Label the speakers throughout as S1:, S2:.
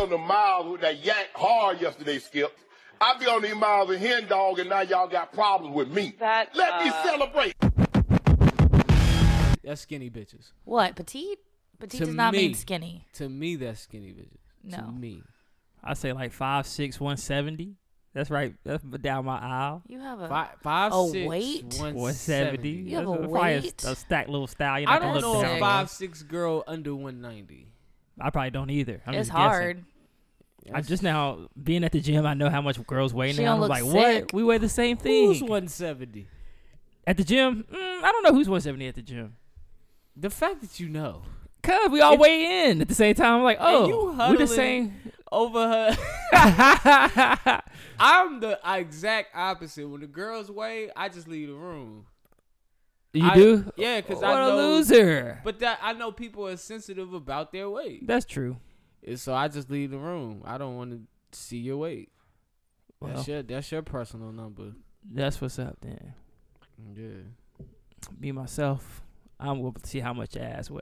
S1: on the miles with that yank hard yesterday, Skip. I be on these miles with hen dog, and now y'all got problems with me.
S2: That,
S1: Let me
S2: uh,
S1: celebrate.
S3: That's skinny bitches.
S4: What petite? Petite
S3: To
S4: does not mean
S3: me.
S4: skinny.
S3: To me, that's skinny bitches.
S4: No.
S3: To me.
S5: I say like five six one seventy. That's right. That's down my aisle.
S4: You have a
S3: Five, five,
S4: Oh,
S3: six,
S4: wait.
S5: 170.
S4: You have
S5: That's
S4: a
S5: probably
S4: weight?
S5: A, a stacked little stallion. I,
S3: I
S5: can
S3: don't
S5: look
S3: know a
S5: down.
S3: five six girl under one ninety.
S5: I probably don't either. I'm
S4: it's
S5: just guessing.
S4: hard.
S5: I just now being at the gym. I know how much girls weigh
S4: She don't
S5: now. I'm
S4: look
S5: like,
S4: sick.
S5: what? We weigh the same thing.
S3: Who's one seventy?
S5: At the gym, mm, I don't know who's one seventy at the gym.
S3: The fact that you know
S5: Cause we all
S3: It's-
S5: weigh in at the same time. I'm like,
S3: you
S5: oh, we're
S3: huddling.
S5: the same.
S3: over her.
S5: I
S3: I'm the exact opposite. When the girls weigh, I just leave the room.
S5: You
S3: I-
S5: do?
S3: Yeah, because
S5: what
S3: I
S5: a
S3: know.
S5: loser.
S3: But that I know people are sensitive about their weight,
S5: That's true.
S3: And so I just leave the room. I don't want to see your weight.
S5: Well,
S3: That's your that's your personal number.
S5: that's what's up then.
S3: Yeah.
S5: Me myself, I'm going to see how much ass weigh.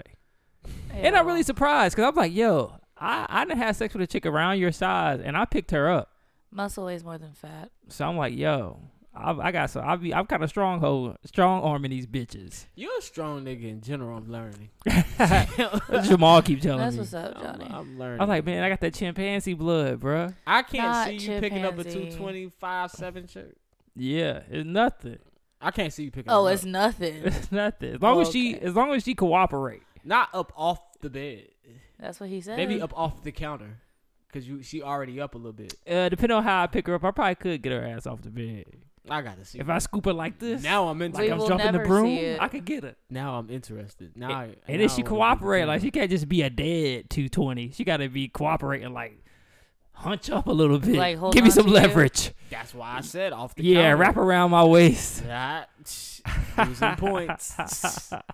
S4: Yeah.
S5: And I'm really surprised because I'm like, yo, I I done had sex with a chick around your size, and I picked her up.
S4: muscle weighs more than fat.
S5: So I'm like, yo, I, I got so I be I'm kind of stronghold strong arming these bitches.
S3: You're a strong nigga in general. I'm learning.
S5: That's what Jamal keep telling
S4: That's
S5: me.
S4: what's up,
S3: I'm,
S4: Oh, Johnny.
S3: I'm learning.
S5: I'm like, man, I got that chimpanzee blood, bruh.
S3: I can't
S4: Not
S3: see you picking up a
S4: chimpanzee.
S3: 225 7 chick.
S5: Yeah, it's nothing.
S3: I can't see you picking
S4: Oh,
S3: her
S4: it's
S3: up.
S4: nothing.
S5: It's nothing. As long as she,
S4: Okay.
S5: as long as she cooperate.
S3: not up off the bed.
S4: That's what he said.
S3: Maybe up off the counter. Cause you she already up a little bit.
S5: Uh, depending on how I pick her up, I probably could get her ass off the bed.
S3: I gotta see.
S5: If I scoop her like this,
S3: now I'm into
S5: like
S4: We
S5: I'm
S4: will
S5: jumping the
S4: never see
S5: broom,
S4: it.
S5: I could get her.
S3: now I'm interested. Now I,
S5: And, and if she cooperate,
S3: cooperate
S5: like she can't just be a dead 220. She got to be cooperating, like hunch up a little bit,
S4: Like, hold
S5: give me
S4: on
S5: some
S4: to you?
S5: leverage.
S3: That's why I said off the
S5: Yeah,
S3: counter.
S5: wrap around my waist.
S3: That losing points.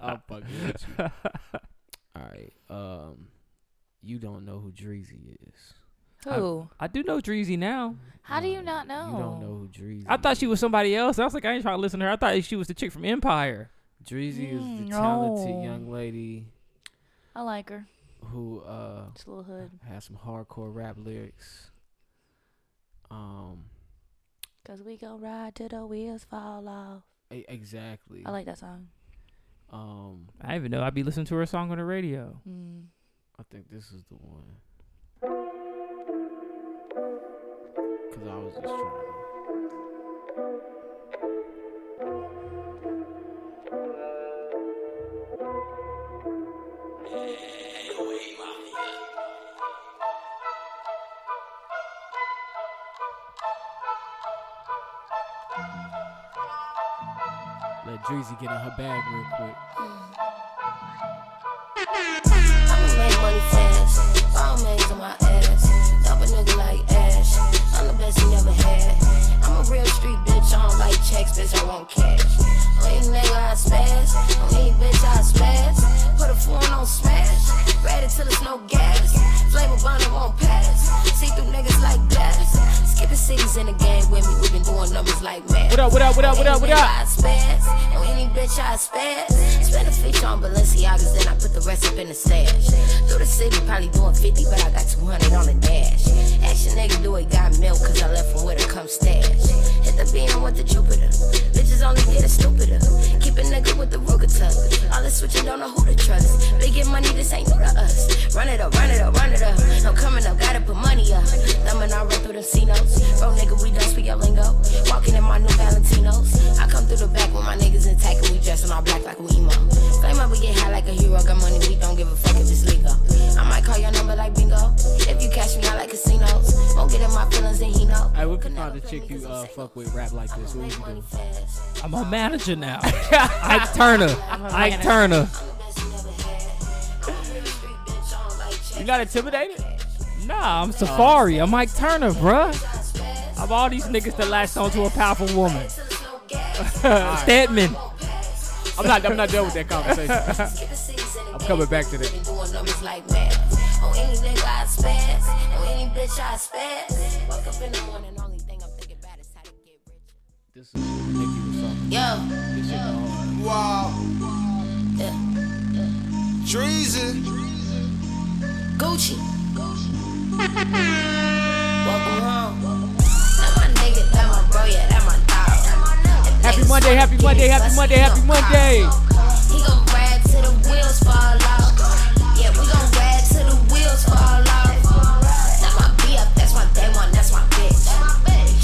S3: I'm fucking with you. All right. Um, you don't know who Dreezy is.
S4: Who?
S5: I do know Dreezy now.
S4: How do you not know?
S3: Um, You don't know who Dreezy.
S5: I thought she was somebody else. I was like, I ain't trying to listen to her. I thought she was the chick from Empire.
S3: is. Dreezy is the
S4: Mm,
S3: talented
S4: no.
S3: young lady
S4: I like her.
S3: who uh
S4: It's a little hood.
S3: has some hardcore rap lyrics. Um,
S4: Cause we go ride till the wheels fall off.
S3: e- exactly.
S4: I like that song.
S3: Um,
S5: I didn't even know I'd be listening to her song on the radio.
S4: Mm.
S3: I think this is the one. Cause I was just trying. to- Let Dreezy get in her bag real quick.
S6: I'ma make money fast. All maids on my ass. Top a nigga like Ash. I'm the best you never had. I'm a real street bitch. I don't like checks, bitch. I want cash. On any nigga I spaz. On any bitch I spaz. Put a phone on smash. Ready till it's no gas. Flavor burner won't pass. See through niggas like glass. Skipping cities in the game with me. We been doing numbers like mad.
S3: What up? What up? What up? What up? What
S6: Any nigga
S3: up?
S6: I spaz, on any bitch I spaz. Spend a feature on Balenciagas, then I put the rest up in the stash. Through the city, probably doing 50, but I got 200 on the dash. Action nigga do it, got milk, cause I left from where to come stash. Hit the beam with the Jupiter. Bitches only get it stupider. Keep a nigga with the Ruger tuck. All this switching, don't know who to trust. They get money, this ain't new to us. Run it up, run it up, run it up. I'm coming up, gotta put money up. Thumbing, I run through them C notes. Bro, nigga, we done speak your lingo. Walking in my new Valentinos. I come through the back with my niggas intact and we dressing all black like we emo. Claim up, we get high like a hero. Got money, we don't give a fuck if it's legal. I might call your number like bingo. If you cash me out like casinos, won't get in my feelings and he know.
S3: Hey, what if you found a chick you uh, fuck with rap like this? What would you do?
S5: I'm a manager now. Ike Turner. Ike Turner.
S3: You not intimidated?
S5: Nah, I'm Safari. I'm Mike Turner, bruh. I'm all these niggas that latched onto a powerful woman. Stedman.
S3: I'm not. I'm not done with that conversation.
S6: I'm
S3: coming back to that.
S6: Doing numbers like mad. On any nigga I spaz, on any bitch I spaz. Wake up in the morning, only thing I'm thinking about is how to get rich.
S3: this is Nicki was talking.
S6: Yo.
S3: This shit go hard.
S7: Wow.
S6: Yeah.
S7: Dreezy.
S6: Gucci. Welcome home. That my nigga, that my bro, yeah, that my dog. If
S5: Happy
S6: niggas
S5: Monday,
S6: wanna
S5: happy
S6: get
S5: Monday,
S6: it,
S5: happy
S6: bust
S5: Monday,
S6: it,
S5: happy
S6: he gon'
S5: Monday.
S6: pop. He gon' ride till the wheels fall off. Yeah, we gon' ride till the wheels fall off. That's my BF, that's my day one, that's my bitch.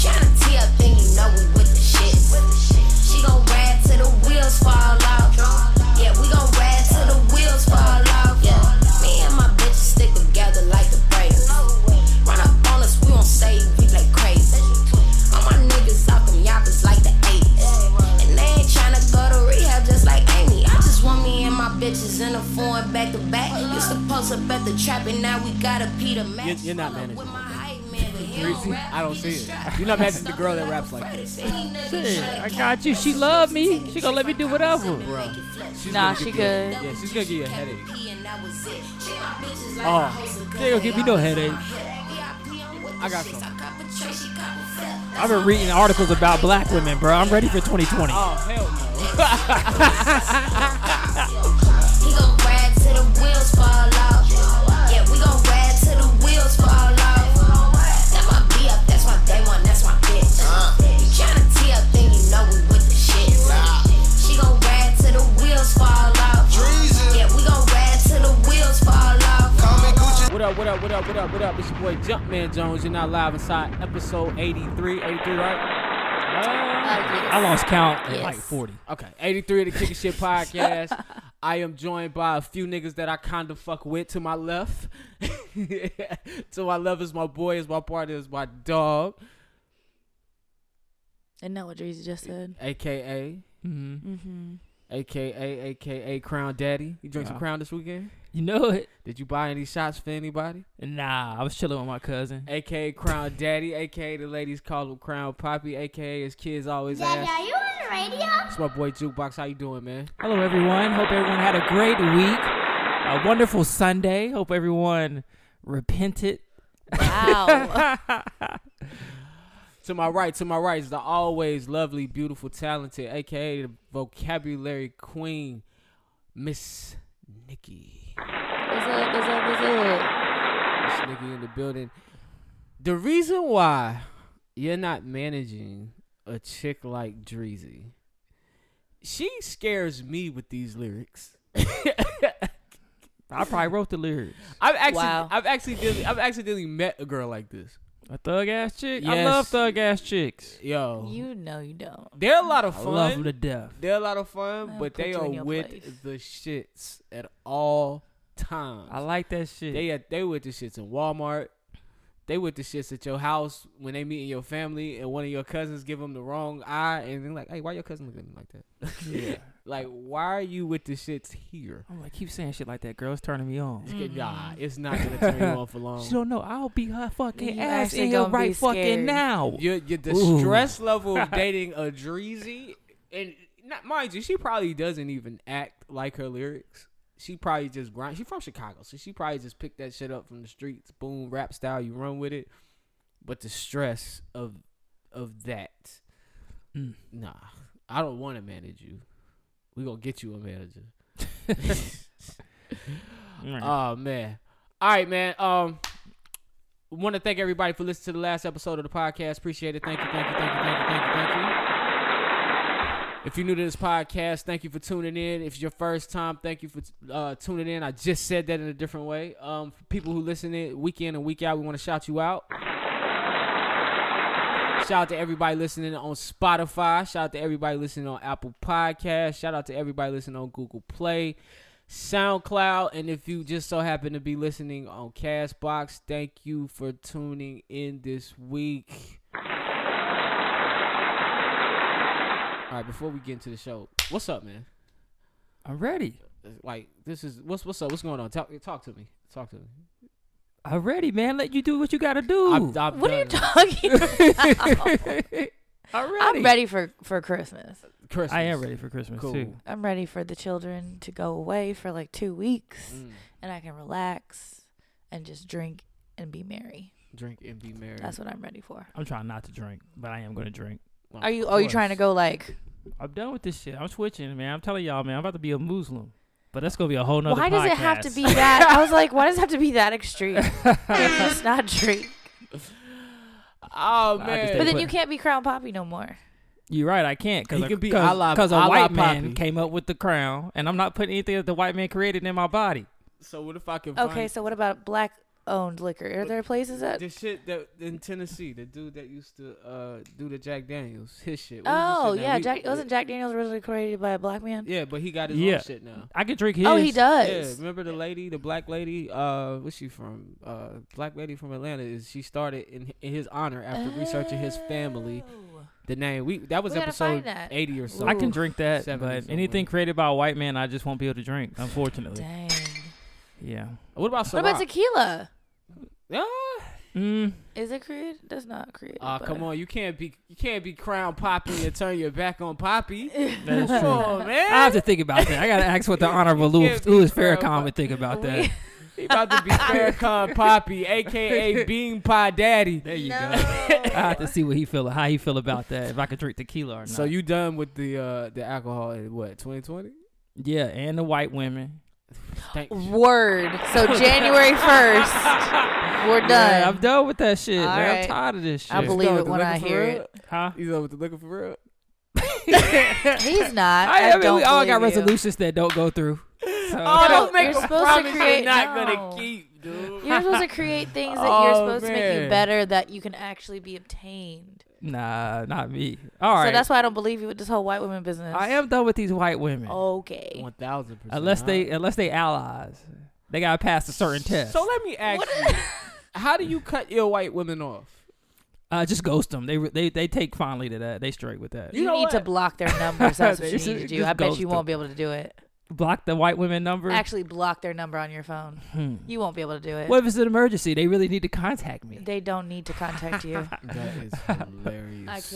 S6: Tryna tee up, then you know we with the shit. She gon' ride till the wheels fall off. Yeah, we gon' ride till the wheels fall off. Yeah, me and my bitches stick together like the Braves. Run up on us, we gon' save you like crazy. All my niggas out them yappers like the 80s. And they ain't tryna go to rehab just like Amy. I just want me and my bitches in a foreign back to back. Used to post up at the trap and now we got a Peter Max.
S3: you're not
S6: Pull up with
S3: managing
S6: my hype man, but he don't rap,
S3: I don't
S6: he
S3: see
S6: just
S3: it.
S6: trap.
S3: You're not managing the girl that raps like this.
S5: Shit, I got you. She love me. She gonna let me do whatever.
S4: Nah, she good.
S3: Yeah, she's gonna give you a headache.
S6: Oh,
S5: they don't give me no headache.
S6: I
S3: got some.
S6: some.
S5: I've been reading articles about black women, bro. I'm ready for 2020.
S3: Oh hell no.
S6: He gon' ride till the wheels fall off. Yeah, we gon' ride till the wheels fall off. That my B up, that's my day one, that's my bitch. You tryna tee up, then you know we with the shit. She gon' ride till the wheels fall off. Yeah, we gon' ride till the wheels fall off.
S3: What up, what up, what up, what up, what up? It's your boy Jumpman Jones. You're now live inside episode 83. 83, right?
S5: I lost count at
S4: Yes.
S5: like 40.
S3: Okay, 83 of the Kicking Shit Podcast. I am joined by a few niggas that I kinda fuck with to my left. to my left is my boy, is my partner, is my dog,
S4: And not what Dreezy just said.
S3: aka
S5: hmm
S4: Mm-hmm.
S3: aka aka Crown Daddy. You drink some
S5: Yeah.
S3: Crown this weekend?
S5: You know it.
S3: Did you buy any shots for anybody?
S5: Nah, I was chilling with my cousin.
S3: aka Crown Daddy, aka the ladies call him Crown Poppy, aka his kids always ask.
S2: are you on the radio?
S3: It's my boy Jukebox. How you doing, man?
S5: Hello, everyone. Hope everyone had a great week, a wonderful Sunday. Hope everyone repented.
S4: Wow.
S3: To my right, to my right is the always lovely, beautiful, talented, aka the vocabulary queen, Miss Nikki.
S4: what's up? What's up? What's up?
S3: Miss Nikki in the building. The reason why you're not managing a chick like Dreezy, she scares me with these lyrics.
S5: I probably wrote the lyrics.
S3: I've actually,
S4: Wow.
S3: I've accidentally, I've accidentally met a girl like this.
S5: A thug ass chick. I
S3: Yes.
S5: love thug ass chicks.
S3: Yo,
S4: You know you don't.
S3: they're a lot of
S5: I
S3: fun.
S5: love 'em to death.
S3: They're a lot of fun,
S4: I'll put
S3: but they
S4: you
S3: are
S4: in your
S3: with
S4: place.
S3: the shits at all times.
S5: I like that shit.
S3: they at, they with the shits in Walmart. They with the shits at your house when they meet in your family, and one of your cousins give them the wrong eye, and they're like, "Hey, why your cousin looking at me like that?
S5: yeah.
S3: like, why are you with the shits here?"
S5: I'm like, keep saying shit like that, girl. It's turning me on.
S3: It's
S4: Mm-hmm.
S3: good- Nah, it's not gonna turn you on for long.
S5: She don't know. I'll be her fucking
S4: You
S5: ass
S4: actually
S5: in here
S4: gonna be
S5: right fucking
S4: scared.
S5: now.
S3: Your, your the
S5: Ooh.
S3: stress level of dating a Dreezy, and not mind you, she probably doesn't even act like her lyrics. She probably just grind. She from Chicago, so she probably just picked that shit up from the streets. Boom, rap style, you run with it. But the stress of of that,
S5: Mm.
S3: nah, I don't want to manage you. We gonna get you a manager. Oh man. All right, man. Um want to thank everybody for listening to the last episode of the podcast. Appreciate it. Thank you, thank you, thank you, thank you, thank you, thank you. If you're new to this podcast, thank you for tuning in. If it's your first time, thank you for uh, tuning in. I just said that in a different way. Um, for people who listen in week in and week out, we want to shout you out. Shout out to everybody listening on Spotify. Shout out to everybody listening on Apple Podcasts. Shout out to everybody listening on Google Play. SoundCloud, and if you just so happen to be listening on Castbox, thank you for tuning in this week. All right, before we get into the show, what's up, man?
S5: I'm ready.
S3: Like this is what's what's up? What's going on? Talk talk to me. Talk to me.
S5: I'm ready, man. Let you do what you gotta do.
S3: I'm, I'm
S4: What are you
S3: done.
S4: talking about?
S5: I'm ready.
S4: I'm ready for, for Christmas.
S3: Christmas.
S5: I am ready for Christmas
S3: Cool.
S5: too.
S4: I'm ready for the children to go away for like two weeks
S3: Mm.
S4: and I can relax and just drink and be merry.
S3: Drink and be merry.
S4: That's what I'm ready for.
S5: I'm trying not to drink, but I am gonna drink.
S3: Well,
S4: Are you are you trying to
S3: course.
S4: go like
S5: I'm done with this shit. I'm switching, man. I'm telling y'all, man. I'm about to be a Muslim. But that's gonna be a whole nother.
S2: Why does it have to
S5: podcast.
S2: be that? I was like, why does it have to be that extreme? Let's not drink.
S3: Oh
S5: I just
S2: But
S3: man.
S5: think-
S2: then
S5: put-
S2: you can't be Crown Poppy no more.
S5: You're right. I can't
S3: He
S5: because
S3: could be a
S5: cause,
S3: la-
S5: 'cause a
S3: a la
S5: white
S3: Poppy.
S5: man came up with the crown, and I'm not putting anything that the white man created in my body.
S3: So what if I can
S2: Okay,
S3: find
S2: so what about black owned liquor? Are there places that?
S3: the shit that in Tennessee, the dude that used to uh, do the Jack Daniels, his shit. What was the
S2: Oh
S3: shit now?
S2: yeah,
S3: He-
S2: Jack wasn't Jack Daniels originally created by a black man?
S3: uh, Yeah, but he got his
S5: Yeah.
S3: own shit now.
S5: I could drink his.
S2: Oh, he
S3: Yeah,
S2: does.
S3: remember the lady, the black lady? Uh, what's she from? Uh, black lady from Atlanta. Is she started in, in his honor after researching his
S2: Oh.
S3: family? The name we that was
S2: We gotta find
S3: episode
S2: that.
S3: eighty or so.
S5: I can drink that,
S3: Seventy
S5: but
S3: somewhere.
S5: anything created by a white man, I just won't be able to drink. Unfortunately,
S2: Dang.
S5: yeah.
S3: What about Ciroc?
S2: What about tequila?
S3: Ah,
S5: Mm,
S2: Is it created? That's not created.
S3: ah,
S2: by-
S3: come on, you can't be you can't be crown poppy and turn your back on poppy.
S5: that is
S3: Come
S5: true.
S3: on, man.
S5: I have to think about that. I gotta ask what the honorable Louis,
S3: can't be
S5: Louis
S3: proud
S5: Farrakhan
S3: of-
S5: would think about that.
S3: He about to be Farrakhan Poppy, aka Bean Pie Daddy.
S5: There you go. I have to see what he feel, how he feel about that. If I could drink tequila or not.
S3: So you done with the uh the alcohol in what 2020?
S5: yeah, and the white women.
S3: Thank
S2: Word. So January first, we're done.
S5: Yeah, I'm
S2: I'm
S5: done with that shit.
S2: All
S5: man. I'm
S2: right.
S5: tired of this shit.
S2: I believe
S3: You know
S2: it
S3: what
S2: when
S3: the
S2: I
S3: liquor for
S2: hear
S3: real?
S2: it.
S5: huh?
S3: You know what the liquor for real?
S2: He's not.
S5: I,
S2: I,
S5: I mean,
S2: don't
S5: we all got
S2: believe you.
S5: resolutions that don't go through. So.
S3: Oh, don't
S2: You're
S3: make a
S2: supposed to
S3: promise
S2: create-
S3: you're not gonna
S2: no.
S3: keep, dude.
S2: You're supposed to create things that
S3: Oh,
S2: you're supposed to make
S3: man.
S2: you better that you can actually be obtained.
S5: Nah, not me. All right.
S2: So that's why I don't believe you with this whole white woman business.
S5: I am done with these white women.
S2: Oh, okay.
S3: One thousand percent.
S5: Unless they
S3: huh?
S5: unless they allies. They gotta pass a certain test.
S3: So let me ask you, how do you cut your white women off?
S5: uh, just ghost them. They re- they they take fondly to that. They straight with that.
S2: You,
S3: You know
S2: need to
S3: what?
S2: block their numbers. That's what you
S5: Just-
S2: need to do.
S5: just
S2: I bet
S5: ghost
S2: you
S5: them.
S2: won't be able to do it.
S5: Block the white women number.
S2: Actually, block their number on your phone.
S5: Hmm.
S2: You won't be able to do it.
S5: What if it's an emergency? They really need to contact me.
S2: They don't need to contact you.
S3: That is hilarious.
S2: I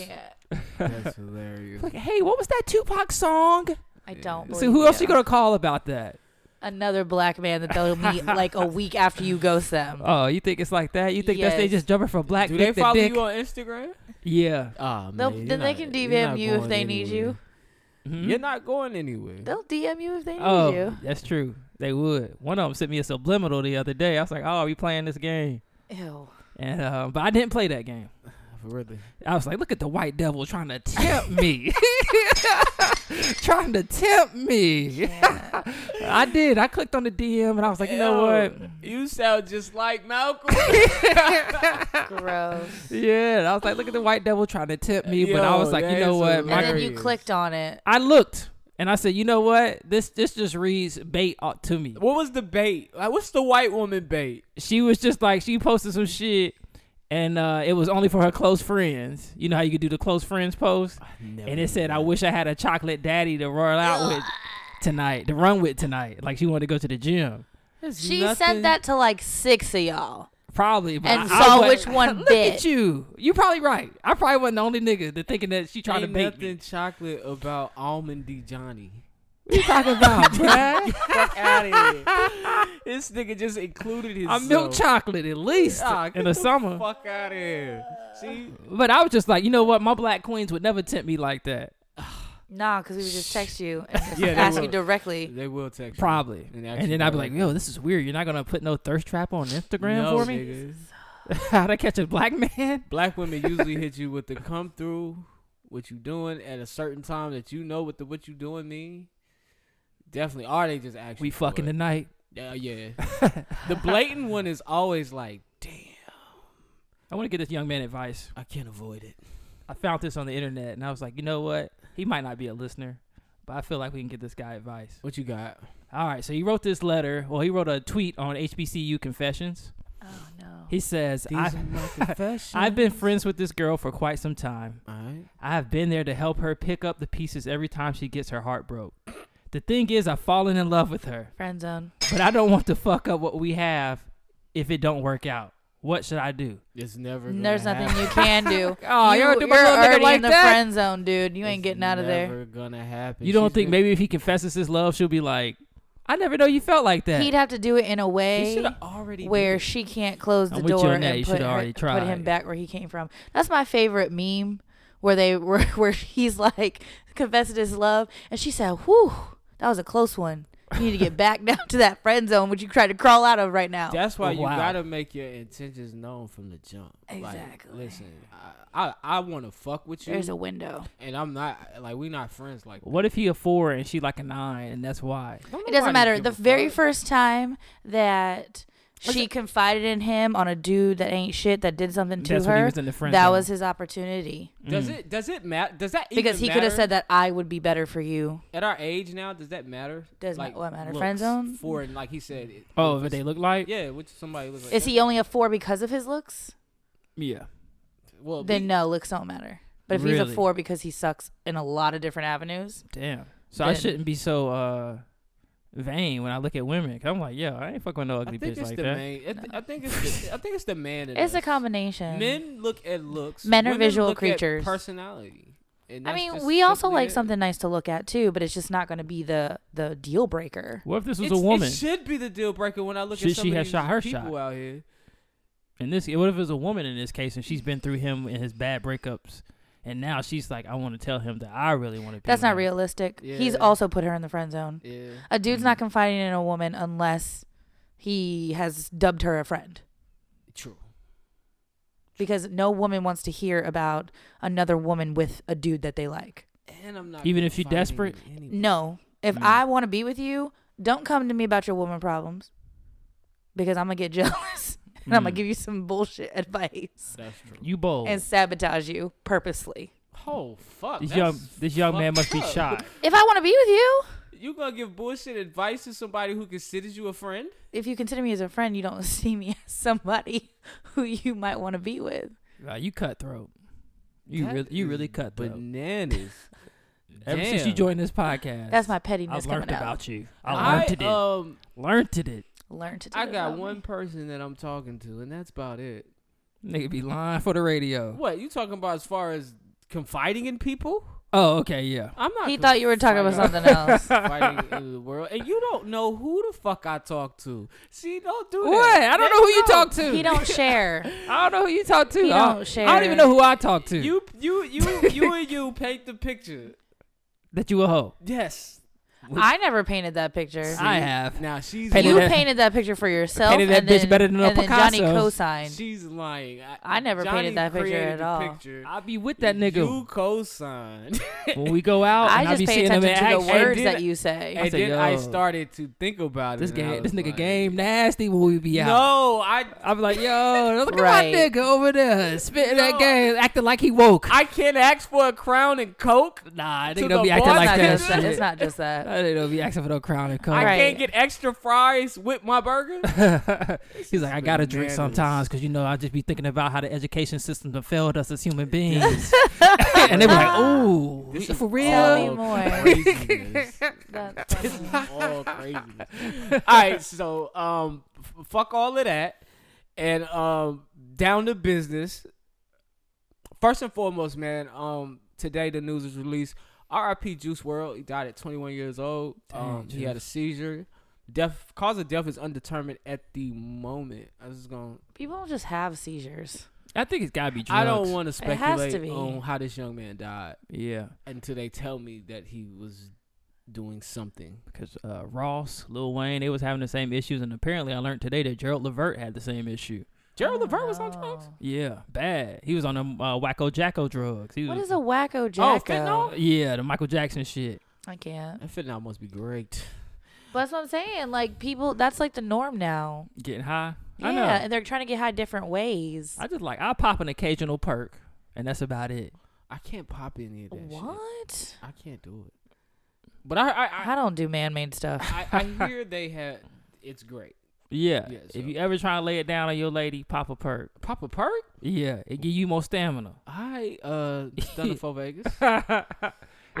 S2: can't.
S3: That's hilarious.
S5: Like, hey, what was that Tupac song?
S2: I don't.
S5: So
S2: believe
S5: who else
S2: you
S5: you gonna call about that?
S2: Another black man that they'll meet like a week after you ghost them.
S5: Oh, you think it's like that? You think that's they
S2: Mm. Yes.
S5: just jumping from black
S3: Do they
S5: dick to
S3: follow
S5: dick?
S3: you on Instagram?
S5: Yeah.
S3: Oh, man,
S2: They'll-
S3: you're
S2: then they
S3: not-
S2: can
S3: you're
S2: DM
S3: not
S2: you if
S3: going
S2: they need you.
S3: anywhere.
S5: Mhm.
S3: You're not going anywhere.
S2: They'll DM you if they need
S5: Oh,
S2: you.
S5: that's true. They would. One of them sent me a subliminal the other day. I was like, "Oh, we playing this game,"
S2: Ew.
S5: and uh, but I didn't play that game.
S3: Really?
S5: I was like, "Look at the white devil trying to tempt me, trying to tempt me." I did. I clicked on the DM and I was like, "You know what?"
S3: You sound just like Malcolm.
S2: Gross.
S5: Yeah, and I was like, "Look at the white devil trying to tempt me," but I
S3: Yo,
S5: was like,
S3: that
S5: "You know
S3: is
S5: what?"
S2: and then
S5: My,
S3: hilarious.
S2: you clicked on it.
S5: I looked and I said, "You know what? This this just reads bait uh, to me."
S3: what was the bait? Like, what's the white woman bait?
S5: she was just like she posted some shit and uh, it was only for her close friends. You know how you could do the close friends post? And it said, I wish I had a chocolate daddy to roll out with tonight, to run with tonight. Like she wanted to go to the gym.
S2: She sent that to like six of y'all.
S5: Probably, but
S2: And
S5: I- I
S2: saw
S5: wa-
S2: which one
S5: Look at
S2: bit.
S5: you. You probably right. I probably wasn't the only nigga that thinking that she trying
S3: Ain't
S5: to bait
S3: nothing
S5: me.
S3: chocolate about almondy Johnny.
S5: What you talking about, bruh?
S3: Fuck out of here. this nigga just included his. Ah,
S5: I milk chocolate at least in the summer.
S3: Fuck out of here. See,
S5: But I was just like, you know what? My black queens would never tempt me like that.
S2: Nah, because we would just text you and just
S3: Yeah, they
S2: ask you
S3: would.
S2: directly.
S3: they will text. you.
S5: Probably.
S3: And
S5: And,
S3: ask you
S5: then I'd be
S3: about
S5: like,
S3: it.
S5: yo, this is weird. You're not going to put no thirst trap on Instagram
S3: No,
S5: for me?
S3: nigga.
S5: How'd I catch a black man?
S3: Black women usually hit you with the come through, what you doing at a certain time that you know what the what you doing mean. Definitely, are they just actually
S5: We fucking tonight.
S3: Yeah, Uh, yeah. the blatant one is always like, damn,
S5: I want to get this young man advice.
S3: I can't avoid it.
S5: I found this on the internet and I was like, you know what? He might not be a listener, but I feel like we can get this guy advice.
S3: What you got?
S5: All right. So he wrote this letter. Well, he wrote a tweet on HBCU Confessions.
S2: Oh no.
S5: He says,
S3: These
S5: I,
S3: are my confessions.
S5: I've been friends with this girl for quite some time.
S3: All right.
S5: I have been there to help her pick up the pieces every time she gets her heart broke. The thing is, I've fallen in love with her.
S2: Friend zone.
S5: but I don't want to fuck up what we have if it don't work out. What should I do?
S3: It's never. Gonna
S2: There's
S3: happen.
S2: nothing you can do.
S5: Oh,
S2: you,
S5: you don't
S2: are
S5: do my little nigga
S2: already
S5: like
S2: in the
S5: that?
S2: friend zone, dude. You ain't
S3: It's
S2: getting out of there.
S3: Never gonna happen.
S5: You don't
S3: She's
S5: think
S3: been-
S5: maybe if he confesses his love, she'll be like, "I never know you felt like that."
S2: He'd have to do it in a
S5: He
S2: way
S5: shoulda already
S2: where
S5: did it.
S2: she can't close the
S5: I'm with you
S2: door
S5: on that.
S2: and
S5: You
S2: put,
S5: shoulda
S2: her-
S5: already
S2: put him
S5: tried.
S2: back where he came from. That's my favorite meme where they were where he's like confessing his love and she said, Whew, that was a close one. You need to get back down to that friend zone, which you tried to crawl out of right now.
S3: That's why you
S5: Wow.
S3: gotta make your intentions known from the jump. Like,
S2: Exactly.
S3: listen, I I, I want to fuck with you,
S2: There's a window.
S3: and I'm not like we not friends. Like
S5: What if he a four and she like a nine, and that's why?
S2: It doesn't matter. The very first time that she confided in him on a dude that ain't shit that did something to
S5: That's
S2: her,
S5: when he was in the friend
S2: that
S5: zone.
S2: was his opportunity.
S3: does it does it matter? Does that
S2: Mm. Because
S3: even
S2: he could have
S3: matter?
S2: said that I would be better for you.
S3: at our age now, does that matter?
S2: Does ma- what matter?
S3: looks,
S2: Friend zone?
S3: For and like he said. It,
S5: Oh,
S3: if
S5: what
S3: it's-
S5: they look like?
S3: Yeah, which somebody looks like.
S2: Is he only a four because of his looks?
S5: yeah.
S3: Well,
S2: Then
S3: we-
S2: no, looks don't matter. But if he's
S5: Really?
S2: a four because he sucks in a lot of different avenues,
S5: Damn. So I
S2: Then-
S5: shouldn't be so uh vain when I look at women. i I'm like, yeah, I ain't fucking with no
S3: I
S5: ugly
S3: think
S5: bitch
S3: it's
S5: like
S3: the
S5: that.
S3: man. I, th- I think it's the, I think it's the man. In
S2: it's a
S3: us.
S2: combination.
S3: Men look at looks.
S2: Men are
S3: women
S2: visual
S3: look at
S2: creatures.
S3: personality. And
S2: I
S3: that's
S2: mean,
S3: just
S2: we also
S3: simply
S2: like
S3: it.
S2: something nice to look at too, but it's just not going to be the the deal breaker.
S5: What if this was
S3: It's-
S5: a woman?
S3: It should be the deal breaker when I look
S5: Should
S3: at some
S5: she
S3: of
S5: have
S3: these
S5: shot her
S3: people
S5: shot?
S3: out here.
S5: In this, what if it was a woman in this case, and she's been through him and his bad breakups, and now she's like, I want to tell him that I really want to.
S2: That's not realistic. He's
S3: Yeah. Mm.
S2: also put her in the friend zone.
S3: Yeah.
S2: A dude's not confiding in a woman unless he has dubbed her a friend,
S3: True.
S2: because no woman wants to hear about another woman with a dude that they like.
S3: And I'm not
S5: Even if you
S3: confiding
S5: desperate?
S3: in anybody.
S2: No, if
S5: Mm.
S2: I want to be with you, don't come to me about your woman problems, because I'm gonna get jealous and I'm gonna
S5: Mm.
S2: give you some bullshit advice
S3: That's true.
S5: You bold.
S2: and sabotage you purposely.
S3: Oh fuck.
S5: this
S3: that's
S5: young, this young man must
S3: fucked
S5: be
S3: up.
S5: shy.
S2: If I want to be with you,
S3: You gonna give bullshit advice to somebody who considers you a friend?
S2: if you consider me as a friend, you don't see me as somebody who you might want to be with.
S5: Nah, you cutthroat. You
S3: That
S5: really, you really
S3: is
S5: cutthroat.
S3: Bananas.
S5: Ever since you
S3: damn.
S5: joined this podcast,
S2: That's my
S5: I
S2: pettiness
S5: learned
S2: coming out.
S5: about you. I learned it.
S3: um
S5: learned it.
S2: Learn to. Do
S3: I
S2: it
S3: got
S2: about
S3: one
S2: me.
S3: person that I'm talking to, and that's about it.
S5: Nigga be lying for the radio.
S3: What you talking about as far as confiding in people?
S5: Oh, okay, yeah.
S3: I'm not.
S2: He thought you were talking about something else.
S3: Fighting in the world, and you don't know who the fuck I talk to. See, don't do that.
S5: What? I don't know who you
S3: go.
S5: talk to.
S2: he don't share.
S5: I don't know who you talk to.
S2: He
S5: I-
S2: don't share.
S5: I don't even know who I talk to.
S3: You, you, you, you, and you paint the picture.
S5: that you a hoe.
S3: Yes,
S2: I never painted that picture.
S5: I have.
S3: Now she's
S5: Painted
S2: You
S5: that-
S2: painted that picture for yourself.
S5: Painted that
S2: and
S5: bitch
S2: then-
S5: better than a
S2: and then Johnny
S5: Picasso.
S2: co-signed.
S3: she's lying. I,
S2: I never
S3: Johnny
S2: painted that picture
S3: created
S2: at
S3: the
S2: all.
S3: Picture.
S5: I be with that nigga
S3: You co-signed.
S5: when we go
S3: Oh,
S5: out.
S2: I
S5: and I
S2: just
S5: be
S2: pay
S5: seeing him
S2: attention
S5: in
S2: to the
S5: action.
S2: words
S3: then-
S2: that you say.
S3: and
S5: said,
S3: then I
S5: "Yo."
S3: started to think about it.
S5: This
S3: and I
S5: game, this
S3: was
S5: nigga
S3: like,
S5: game nasty when we be out.
S3: No, I,
S5: I'm like, yo, look
S2: Right.
S5: at my nigga over there spitting that
S3: No.
S5: game, acting like he woke.
S3: I can't ask for a crown and coke.
S5: nah,
S3: To
S5: nigga don't
S3: the
S5: be acting
S3: boss,
S2: it's,
S5: like
S2: not
S5: that.
S2: just that.
S5: Shit.
S2: it's not just that.
S5: I didn't know be asking for no crown and
S3: I
S5: coke.
S2: Right.
S3: can't get extra fries with my burger.
S5: He's like, I gotta drink
S3: Bananas.
S5: sometimes because you know I just be thinking about how the education system done failed us as human beings, and they be like, "Ooh,
S3: This
S5: we-
S3: is
S5: for
S2: Tell me
S5: real."
S2: more.
S3: craziness.
S2: That's funny.
S3: all craziness. all right, so um, f- fuck all of that, and um, down to business. First and foremost, man. Um, today the news is released. R.I.P. Juice World. He died at 21 years old. um, he had a seizure. Death cause of death is undetermined at the moment. I was just going.
S2: People don't just have seizures.
S5: I think it's gotta be drugs.
S3: I don't want to
S2: It has to
S3: speculate
S2: be.
S3: on how this young man died
S5: Yeah,
S3: until they tell me that he was doing something.
S5: because uh, Ross, Lil Wayne, they was having the same issues, and apparently I learned today that Gerald Levert had the same issue.
S3: Gerald Levert was on
S2: Oh.
S3: drugs.
S5: Yeah, bad. He was on them uh, wacko jacko drugs. He was,
S2: What is a wacko jacko?
S3: Oh, fentanyl?
S5: Yeah, the Michael Jackson shit.
S2: I can't.
S3: That fentanyl must be great.
S2: But that's what I'm saying. Like people, that's like the norm now.
S5: Getting high.
S2: Yeah,
S5: I know.
S2: and they're trying to get high different ways.
S5: I just like I pop an occasional perk, and that's about it.
S3: I can't pop any of that shit.
S2: what?
S3: I can't do it. But I I I,
S2: I don't do man-made stuff.
S3: I, I hear they have it's great.
S5: Yeah.
S3: Yeah, so-
S5: If you ever try to lay it down on your lady, pop a perk.
S3: Pop a perk?
S5: Yeah, it give you more stamina.
S3: I uh done it for Vegas.
S5: It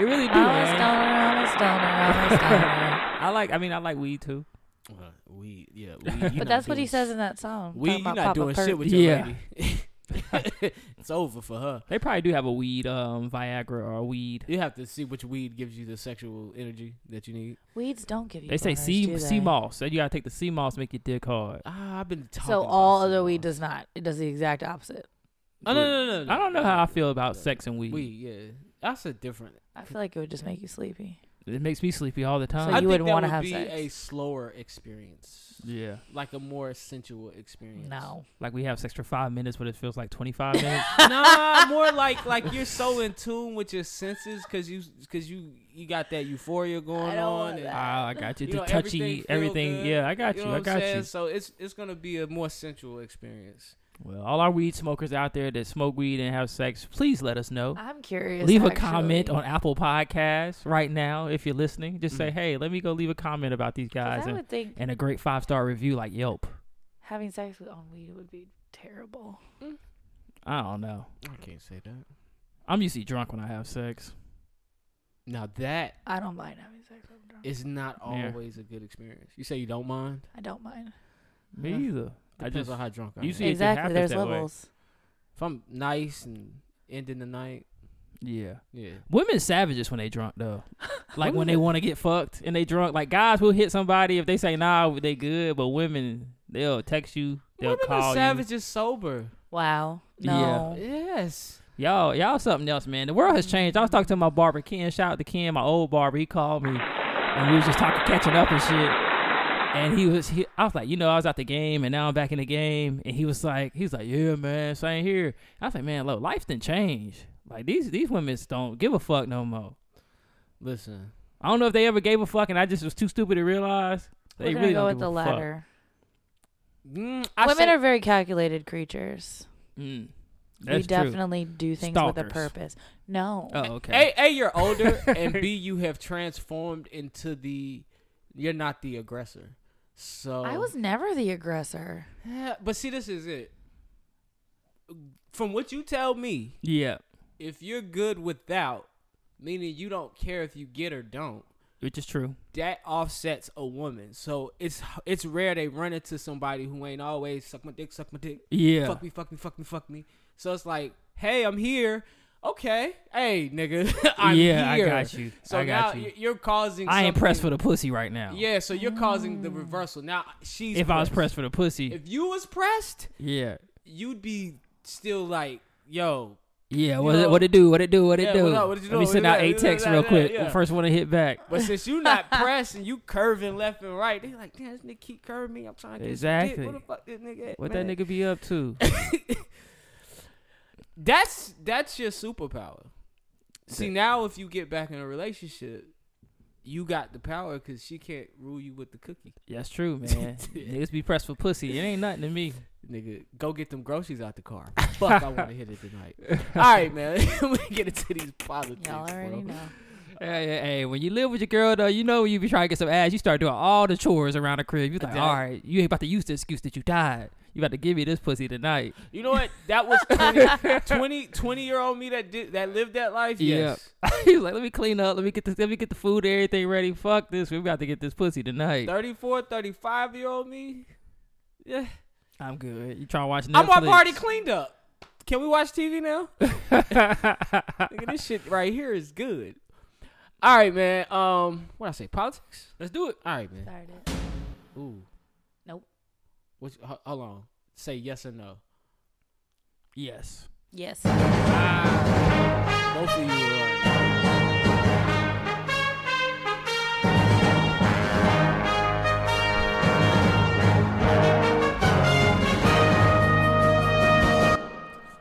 S5: really do,
S2: I'm a stoner.
S5: man.
S2: I'm a stoner. I'm a stoner.
S5: I like. I mean, I like weed too.
S3: Uh, we yeah, we, you
S2: but
S3: not
S2: that's what he
S3: doing
S2: says
S3: s-
S2: in that song.
S3: We
S2: talking
S3: you
S2: about
S3: not
S2: Papa
S3: doing
S2: Perk.
S3: shit with your
S5: Yeah.
S3: lady. it's over for her.
S5: They probably do have a weed, um, Viagra or weed.
S3: You have to see which weed gives you the sexual energy that you need.
S2: Weeds don't give you.
S5: They say
S2: boners, do
S5: sea
S2: they?
S5: sea moss. So you gotta take the sea moss, to make your dick hard.
S3: Ah, I've been talking.
S2: So
S3: about
S2: all
S3: some uh,
S2: other weed
S3: more.
S2: does not. It does the exact opposite.
S3: Oh, no, no, no, no,
S5: I don't know
S3: no,
S5: how I
S3: no,
S5: feel about
S3: no.
S5: sex and weed.
S3: Weed, yeah, that's a different.
S2: I feel like it would just make you sleepy.
S5: It makes me sleepy all the
S2: So
S5: time.
S2: you
S3: think
S2: wouldn't
S3: that
S2: wanna
S3: would
S2: have
S3: be
S2: sex.
S3: a slower experience,
S5: yeah.
S3: like a more sensual experience.
S2: No.
S5: Like we have sex for five minutes, but it feels like 25 minutes.
S3: nah, more like like you're so in tune with your senses because you because you you got that euphoria going on. and-
S5: Ah, I got you.
S3: you
S5: the
S3: know,
S5: touchy,
S3: everything
S5: everything.
S3: feel good.
S5: Yeah, I got you.
S3: know
S5: I
S3: what I'm
S5: got
S3: saying?
S5: you.
S3: So it's it's gonna be a more sensual experience.
S5: Well, all our weed smokers out there that smoke weed and have sex, please let us know.
S2: I'm curious.
S5: leave a
S2: actually.
S5: comment on Apple Podcasts right now if you're listening. Just
S3: Mm.
S5: say, hey, let me go leave a comment about these
S2: 'Cause
S5: guys
S2: I
S5: and,
S2: would think
S5: and a great five star review like Yelp.
S2: having sex with on weed would be terrible.
S5: I don't know.
S3: I can't say that.
S5: I'm usually drunk when I have sex.
S3: Now that
S2: I don't mind having sex with a drunk.
S3: is not
S5: Yeah.
S3: always a good experience. You say you don't mind.
S2: I don't mind.
S5: Me
S3: Yeah.
S5: either. I
S3: Depends
S5: just
S3: on how drunk I
S5: you
S3: am.
S5: see- it just
S2: exactly.
S5: happens
S2: There's
S5: that way.
S2: levels.
S3: If I'm nice and ending the night,
S5: yeah.
S3: yeah.
S5: Women savages when they drunk though. Like when they want to get fucked and they drunk. Like guys will hit somebody if they say nah, they good. But women, they'll text you, they'll
S3: Women
S5: call
S3: are
S5: you.
S3: savages sober.
S2: Wow.
S5: Yeah.
S2: No.
S3: Yes.
S5: Y'all, y'all something else, man. The world has changed. I was talking to my barber Ken. Shout out to Ken, my old barber. He called me, and we was just talking, catching up and shit. And he was, he, I was like, you know, I was out the game, and now I'm back in the game. And he was like, he was like, yeah, man, same here. I was like, man, look, life didn't change. Like these these women don't give a fuck no more.
S3: Listen.
S5: I don't know if they ever gave a fuck, and I just was too stupid to realize. They
S2: We're gonna
S5: really
S2: go
S5: don't
S2: with
S5: give
S2: the
S5: a
S2: latter.
S3: Mm, I
S2: Women
S3: say-
S2: are very calculated creatures.
S5: Fuck. Mm,
S2: we
S5: that's true.
S2: definitely do things with a
S5: Stalkers.
S2: purpose. No.
S5: Oh, okay.
S3: A, A, you're older, and B, you have transformed into the. You're not the aggressor. So
S2: I was never the aggressor.
S3: Yeah, but see, this is it. From what you tell me,
S5: yeah,
S3: if you're good without, meaning you don't care if you get or don't,
S5: which is true.
S3: that offsets a woman. So it's it's rare they run into somebody who ain't always suck my dick, suck my dick,
S5: Yeah.
S3: fuck me, fuck me, fuck me, fuck me. So it's like, hey, I'm here. Okay, hey, nigga, I'm
S5: yeah,
S3: here.
S5: I got you.
S3: So
S5: I got
S3: now
S5: you.
S3: y- you're causing.
S5: I ain't pressed for
S3: something-
S5: the pussy right now.
S3: Yeah, so you're causing the reversal. Now she's.
S5: If I was pressed for the pussy,
S3: If you was pressed,
S5: yeah,
S3: you'd be still like, yo,
S5: yeah. What,
S3: You
S5: it,
S3: know-
S5: what it do? What it do? What it
S3: Yeah,
S5: do?
S3: what up, what you
S5: Let me
S3: doing?
S5: send
S3: What
S5: out
S3: you
S5: eight
S3: got?
S5: texts
S3: Yeah,
S5: real
S3: yeah,
S5: quick.
S3: yeah.
S5: First one to hit back.
S3: But since you not pressing, you curving left and right. They like, damn, this nigga keep curving me. I'm trying to get exactly.
S5: Exactly.
S3: What the fuck this nigga? At,
S5: What
S3: man?
S5: that nigga be up to?
S3: That's that's your superpower. See now, if you get back in a relationship, you got the power because she can't rule you with the cookie.
S5: That's true, man. Niggas be pressed for pussy. It ain't nothing to me.
S3: Nigga, go get them groceries out the car. Fuck, I want to hit it tonight. All right, man. we get into these politics.
S2: Y'all already
S3: bro.
S2: know.
S5: Hey, hey, hey, when you live with your girl though, you know when you be trying to get some ass. You start doing all the chores around the crib. You like,
S3: did.
S5: all right, you ain't about to use the excuse that you died. You about to give me this pussy tonight.
S3: You know what? That was 20, 20, 20 year old me that did that lived that life.
S5: Yeah.
S3: Yes.
S5: He's like, let me clean up. Let me get this. Let me get the food, and everything ready. Fuck this. We about to get this pussy tonight.
S3: 34, 35 year old me. Yeah.
S5: I'm good. You trying to watch Netflix?
S3: I'm, I've already cleaned up. Can we watch TV now? Nigga, this shit right here is good. All right, man. Um, what I say? Politics. Let's do it. All right, man.
S2: Started.
S3: Ooh.
S2: Nope.
S3: What's, ho- hold on. Say yes or no.
S5: Yes.
S2: Yes.
S3: Both of you are right.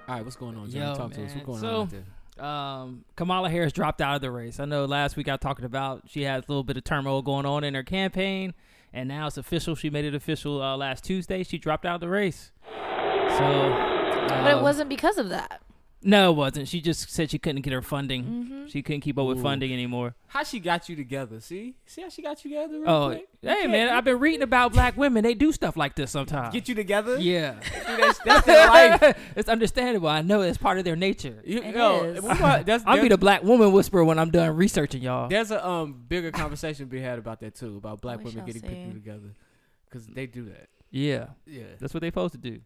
S3: All right, what's going on, Johnny?
S5: Yo,
S3: Talk to us.
S5: man.
S3: What's going
S5: So-
S3: on out there?
S5: Um, Kamala Harris dropped out of the race. I know last week I talked about she had a little bit of turmoil going on in her campaign, and now it's official. She made it official uh, last Tuesday. She dropped out of the race. So,
S2: But
S5: Uh,
S2: it wasn't because of that.
S5: no, it wasn't. She just said she couldn't get her funding.
S3: Mm-hmm.
S5: She couldn't keep up with funding anymore.
S3: How she got you together? See, see how she got you together? Real
S5: Oh,
S3: quick?
S5: hey man, I've been reading about black women. They do stuff like this sometimes.
S3: get you together.
S5: yeah,
S3: Dude, that's, that's their life.
S5: it's understandable. I know it's part of their nature.
S3: You,
S2: It
S3: no,
S2: is.
S3: we gonna- that's,
S5: I'll be
S3: there's-
S5: the black woman whisperer when I'm done researching y'all.
S3: There's a um bigger conversation to be had about that too, about black
S2: We
S3: women
S2: shall
S3: getting
S2: see.
S3: people together, because they do that.
S5: Yeah,
S3: Yeah,
S5: that's what they supposed to do.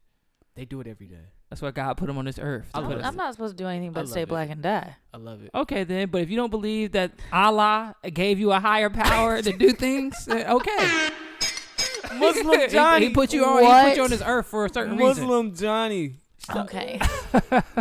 S3: they do it every day.
S5: That's why God put them on this earth. to
S3: I
S5: put
S3: love
S5: us-
S2: I'm not supposed to do anything
S3: I
S2: but
S3: love
S2: stay
S3: it.
S2: black and die.
S3: I love it.
S5: Okay, then, but if you don't believe that Allah gave you a higher power to do things, then okay.
S3: Muslim
S5: He-
S3: Johnny,
S5: he, put you on. He put you on this earth for a certain reason.
S3: Muslim Johnny.
S2: Okay.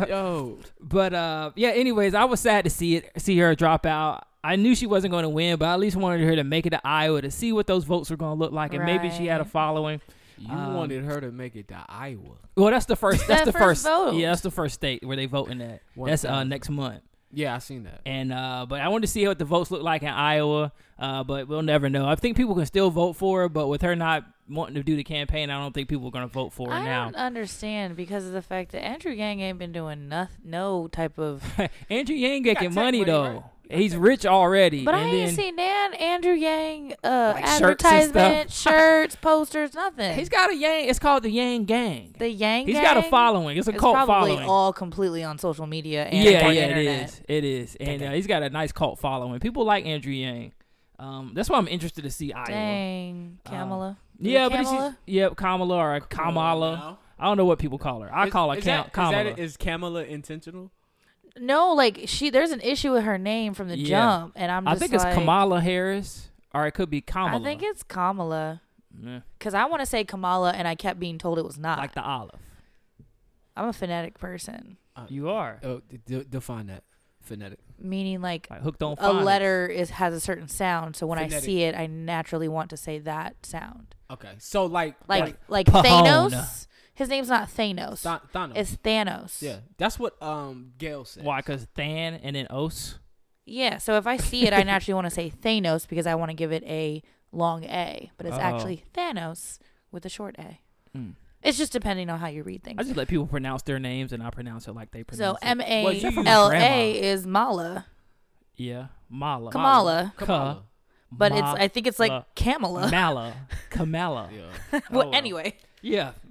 S3: Yo,
S5: But uh, yeah. Anyways, I was sad to see it, see her drop out. I knew she wasn't going to win, but I at least wanted her to make it to Iowa to see what those votes were going to look like, and maybe she had a
S2: Right.
S5: following.
S3: You
S5: Um,
S3: wanted her to make it to Iowa.
S5: Well, that's the first.
S2: That
S5: That's the
S2: first
S5: first.
S2: vote.
S5: Yeah, that's the first state where they voting at.
S3: One
S5: that's uh,
S3: thousand.
S5: next month.
S3: Yeah, I seen that.
S5: And uh, but I wanted to see what the votes look like in Iowa. Uh, but we'll never know. I think people can still vote for her, but with her not wanting to do the campaign, I don't think people are going to vote for her
S2: I
S5: now.
S2: don't understand because of the fact that Andrew Yang ain't been doing nothing, no type of.
S5: Andrew Yang
S3: got
S5: getting
S3: tech
S5: money
S3: money,
S5: though.
S3: right?
S5: He's rich already.
S2: But
S5: and
S2: I
S5: then-
S2: ain't seen that Andrew Yang uh,
S5: shirts and stuff.
S2: advertisement, shirts, posters, nothing.
S5: He's got a Yang. It's called the Yang Gang.
S2: the Yang.
S5: He's
S2: Gang
S5: got a following. It's a
S2: is
S5: cult
S2: probably
S5: following.
S2: all completely on social media and
S5: yeah,
S2: on
S5: yeah,
S2: internet.
S5: it is. It is. And uh, he's got a nice cult following. People like Andrew Yang. Um, that's why I'm interested to see Iowa.
S2: Dang, Kamala. Is it
S5: Um, Yeah, but she's
S2: Kamala?
S5: yeah, Kamala or Kamala.
S3: now.
S5: I don't know what people call her. I
S3: Is-
S5: call her
S3: is
S5: Kam-
S3: that-
S5: Kamala.
S3: Is, that, is Kamala intentional?
S2: no, like she. There's an issue with her name from the
S5: Yeah.
S2: jump, and I'm.
S5: I
S2: Just
S5: think
S2: like,
S5: it's Kamala Harris, or it could be Kamala.
S2: I think it's Kamala
S5: Yeah,
S2: because I want to say Kamala, and I kept being told it was not.
S5: like the olive.
S2: I'm a phonetic person,
S5: You are
S3: Oh, d- d- define that phonetic.
S2: meaning like
S5: like hooked on
S2: a
S5: phonics.
S2: letter is has a certain sound. So when I
S3: Phonetic.
S2: see it, I naturally want to say that sound.
S3: Okay, so like
S2: Like like
S5: Pahone.
S2: Thanos. His name's not Thanos.
S3: Tha- Thanos.
S2: It's Thanos.
S3: yeah, that's what um Gail said.
S5: Why? Cause Than and then Os.
S2: Yeah. So if I see it, I naturally want to say Thanos because I want to give it a long A, but it's
S5: Oh.
S2: actually Thanos with a short A.
S5: Mm.
S2: It's just depending on how you read
S5: I
S2: things.
S5: just let people pronounce their names, and I pronounce it like they
S2: So
S5: pronounce it.
S2: M
S3: Well, you
S2: A
S3: use
S2: L A
S5: grandma.
S2: is Mala,
S5: Yeah, Mala.
S2: Kamala,
S3: Kamala.
S2: but it's I think it's like
S5: Mala.
S2: Kamala.
S5: Mala. Kamala. Yeah,
S3: Yeah.
S2: well, anyway,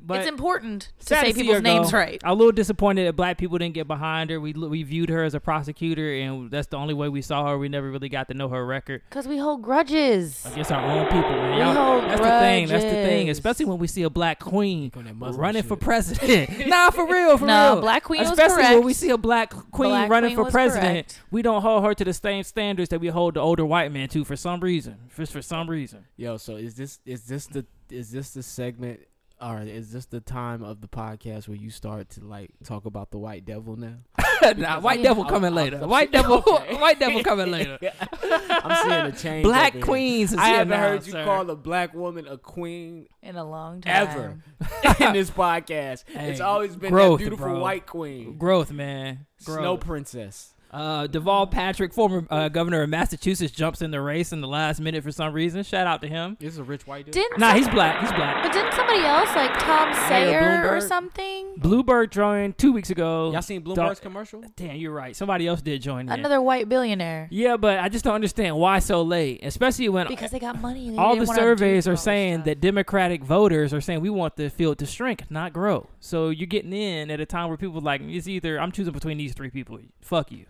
S5: but
S2: it's important to
S5: sad
S2: say
S5: see
S2: people's
S5: her
S2: names
S5: go.
S2: right.
S5: I'm a little disappointed that black people didn't get behind her. We lo- we viewed her as a prosecutor, and that's the only way we saw her. We never really got to know her record.
S2: Because we hold grudges.
S5: It's our own people, man.
S2: We
S5: Y'all-
S2: hold
S5: that's the thing. That's the thing.
S2: grudges.
S5: Especially when we see a black queen
S3: on that Muslim
S5: running
S3: shit.
S5: for president. nah, for real, for
S2: No,
S5: real.
S2: black queen was
S5: Especially when
S2: correct.
S5: we see a black queen
S2: Black
S5: running
S2: queen
S5: for
S2: was
S5: president,
S2: correct.
S5: we don't hold her to the same standards that we hold the older white men to for some reason. Just for some reason.
S3: Yo, so is this is this the is this the segment or is this the time of the podcast where you start to like talk about the white devil now?
S5: nah, white devil coming later. white devil. White devil coming later.
S3: I'm seeing a change.
S5: Black
S3: over here.
S5: queens is
S3: I
S5: here
S3: haven't
S5: now,
S3: heard you
S5: sir.
S3: call a black woman a queen
S2: In a long time.
S3: ever in this podcast. it's
S5: Hey,
S3: always been
S5: growth,
S3: that beautiful
S5: bro.
S3: white queen,
S5: Growth, man. Growth.
S3: snow princess.
S5: Uh, Deval Patrick, former uh, governor of Massachusetts, jumps in the race in the last minute for some reason. Shout out to him.
S3: This is a rich white dude.
S2: Didn't
S5: Nah, he's black. He's black.
S2: But didn't somebody else, like Tom
S3: Mayor
S2: Sayer or
S3: Bloomberg?
S2: something?
S5: Bluebird joined two weeks ago.
S3: Y'all seen
S5: Dog-
S3: Bloomberg's commercial?
S5: Damn, you're right. Somebody else did join. in.
S2: Another white billionaire.
S5: Yeah, but I just don't understand why so late, especially when
S2: Because they got money. And they
S5: all
S2: didn't
S5: the
S2: wanna
S5: surveys
S2: do
S5: are
S2: all this
S5: saying
S2: stuff.
S5: that Democratic voters are saying we want the field to shrink, not grow. So you're getting in at a time where people like it's either I'm choosing between these three people. Fuck you.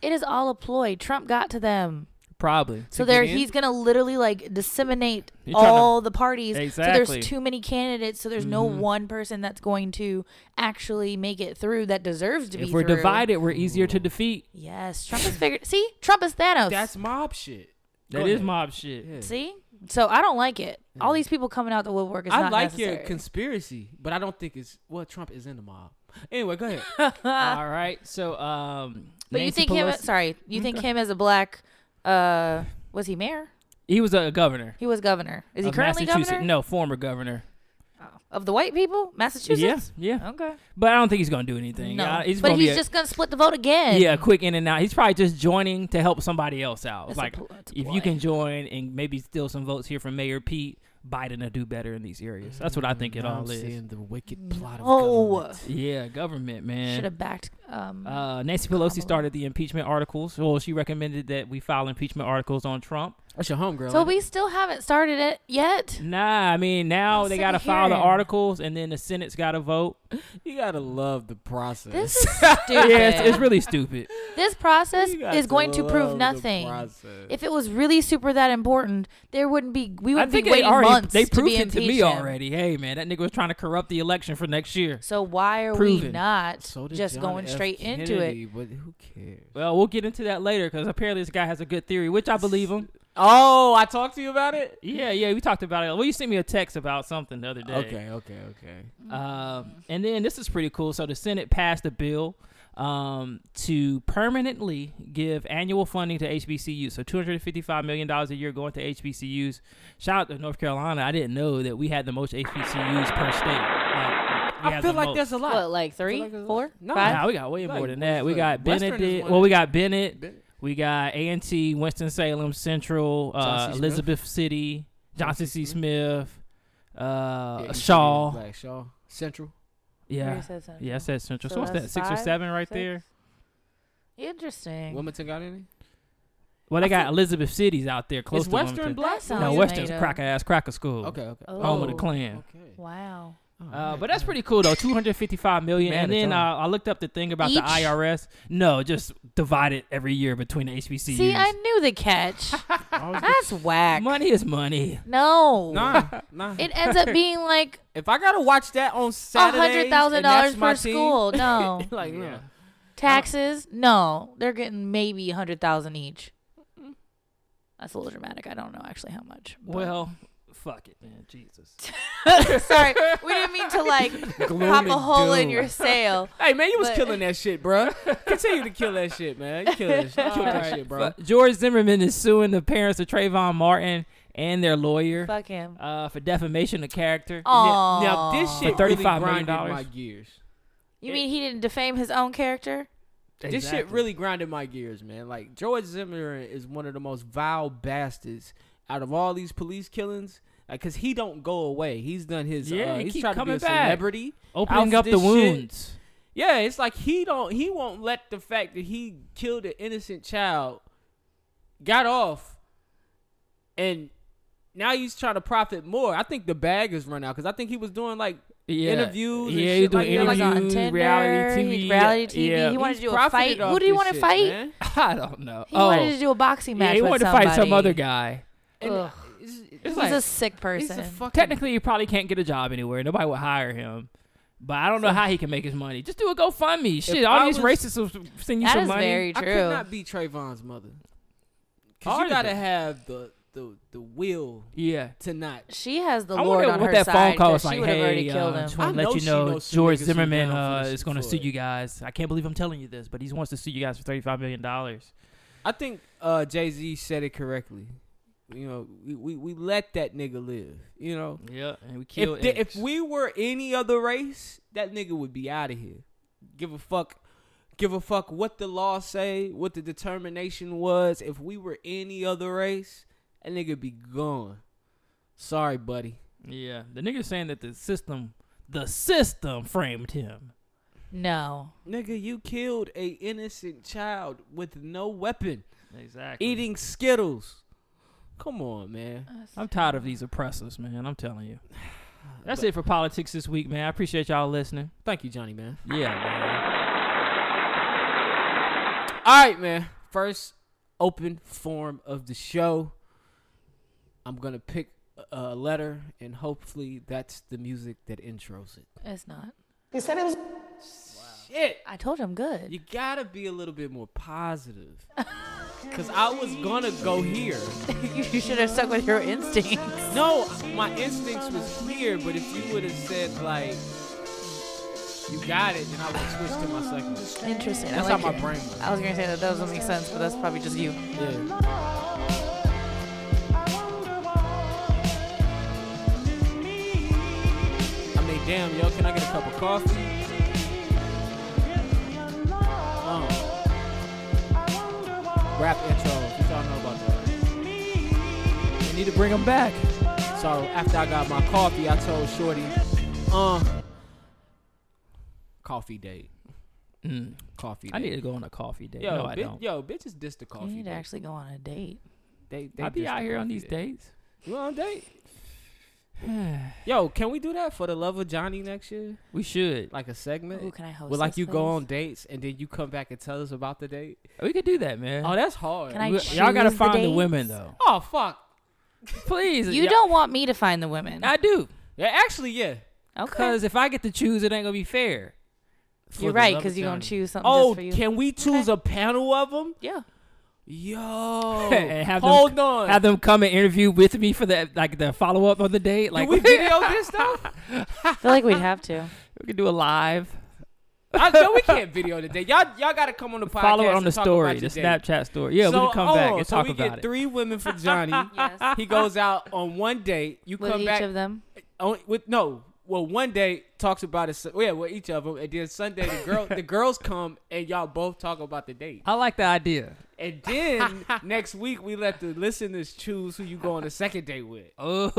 S2: it is all a ploy. Trump got to them.
S5: Probably.
S2: So
S3: get
S2: there,
S3: in?
S2: he's gonna literally like disseminate
S5: He tryna-
S2: all the parties. So
S5: Exactly. Mm-hmm.
S2: there's too many candidates. So there's no one person that's going to actually make it through that deserves to be.
S5: If we're
S2: through.
S5: divided, we're easier to defeat.
S2: yes, Trump is figured. See, Trump is Thanos.
S3: That's mob shit.
S5: That is
S3: Go ahead.
S5: mob shit.
S3: Yeah.
S2: see. So I don't like it.
S5: Mm.
S2: All these people coming out the woodwork is
S3: I
S2: not
S3: like your
S2: necessary.
S3: conspiracy, but I don't think it's well. Trump is in the mob. Anyway, go ahead.
S5: All right. So, um,
S2: Uh, but you
S5: Nancy
S2: think him?
S5: Pelosi-
S2: Sorry, you think him as a black? Uh, was he mayor?
S5: He was a governor.
S2: He was governor. Is he
S5: of
S2: currently
S5: Massachusetts.
S2: governor?
S5: No, former governor.
S2: Of the white people, Massachusetts.
S5: Yeah, yeah.
S2: Okay.
S5: But I don't think he's gonna do anything.
S2: No,
S5: Uh, he's
S2: but
S5: gonna
S2: he's
S5: be a-
S2: just gonna split the vote again.
S5: yeah, quick in and out. He's probably just joining to help somebody else out.
S2: It's a
S5: like,
S2: pl- it's a
S5: if you
S2: ploy.
S5: can join and maybe steal some votes here from Mayor Pete, Biden will do better in these areas. That's what I think it
S3: Now
S5: all
S3: I'm
S5: is.
S3: seeing the wicked plot of
S2: Oh,
S3: government.
S5: Yeah, government
S2: should
S5: man.
S2: have backed. Um,
S5: Uh, Nancy Pelosi started the impeachment articles. Well, she recommended that we file impeachment articles on Trump.
S3: That's your homegirl.
S2: so
S3: ain't it?
S2: we still haven't started it yet.
S5: Nah, I mean now
S2: I'm
S5: they
S2: sick
S5: gotta
S2: of
S5: file the
S2: hearing.
S5: articles, and then the Senate's gotta vote.
S3: you gotta love the process.
S2: This is stupid.
S5: yeah, it's, it's really stupid.
S2: this process
S3: You got
S2: is going to
S3: love
S2: prove
S3: the
S2: nothing.
S3: process.
S2: If it was really super that important, there wouldn't be. We
S5: I
S2: would be
S5: think they
S2: waiting
S5: already
S2: months
S5: they
S2: to
S5: proved
S2: be
S5: it to me
S2: impeached him.
S5: already. Hey man, that nigga was trying to corrupt the election for next year.
S2: So why are we
S5: Proven.
S2: not
S3: So did
S2: just
S3: John
S2: going
S3: F.
S2: straight into it?
S3: Kennedy, But who cares?
S5: Well, we'll get into that later because apparently this guy has a good theory, which I believe him.
S3: Oh, I talked to you about it.
S5: Yeah, yeah, we talked about it. Well, you sent me a text about something the other day.
S3: Okay, okay, okay. Mm-hmm.
S5: Um, and then this is pretty cool. So the Senate passed a bill um, to permanently give annual funding to HBCUs. So $255 million a year going to HBCUs. Shout out to North Carolina. I didn't know that we had the most HBCUs per state. Like, we
S3: I
S5: have
S3: feel
S5: the
S3: like
S5: most.
S3: there's a lot.
S2: What, like three,
S3: like there's a-
S2: four,
S3: No,
S2: five?
S5: Nah, we got way
S3: Like,
S5: more than that. We
S3: Western-
S5: got
S3: Western is
S5: Benedict.
S3: one.
S5: Well, we got Bennett.
S3: Bennett.
S5: We got A&T, Winston Salem Central, uh,
S3: Johnson Smith.
S5: Elizabeth City, Johnson
S3: Johnson
S5: C.
S3: Smith.
S5: Smith, uh,
S3: Yeah, you said
S5: Shaw.
S3: it, Like Shaw Central.
S5: yeah,
S2: Yes, that's
S5: yeah, I said Central. So,
S2: So
S5: what's that?
S2: that's
S5: Six or
S2: five,
S5: seven right
S2: six?
S5: there.
S2: Interesting.
S3: Wilmington got any?
S5: Well, they
S3: I
S5: got
S3: feel-
S5: Elizabeth Cities out there close
S3: Is
S5: to
S3: Western
S5: Wilmington.
S3: black?
S2: That
S5: No,
S2: sounds
S5: Western's
S2: made up.
S5: cracker ass cracker school.
S3: Okay, okay.
S2: Oh.
S5: Home of the Klan.
S3: Okay.
S2: Wow.
S5: Uh, but that's pretty cool though. Two hundred fifty-five million,
S3: Mad
S5: and
S3: at
S5: then uh,
S3: y'all.
S5: I looked up the thing about
S2: Each?
S5: the IRS. No, just divide it every year between the HBCUs.
S2: See, I knew the catch. That's whack.
S5: money is money.
S2: No.
S3: Nah, nah.
S2: It ends up being like
S3: if I gotta watch that on
S2: a
S3: Saturday,
S2: hundred thousand dollars per school. No.
S3: like
S5: Yeah.
S3: no.
S2: Taxes? No. They're getting maybe a hundred thousand each. That's a little dramatic. I don't know actually how much. but-
S5: Well, fuck it, man. Jesus.
S2: sorry. We didn't mean to like
S3: Gloom
S2: pop a
S3: and
S2: hole in
S3: doom.
S2: your sail.
S3: Hey man, you was
S2: But-
S3: killing that shit, bro. Continue to kill that shit, man. You kill that, you killed that shit, bro.
S5: Fu- George Zimmerman is suing the parents of Trayvon Martin and their lawyer
S2: Fuck him.
S5: uh, for defamation of character.
S2: Oh.
S3: Now this shit
S5: For
S3: really
S5: $35 million
S3: grinded my gears.
S2: You mean he didn't defame his own character?
S3: This shit really grinded my gears, man. Like George Zimmerman is one of the most vile bastards out of all these police killings. Like, cause he don't go away. He's done his.
S5: Yeah,
S3: uh,
S5: he
S3: he's
S5: keep
S3: trying to be
S5: coming
S3: a
S5: back.
S3: celebrity.
S5: opening
S3: out
S5: up
S3: for
S5: the
S3: this shit.
S5: wounds.
S3: Yeah, it's like he don't. He won't let the fact that he killed an innocent child, got off, and now he's trying to profit more. I think the bag is run out because I think he was doing like
S5: Yeah.
S3: interviews.
S5: Yeah,
S3: and
S5: he
S3: shit
S5: do
S3: like
S2: He
S3: that.
S2: was
S3: Like,
S2: on
S5: Interviews,
S2: "Oh, Tinder,
S5: reality
S2: he-
S5: TV,
S2: reality TV.
S5: yeah.
S2: He wanted
S3: he's
S2: to do a
S3: profited
S2: fight.
S3: off
S2: Who did he
S3: this
S2: want to
S3: shit,
S2: fight?
S3: man.
S5: I don't know.
S2: He
S5: oh,
S2: wanted to do a boxing match.
S5: yeah, he
S2: with
S5: wanted to
S2: somebody.
S5: fight some other guy.
S3: And,
S2: Ugh.
S3: it's, it's
S5: He's
S3: like,
S2: He's a sick
S3: he's
S2: person.
S3: a fucking-
S5: Technically, he probably can't get a job anywhere. Nobody would hire him. But I don't know how he can make his money. Just do a GoFundMe. Shit, all
S3: I
S5: these
S3: was-
S5: racists will send you
S2: that
S5: some
S2: is
S5: money.
S2: very
S3: I could
S2: true.
S3: not be Trayvon's mother. Cause
S5: Hard
S3: you
S5: to
S3: gotta
S5: do.
S3: have the the the will
S5: yeah.
S3: to not.
S2: She has the
S5: I
S2: Lord
S5: wonder
S2: on
S5: what
S2: her
S5: that phone
S2: side,
S5: call
S2: 'cause
S5: was
S2: she
S5: like.
S2: would have already
S5: Hey,
S2: killed
S5: uh,
S2: him.
S5: just want
S3: I
S5: to let
S3: know
S5: you
S3: she
S5: know
S3: knows some
S5: George
S3: niggas who
S5: Zimmerman
S3: down for
S5: uh,
S3: this-
S5: is going to
S3: for
S5: sue
S3: it.
S5: you guys. I can't believe I'm telling you this, but he wants to sue you guys for thirty-five million dollars.
S3: I think uh, Jay Z said it correctly. You know, we, we, we let that nigga live. You know,
S5: Yeah, and we
S3: if the, if we were any other race, that nigga would be out of here. Give a fuck. Give a fuck what the law say, what the determination was. If we were any other race, that nigga be gone. Sorry, buddy.
S5: yeah, the nigga's saying that the system, the system framed him.
S2: No.
S3: Nigga, you killed a innocent child with no weapon,
S5: Exactly.
S3: eating Skittles. Come on, man.
S5: I'm tired of these oppressors, man. I'm telling you. That's it for politics this week, man. I appreciate y'all listening.
S3: Thank you, Johnny, man.
S5: Yeah, man.
S3: All right, man. First open form of the show. I'm gonna pick a- a letter, and hopefully that's the music that intros it.
S2: It's not.
S3: Shit,
S2: I told you I'm good.
S3: you gotta be a little bit more positive. Cause I was gonna go here.
S2: You, should have stuck with your instincts.
S3: No, my instincts was here, but if you would have said like, you got it, then I would switch to my second.
S2: Interesting.
S3: That's
S2: I like
S3: how my
S2: it.
S3: brain works.
S2: I was gonna say that doesn't make sense, but that's probably just you.
S3: Yeah. I mean, damn, yo, can I get a cup of coffee? Um, rap intros, what y'all know about that? I need to bring them back. So after I got my coffee, I told Shorty, uh, coffee date,
S5: Mm.
S3: coffee date.
S5: I need to go on a coffee date.
S3: Yo,
S5: no, I
S3: bi-
S5: don't.
S3: yo, bitches diss the
S2: You
S3: coffee.
S2: need to
S3: date.
S2: actually go on a date.
S3: They, they
S5: I
S3: diss
S5: be
S3: the
S5: out here on
S3: coffee
S5: these
S3: date.
S5: dates.
S3: You on a date? Yo, can we do that for the love of Johnny next year?
S5: we should.
S3: Like a segment?
S2: Ooh, can I host?
S3: Where like
S2: this,
S3: you go
S2: please?
S3: on dates and then you come back and tell us about the date?
S5: We could do that, man.
S3: Oh, that's hard.
S2: Can I
S5: We- y'all gotta
S2: choose the
S5: find the
S2: dates?
S5: women though.
S3: oh fuck.
S5: Please,
S2: You
S5: y'all-
S2: don't want me to find the women.
S5: I do.
S3: Yeah, actually, yeah.
S2: Okay.
S5: Cause if I get to choose, it ain't gonna be fair.
S2: You're
S5: For the
S2: right,
S5: love
S2: because
S5: of
S2: you're gonna
S5: Johnny.
S2: choose something
S3: Oh,
S2: just for you.
S3: can we choose a panel of them?
S2: yeah.
S3: Yo,
S5: and have them,
S3: hold on.
S5: have them come and interview with me for the like the follow up of the date.
S3: Can
S5: Like
S3: we video this though?
S2: I feel like we'd have to.
S5: we can do a live
S3: I know we can't video today. Y'all, y'all got to come on the podcast.
S5: follow it on
S3: and
S5: the
S3: talk
S5: story,
S3: about
S5: the
S3: your day.
S5: Snapchat story. Yeah,
S3: So,
S5: we can come
S3: hold
S5: back
S3: on.
S5: and
S3: so
S5: talk
S3: we
S5: about
S3: get
S5: it.
S3: three women for Johnny.
S2: Yes.
S3: He goes out on one date. You
S2: With
S3: come
S2: each
S3: back
S2: of them.
S3: on, with no. Well, one day talks about it. so- Yeah, well, each of them, and then Sunday the girl, the girls come and y'all both talk about the date.
S5: I like the idea.
S3: And then next week we let the listeners choose who you go on the second date with.
S5: Oh,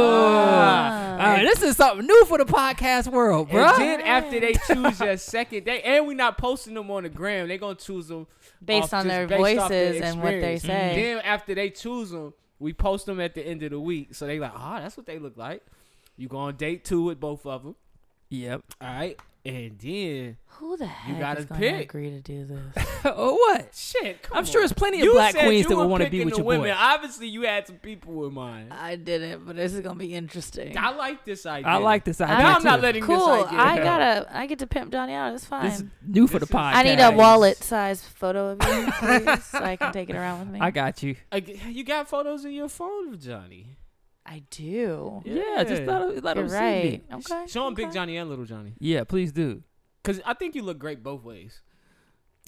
S5: Ah. All right, this is something new for the podcast world, bro.
S3: And then after they choose your second date, and we're not posting them on the gram, they're gonna choose them
S2: Based
S3: off-
S2: on
S3: just
S2: their
S3: based off their
S2: voices and what they
S3: experience.
S2: say.
S3: Then after they choose them, we post them at the end of the week. So they like, ah, that's what they look like. You go on date two with both of them.
S5: Yep.
S3: All right, and then
S2: Who the heck
S3: gotta
S2: is gonna
S3: pick.
S2: agree to do this?
S5: oh, what?
S3: shit. Come
S5: I'm sure
S3: on.
S5: there's plenty of
S3: You
S5: black
S3: said
S5: queens
S3: you
S5: that would
S3: were
S5: wanna be
S3: picking
S5: with
S3: the
S5: your boy.
S3: women. Obviously, you had some people in mind.
S2: I didn't, but this is gonna be interesting.
S3: I like this idea.
S5: I like this idea.
S3: Now I'm not
S5: too.
S3: letting
S2: Cool.
S3: this idea.
S2: I
S3: go.
S2: gotta. I get to pimp Johnny out. It's fine.
S5: This is new for the
S3: This is-
S5: podcast.
S2: I need a wallet size photo of you, please, so I can take it around with me.
S5: I got you.
S3: I g- You got photos in your phone of Johnny.
S2: I do.
S5: Yeah, just let 'em- let
S2: You're
S5: them see
S2: right.
S5: me.
S2: Okay.
S3: Show him
S2: okay.
S3: Big Johnny and Little Johnny.
S5: Yeah, please do.
S3: Cause I think you look great both ways.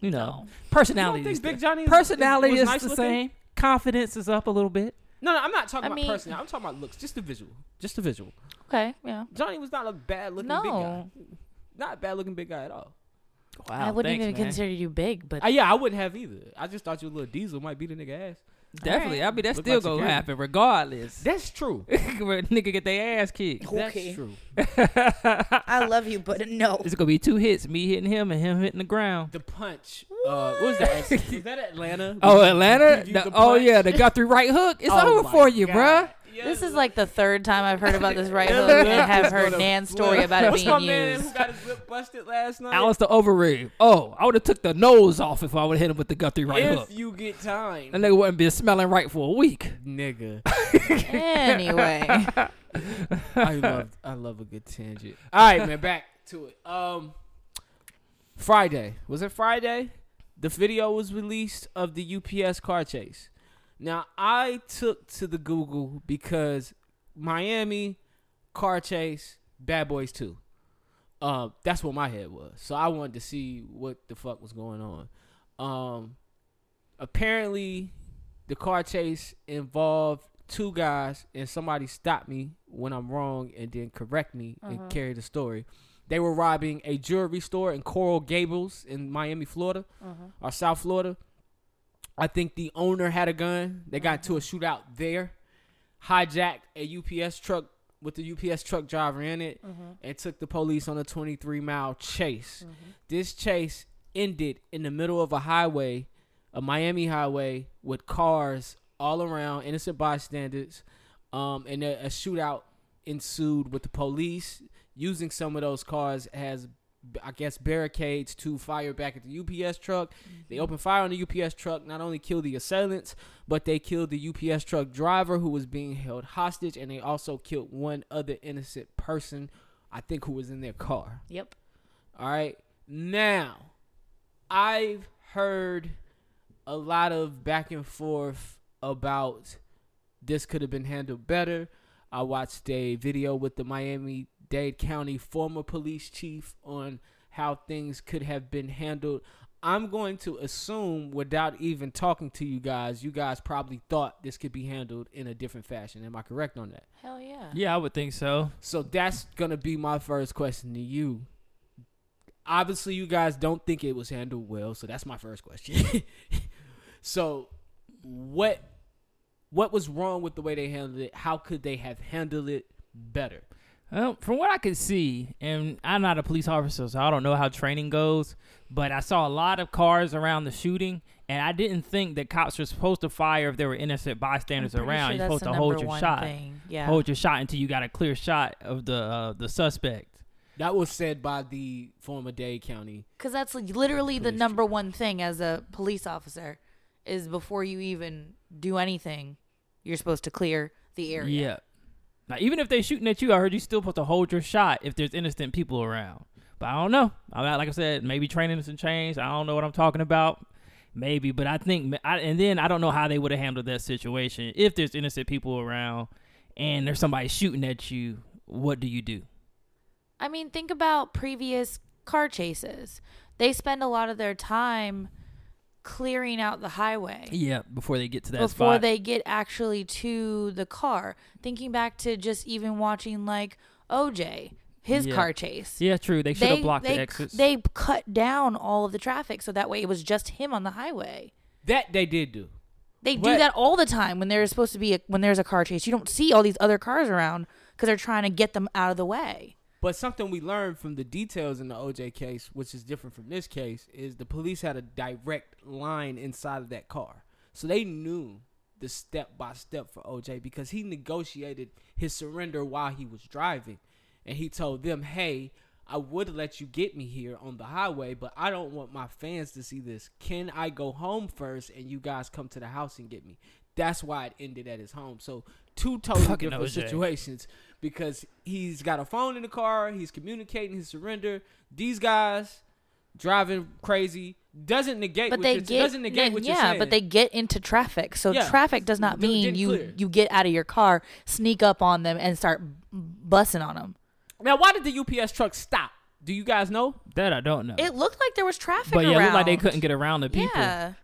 S5: You know, personality.
S3: You don't
S5: is
S3: think Big
S5: the-
S3: Johnny is-
S5: personality
S3: was
S5: is
S3: nice
S5: the
S3: looking?
S5: same. Confidence is up a little bit.
S3: No, no, I'm not talking
S2: I
S3: about
S2: mean-
S3: personality. I'm talking about looks. Just the visual. Just the visual.
S2: Okay. Yeah.
S3: Johnny was not a bad looking big guy.
S2: No,
S3: Not a bad looking big guy at all.
S5: Wow,
S2: I wouldn't
S5: thanks,
S2: even
S5: man.
S2: consider you big, but
S3: Uh, yeah, I wouldn't have either. I just thought your little diesel might beat a nigga ass.
S5: Definitely, I mean that's
S3: Look
S5: still
S3: like
S5: gonna
S3: security.
S5: happen regardless.
S3: That's true.
S5: Where nigga get their ass kicked.
S2: Okay.
S3: That's true.
S2: I love you, but no.
S5: It's gonna be two hits: me hitting him and him hitting the ground.
S3: The punch. Uh, what was that? was that Atlanta?
S5: Oh,
S3: When you
S5: Atlanta!
S3: previewed
S5: The-
S3: the
S5: oh
S3: punch?
S5: yeah, the Guthrie right hook. It's
S3: Oh
S5: over
S3: my
S5: for you,
S3: God.
S5: bruh.
S3: Yeah,
S2: This is
S3: look.
S2: like the third time I've heard about this right
S3: Yeah,
S2: hook and
S3: look,
S2: have
S3: it's
S2: heard
S3: gonna-
S2: Nan's story about it
S3: What's my
S2: being
S3: man who
S2: used.
S3: got his lip busted last night?
S5: Alice the Overreed. Oh, I would have took the nose off if I would have hit him with the Guthrie right
S3: if
S5: hook.
S3: you get time,
S5: That nigga wouldn't been smelling right for a week.
S3: nigga.
S2: Anyway,
S3: I love I love a good tangent. All right, man, back to it. Um Friday. Was it Friday? The video was released of the UPS car chase. Now, I took to the Google because Miami car chase Bad Boys 2. Um that's what my head was. So I wanted to see what the fuck was going on. Um apparently the car chase involved two guys and somebody stopped me when I'm wrong and then correct me and carry the story. They were robbing a jewelry store in Coral Gables in Miami, Florida, or South Florida. I think the owner had a gun. They got into a shootout there, hijacked a UPS truck with the UPS truck driver in it, and took the police on a 23 mile chase. This chase ended in the middle of a highway a Miami highway with cars all around, innocent bystanders, um, and a, a shootout ensued with the police using some of those cars as, b- I guess, barricades to fire back at the UPS truck. They opened fire on the UPS truck, not only killed the assailants, but they killed the UPS truck driver who was being held hostage, and they also killed one other innocent person, I think, who was in their car.
S2: yep.
S3: All right. Now, I've heard a lot of back and forth about this could have been handled better. I watched a video with the Miami Dade County former police chief on how things could have been handled. I'm going to assume, without even talking to you guys, you guys probably thought this could be handled in a different fashion. Am I correct on that?
S2: Hell yeah.
S5: Yeah, I would think so.
S3: So that's gonna be my first question to you. Obviously, you guys don't think it was handled well, so that's my first question. so, what what was wrong with the way they handled it? How could they have handled it better?
S5: Well, from what I could see, and I'm not a police officer, so I don't know how training goes, but I saw a lot of cars around the shooting, and I didn't think that cops were supposed to fire if there were innocent bystanders
S2: I'm pretty
S5: around.
S2: sure that's
S5: You're supposed
S2: the
S5: to hold
S2: number
S5: your
S2: one
S5: shot.
S2: thing. Yeah.
S5: Hold your shot until you got a clear shot of the uh, the suspect.
S3: That was said by the former Dade County.
S2: Because that's li- literally the number one thing as a police officer is before you even do anything, you're supposed to clear the area.
S5: Yeah. Now, even if they shooting at you, I heard you still supposed to hold your shot if there's innocent people around. But I don't know. I'm not like I said. Maybe training is some change. I don't know what I'm talking about. Maybe, but I think, I, and then I don't know how they would have handled that situation. If there's innocent people around and there's somebody shooting at you, what do you do?
S2: I mean, think about previous car chases. They spend a lot of their time clearing out the highway
S5: Yeah, before they get to that
S2: before
S5: spot.
S2: they get actually to the car. Thinking back to just even watching like OJ, his
S5: Yeah.
S2: car chase.
S5: yeah, true. They should have blocked
S2: they,
S5: the exits.
S2: They cut down all of the traffic so that way it was just him on the highway.
S3: That they did do.
S2: They
S3: What?
S2: do that all the time when there's supposed to be a, when there's a car chase. You don't see all these other cars around because they're trying to get them out of the way.
S3: But something we learned from the details in the OJ case, which is different from this case, is the police had a direct line inside of that car. So they knew the step by step for OJ because he negotiated his surrender while he was driving. And he told them, hey, I would let you get me here on the highway, but I don't want my fans to see this. Can I go home first and you guys come to the house and get me? That's why it ended at his home. So, two totally
S5: Fucking
S3: different
S5: OJ.
S3: situations situations because he's got a phone in the car, he's communicating his surrender. These guys driving crazy doesn't negate
S2: But
S3: what
S2: they
S3: you're,
S2: get
S3: doesn't negate
S2: then-
S3: what
S2: yeah,
S3: you're saying.
S2: but they get into traffic. So
S3: Yeah.
S2: traffic does not
S3: They're
S2: mean
S3: getting
S2: you
S3: clear.
S2: you get out of your car, sneak up on them, and start bussing on them.
S3: now why did the UPS truck stop? Do you guys know?
S5: that I don't know.
S2: It looked like there was traffic
S5: but yeah, it
S2: around.
S5: looked like they couldn't get around the people.
S2: Yeah,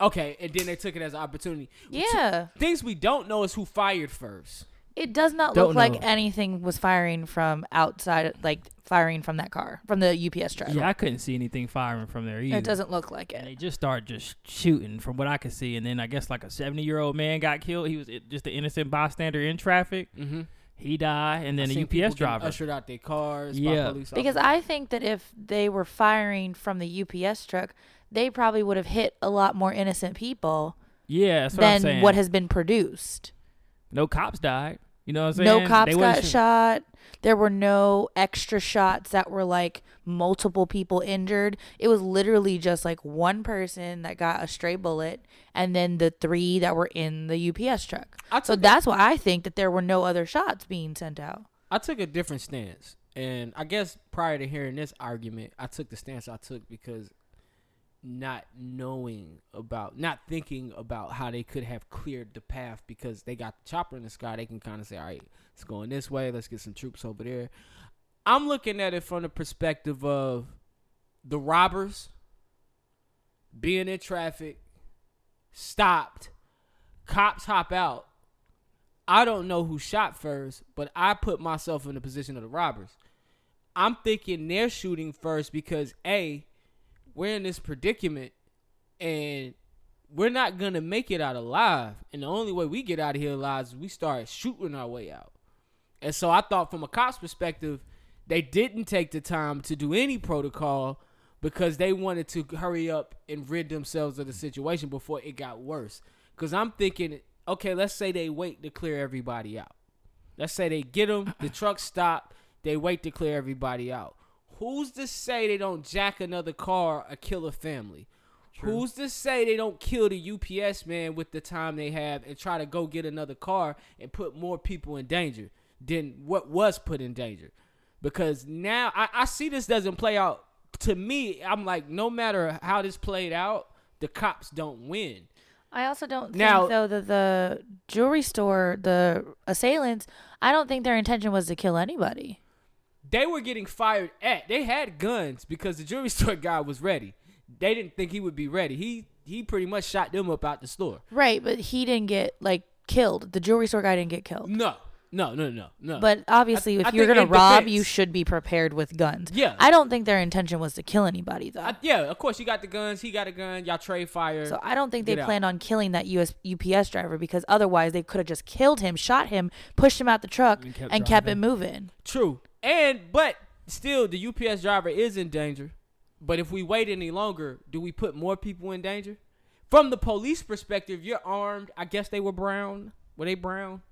S3: Okay, and then they took it as an opportunity.
S2: yeah.
S3: Things we don't know is who fired first.
S2: It does not
S5: Don't
S2: look like
S5: know.
S2: anything was firing from outside, like firing from that car, from the UPS truck.
S5: Yeah, I couldn't see anything firing from there either.
S2: it doesn't look like
S5: And they
S2: it.
S5: just started just shooting from what I could see. And then I guess like a 70 year old man got killed. He was i- just an innocent bystander in traffic.
S3: Mhm.
S5: He died. And then
S3: Seen
S5: a
S3: people
S5: UPS
S3: getting
S5: driver.
S3: ushered out their cars.
S5: Yeah.
S3: by police
S2: Because
S3: officers.
S2: I think that if they were firing from the UPS truck, they probably would have hit a lot more innocent people
S5: Yeah, that's what I'm
S2: than
S5: saying.
S2: what has been produced.
S5: no cops died. You know what I'm saying?
S2: No cops
S5: They
S2: got
S5: wasn't shooting-
S2: shot. There were no extra shots that were like multiple people injured. It was literally just like one person that got a stray bullet and then the three that were in the UPS truck.
S3: I
S2: So
S3: took a-
S2: that's why I think that there were no other shots being sent out.
S3: I took a different stance, and I guess prior to hearing this argument, I took the stance I took because not knowing about, not thinking about how they could have cleared the path because they got the chopper in the sky, they can kind of say, "All right, it's going this way. Let's get some troops over there." I'm looking at it from the perspective of the robbers being in traffic, stopped, cops hop out. I don't know who shot first, but I put myself in the position of the robbers. I'm thinking they're shooting first because A, we're in this predicament and we're not gonna make it out alive. And the only way we get out of here alive is we start shooting our way out. And so I thought from a cop's perspective, they didn't take the time to do any protocol because they wanted to hurry up and rid themselves of the situation before it got worse. Because I'm thinking, okay, let's say they wait to clear everybody out. Let's say they get them, the truck stop, they wait to clear everybody out. Who's to say they don't jack another car or kill a family? Who's to say they don't kill the UPS man with the time they have and try to go get another car and put more people in danger than what was put in danger? Because now I, I see this doesn't play out. To me, I'm like, no matter how this played out, the cops don't win.
S2: I also don't
S3: Now-
S2: think though that the jewelry store, the assailants, I don't think their intention was to kill anybody.
S3: they were getting fired at. They had guns because the jewelry store guy was ready. They didn't think he would be ready. He he pretty much shot them up out the store.
S2: Right, but he didn't get like killed. The jewelry store guy didn't get killed.
S3: No, no, no, no, no.
S2: But obviously,
S3: I-
S2: if
S3: I
S2: you're
S3: think
S2: gonna
S3: in
S2: rob,
S3: defense-
S2: you should be prepared with guns.
S3: Yeah.
S2: I don't think their intention was to kill anybody though.
S3: I, yeah, of course you got the guns. He got a gun. Y'all trade fire.
S2: so I don't think they
S3: Get out.
S2: planned on killing that US UPS driver because otherwise they could have just killed him, shot him, pushed him out the truck, and kept, it moving.
S3: True. And but still, the UPS driver is in danger. But if we wait any longer, do we put more people in danger? From the police perspective, you're armed. I guess they were brown. Were they brown?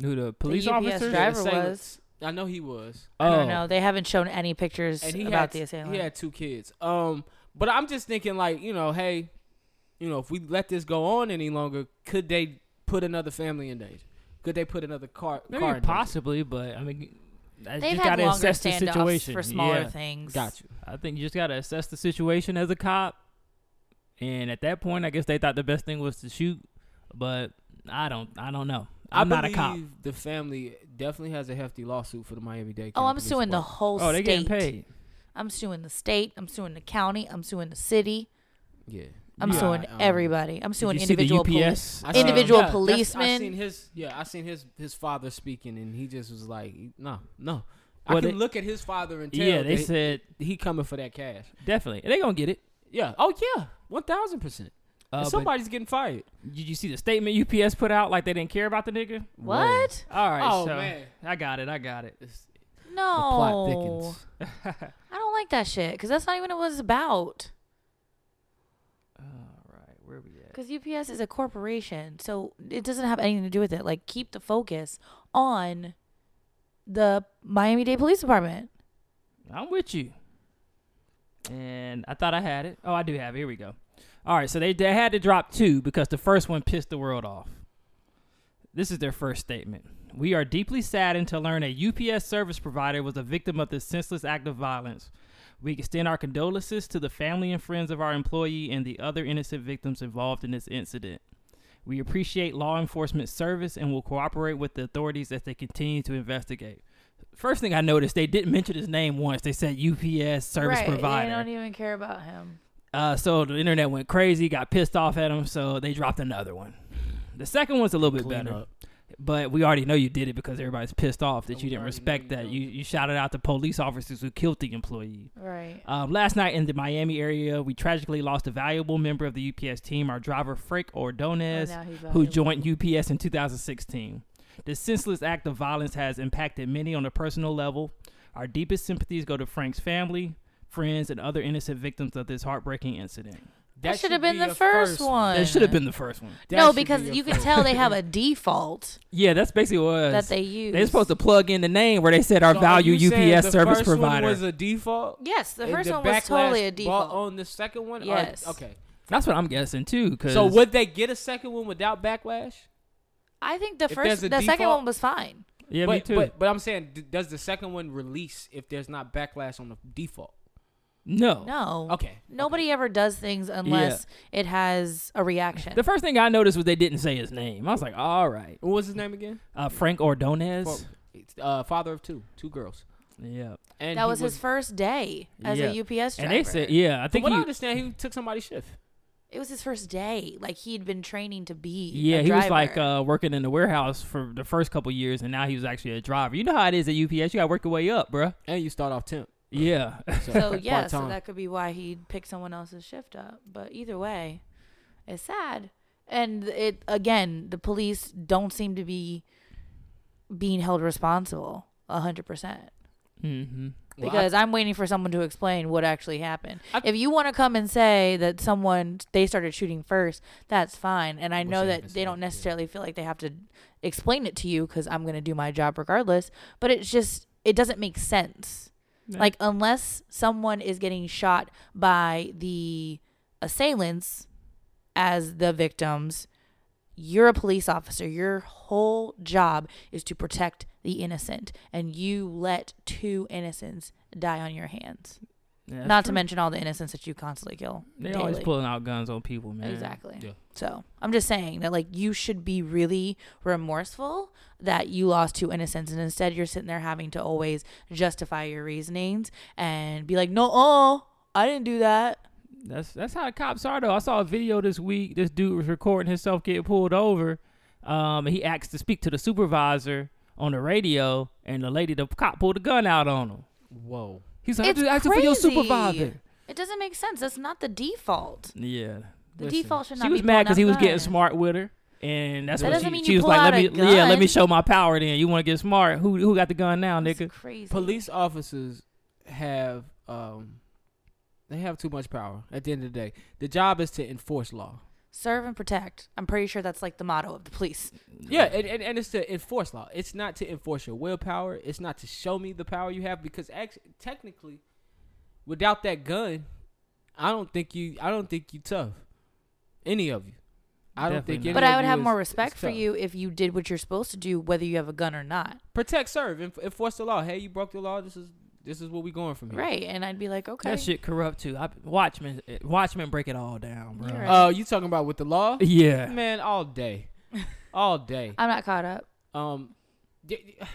S5: Who the police
S2: UPS
S5: officers?
S2: driver-
S3: Assailants. I know he was.
S2: I
S5: Oh.
S2: don't know. They haven't shown any pictures
S3: and he
S2: about
S3: had,
S2: the assailant.
S3: He had two kids. Um, but I'm just thinking, like, you know, hey, you know, if we let this go on any longer, could they put another family in danger? Could they put another car?
S5: Maybe
S3: car in danger?
S5: possibly, but I mean, I
S2: They've
S5: just
S2: had
S5: gotta
S2: longer
S5: assess the
S2: standoffs
S5: situation
S2: for smaller
S5: yeah.
S2: things.
S3: Got you.
S5: I think you just gotta assess the situation as a cop And at that point, I guess they thought the best thing was to shoot, but I don't. I don't know. I'm not a cop.
S3: believe The family definitely has a hefty lawsuit for the Miami Dade.
S2: Oh, I'm suing the whole
S5: Oh, they
S2: state.
S5: getting paid.
S2: I'm suing the state. I'm suing the county. I'm suing the city.
S3: Yeah,
S2: I'm
S3: Yeah,
S2: suing
S3: um,
S2: everybody. I'm suing
S5: Did you see the
S2: individual police.
S5: UPS?
S3: I
S2: Uh, individual
S3: that's- I
S2: policemen.
S3: seen his yeah, I seen his his father speaking, and he just was like, no, no. I
S5: Well,
S3: can
S5: they-
S3: look at his father and tell.
S5: Yeah, they
S3: that
S5: said
S3: he coming for that cash.
S5: definitely. And they gonna get it.
S3: Yeah. Oh yeah, one thousand percent.
S5: Uh, but
S3: Somebody's getting fired.
S5: did you see the statement UPS put out? Like they didn't care about the nigga.
S2: What?
S5: All right.
S3: Oh,
S5: so
S3: man.
S5: I got it. I got it.
S2: No.
S3: The plot thickens.
S2: I don't like that shit because that's not even what it's about.
S5: All right. Where we at?
S2: Because UPS is a corporation, so it doesn't have anything to do with it. Like, keep the focus on the Miami Dade Police Department.
S5: I'm with you. And I thought I had it. Oh, I do have it. Here we go. All right, so they, they had to drop two because the first one pissed the world off. This is their first statement. We are deeply saddened to learn a UPS service provider was a victim of this senseless act of violence. We extend our condolences to the family and friends of our employee and the other innocent victims involved in this incident. We appreciate law enforcement service and will cooperate with the authorities as they continue to investigate. First thing I noticed, they didn't mention his name once. They said UPS service provider.
S2: They don't even care about him.
S5: Uh, so the internet went crazy, got pissed off at him, so they dropped another one. The second one's a little bit
S3: Clean
S5: better,
S3: up.
S5: but we already know you did it because everybody's pissed off that
S3: We
S5: you didn't
S3: already
S5: respect
S3: know you
S5: that.
S3: done
S5: You
S3: it.
S5: you shouted out the police officers who killed the employee.
S2: Right.
S5: Um, last night in the Miami area, we tragically lost a valuable member of the UPS team, our driver Frank Ordonez,
S2: Oh, now he's
S5: who
S2: valuable.
S5: joined UPS in 2016. This senseless act of violence has impacted many on a personal level. Our deepest sympathies go to Frank's family, friends, and other innocent victims of this heartbreaking incident.
S2: That, should have been the first, one.
S5: That should have been the first one.
S3: That
S2: no,
S3: should be
S2: because
S3: your
S2: you can
S3: first.
S2: tell they have a default
S5: Yeah, that's basically what it
S2: that
S5: was.
S2: they use.
S5: They're supposed to plug in the name where they said our
S3: So are
S5: value
S3: you saying
S5: UPS
S3: the
S5: service
S3: first
S5: provider.
S3: One was a default.
S2: Yes, the
S3: And
S2: first
S3: the
S2: one was totally
S3: backlash
S2: a
S3: bought
S2: default.
S3: on the second one. Or-
S2: Yes.
S3: okay.
S5: that's what I'm guessing too. 'cause-
S3: So would they get a second one without backlash?
S2: I think the
S3: If
S2: first,
S3: there's
S2: the
S3: a
S2: second
S3: default-
S2: one was fine.
S5: yeah,
S3: but,
S5: me too.
S3: But, but I'm saying, d- does the second one release if there's not backlash on the default?
S5: no,
S2: No.
S3: Okay.
S2: Nobody ever does things unless it has a reaction.
S5: The first thing I noticed was they didn't say his name. I was like, all right.
S3: What was his name again?
S5: Uh, Frank Ordonez.
S3: Uh, father of two, two girls.
S5: Yeah.
S3: And
S2: that
S3: he
S2: was his first day as
S5: Yeah.
S2: a UPS driver.
S5: And they said, yeah, I
S3: From
S5: think
S3: what I
S5: he,
S3: understand, he took somebody's shift.
S2: It was his first day. Like he'd been training to be.
S5: yeah,
S2: a
S5: he was like
S2: driver.
S5: uh, working in the warehouse for the first couple years, and now he was actually a driver. You know how it is at UPS. You got to work your way up, bruh.
S3: And you start off temp.
S5: Yeah.
S2: So yeah, so
S3: part-time.
S2: that could be why he picked someone else's shift up. But either way, it's sad. And it again, the police don't seem to be being held responsible hundred percent.
S5: mm-hmm.
S3: Well, I-
S2: Because I'm waiting for someone to explain what actually happened.
S3: I-
S2: if you want to come and say that someone they started shooting first, that's fine. And I
S3: Which
S2: know
S3: they
S2: that
S3: haven't
S2: they don't
S3: said, yeah.
S2: necessarily feel like they have to explain it to you because I'm going to do my job regardless. But it's just it doesn't make sense. Like unless someone is getting shot by the assailants as the victims, you're a police officer. Your whole job is to protect the innocent, and you let two innocents die on your hands.
S5: Yeah,
S2: Not to mention all the innocents that you constantly kill.
S5: they always
S2: daily.
S5: pulling out guns on people, man.
S2: Exactly.
S3: Yeah.
S2: So I'm just saying that like you should be really remorseful that you lost two innocents, and instead you're sitting there having to always justify your reasonings and be like, no, oh, I didn't do that.
S5: That's that's how the cops are though. I saw a video this week. This dude was recording himself getting pulled over. Um, and he asked to speak to the supervisor on the radio, and the lady, the cop, pulled a gun out on him.
S3: Whoa.
S5: He's like,
S2: It's
S5: I'm just asking for your
S2: crazy.
S5: supervisor.
S2: It doesn't make sense. That's not the default.
S5: Yeah,
S2: The
S3: Listen,
S2: default should not
S5: she
S2: be
S5: was mad
S2: because
S5: because he was getting smart with her, and that's
S2: That
S5: what
S2: doesn't
S5: she,
S2: mean
S5: she
S2: you
S5: was
S2: pull
S5: like. Let
S2: out
S5: me,
S2: a
S5: yeah, let me
S2: gun.
S5: show my power. Then you want to get smart? Who who got the gun now, nigga?
S2: That's crazy.
S3: Police officers have um, they have too much power. At the end of the day, the job is to enforce law.
S2: serve and protect. I'm pretty sure that's like the motto of the police.
S3: Yeah, and, and, and it's to enforce law. It's not to enforce your willpower. It's not to show me the power you have because act- technically, without that gun, I don't think you. I don't think you tough. Any of you. I don't
S5: Definitely
S3: think. Any
S5: not.
S2: But
S3: of
S2: I would
S3: you
S2: have
S3: is-
S2: more
S3: is
S2: respect for
S3: tough.
S2: you if you did what you're supposed to do, whether you have a gun or not.
S3: Protect, serve, and enforce the law. Hey, you broke the law. This is this is what we going from here.
S2: Right. And I'd be like, okay.
S5: That shit corrupt too. I, Watchmen, eh, Watchmen break it all down, bro.
S2: You're right.
S3: Uh, you talking about with the law?
S5: Yeah.
S3: Man, all day, all day.
S2: I'm not caught up.
S3: Um, y- y-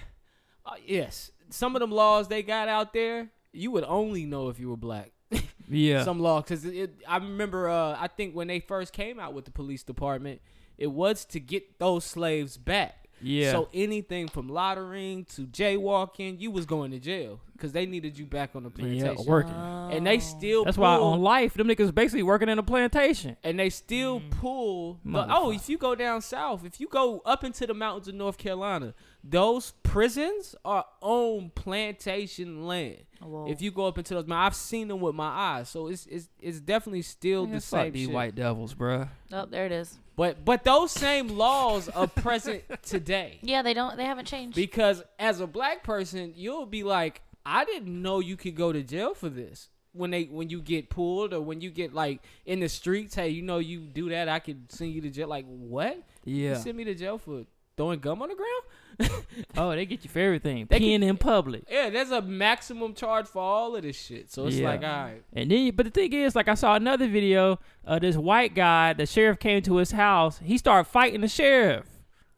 S3: uh, yes, some of them laws they got out there, you would only know if you were black.
S5: Yeah.
S3: Some law, because it, it, I remember, uh, I think when they first came out with the police department, it was to get those slaves back.
S5: Yeah.
S3: So anything from lottering to jaywalking, you was going to jail because they needed you back on the
S5: yeah,
S3: plantation.
S5: working.
S3: And they still
S5: That's why
S3: pull-
S5: on life, them niggas basically working in a plantation.
S3: and they still
S5: Mm.
S3: pull. The, oh, if you go down south, if you go up into the mountains of North Carolina, those prisons are on plantation land.
S5: Oh,
S2: Whoa.
S3: If you go up into those, mountains, I've seen them with my eyes, so it's it's, it's definitely still the
S5: Fuck
S3: same.
S5: these
S3: shit.
S5: white devils, bro.
S2: Oh, there it is.
S3: but but those same laws are present today
S2: Yeah, they don't. They haven't changed.
S3: because as a black person, you'll be like, I didn't know you could go to jail for this. When they when you get pulled or when you get like in the streets, hey, you know you do that, I could send you to jail. Like what?
S5: Yeah.
S3: You send me to jail for throwing gum on the ground?
S5: Oh, they get you for everything.
S3: They
S5: Peeing
S3: can-
S5: in public.
S3: yeah, there's a maximum charge for all of this shit. So it's
S5: Yeah.
S3: like, all right.
S5: And then, but the thing is, like I saw another video of this white guy. The sheriff came to his house. He started fighting the sheriff.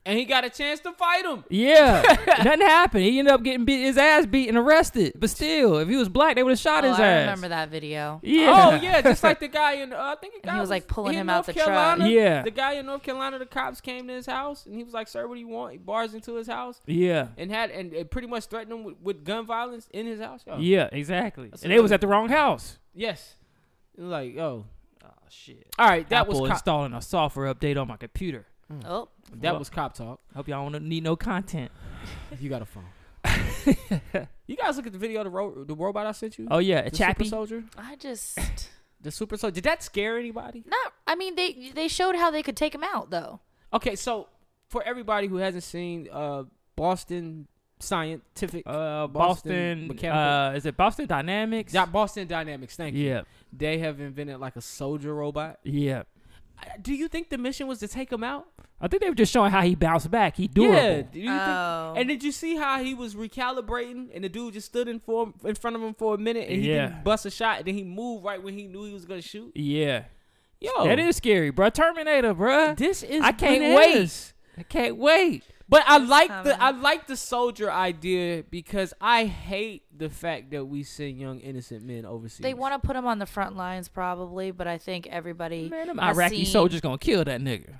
S3: And he got a chance to fight him.
S5: Yeah, nothing happened. He ended up getting beat, his ass beat and arrested. But still, if he was black, they would have shot
S2: oh,
S5: his
S2: I
S5: ass.
S2: remember that video.
S5: Yeah.
S3: Oh yeah, just like the guy in uh, I think the guy
S2: was, like, pulling
S3: in
S2: him out
S3: North
S2: the truck.
S3: Carolina,
S5: Yeah.
S3: the guy in North Carolina, the cops came to his house and he was like, "Sir, what do you want?" He bars into his house
S5: Yeah.
S3: and had and, and pretty much threatened him with, with gun violence in his house. Yo.
S5: Yeah. Exactly.
S3: That's
S5: And they was
S3: amazing.
S5: at the wrong house.
S3: Yes, like oh,
S5: Oh shit.
S3: all right, that
S5: That Apple
S3: was
S5: was
S3: cop,
S5: installing a software update on my computer.
S2: Oh,
S3: that was cop talk.
S5: Hope y'all don't need no content.
S3: You got a phone. you guys look at the video of the, ro- the robot I sent you.
S5: Oh yeah, a
S3: the
S5: chappy.
S3: super soldier.
S2: I just
S3: The super soldier. Did that scare anybody?
S2: not. I mean, they they showed how they could take him out though.
S3: Okay, so for everybody who hasn't seen uh, Boston Scientific,
S5: Uh,
S3: Boston
S5: Boston.
S3: Mechanical-
S5: uh, is it Boston Dynamics?
S3: Di- Boston Dynamics, thank you.
S5: Yeah.
S3: They have invented like a soldier robot.
S5: Yeah.
S3: I- Do you think the mission was to take him out?
S5: I think they were just showing how he bounced back. He durable.
S3: Yeah. Do you think-
S2: Oh.
S3: and did you see how he was recalibrating, and the dude just stood in for in front of him for a minute, and he
S5: Yeah.
S3: didn't bust a shot, and then he moved right when he knew he was gonna shoot.
S5: Yeah.
S3: Yo,
S5: That is scary, bro. Terminator, bro.
S3: This is
S5: I can't
S3: bananas.
S5: wait. I can't wait.
S3: But I like
S2: coming.
S3: the I like the soldier idea because I hate the fact that we send young innocent men overseas.
S2: They want to put him on the front lines probably, but I think everybody
S5: Man, them
S2: has
S5: Iraqi
S2: seen-
S5: soldiers gonna kill that nigga.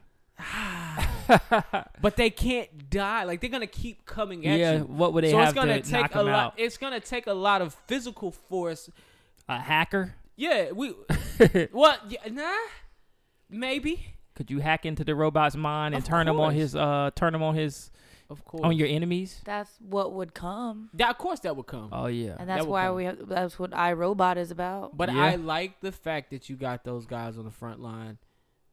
S3: but they can't die. Like they're gonna keep coming at
S5: Yeah,
S3: you.
S5: what would they have to knock
S3: a
S5: him
S3: lot.
S5: out?
S3: It's gonna take a lot of physical force.
S5: A hacker?
S3: Yeah, we. what? Yeah, nah, maybe.
S5: Could you hack into the robot's mind and
S3: Of
S5: turn him on
S3: course.
S5: his uh turn him on his
S3: Of course.
S5: on your enemies?
S2: That's what would come,
S3: That, of course, that would come.
S5: Oh yeah.
S2: and that's
S3: would
S2: why
S3: come.
S2: we have. That's what iRobot is about.
S3: but
S5: Yeah.
S3: I like the fact that you got those guys on the front line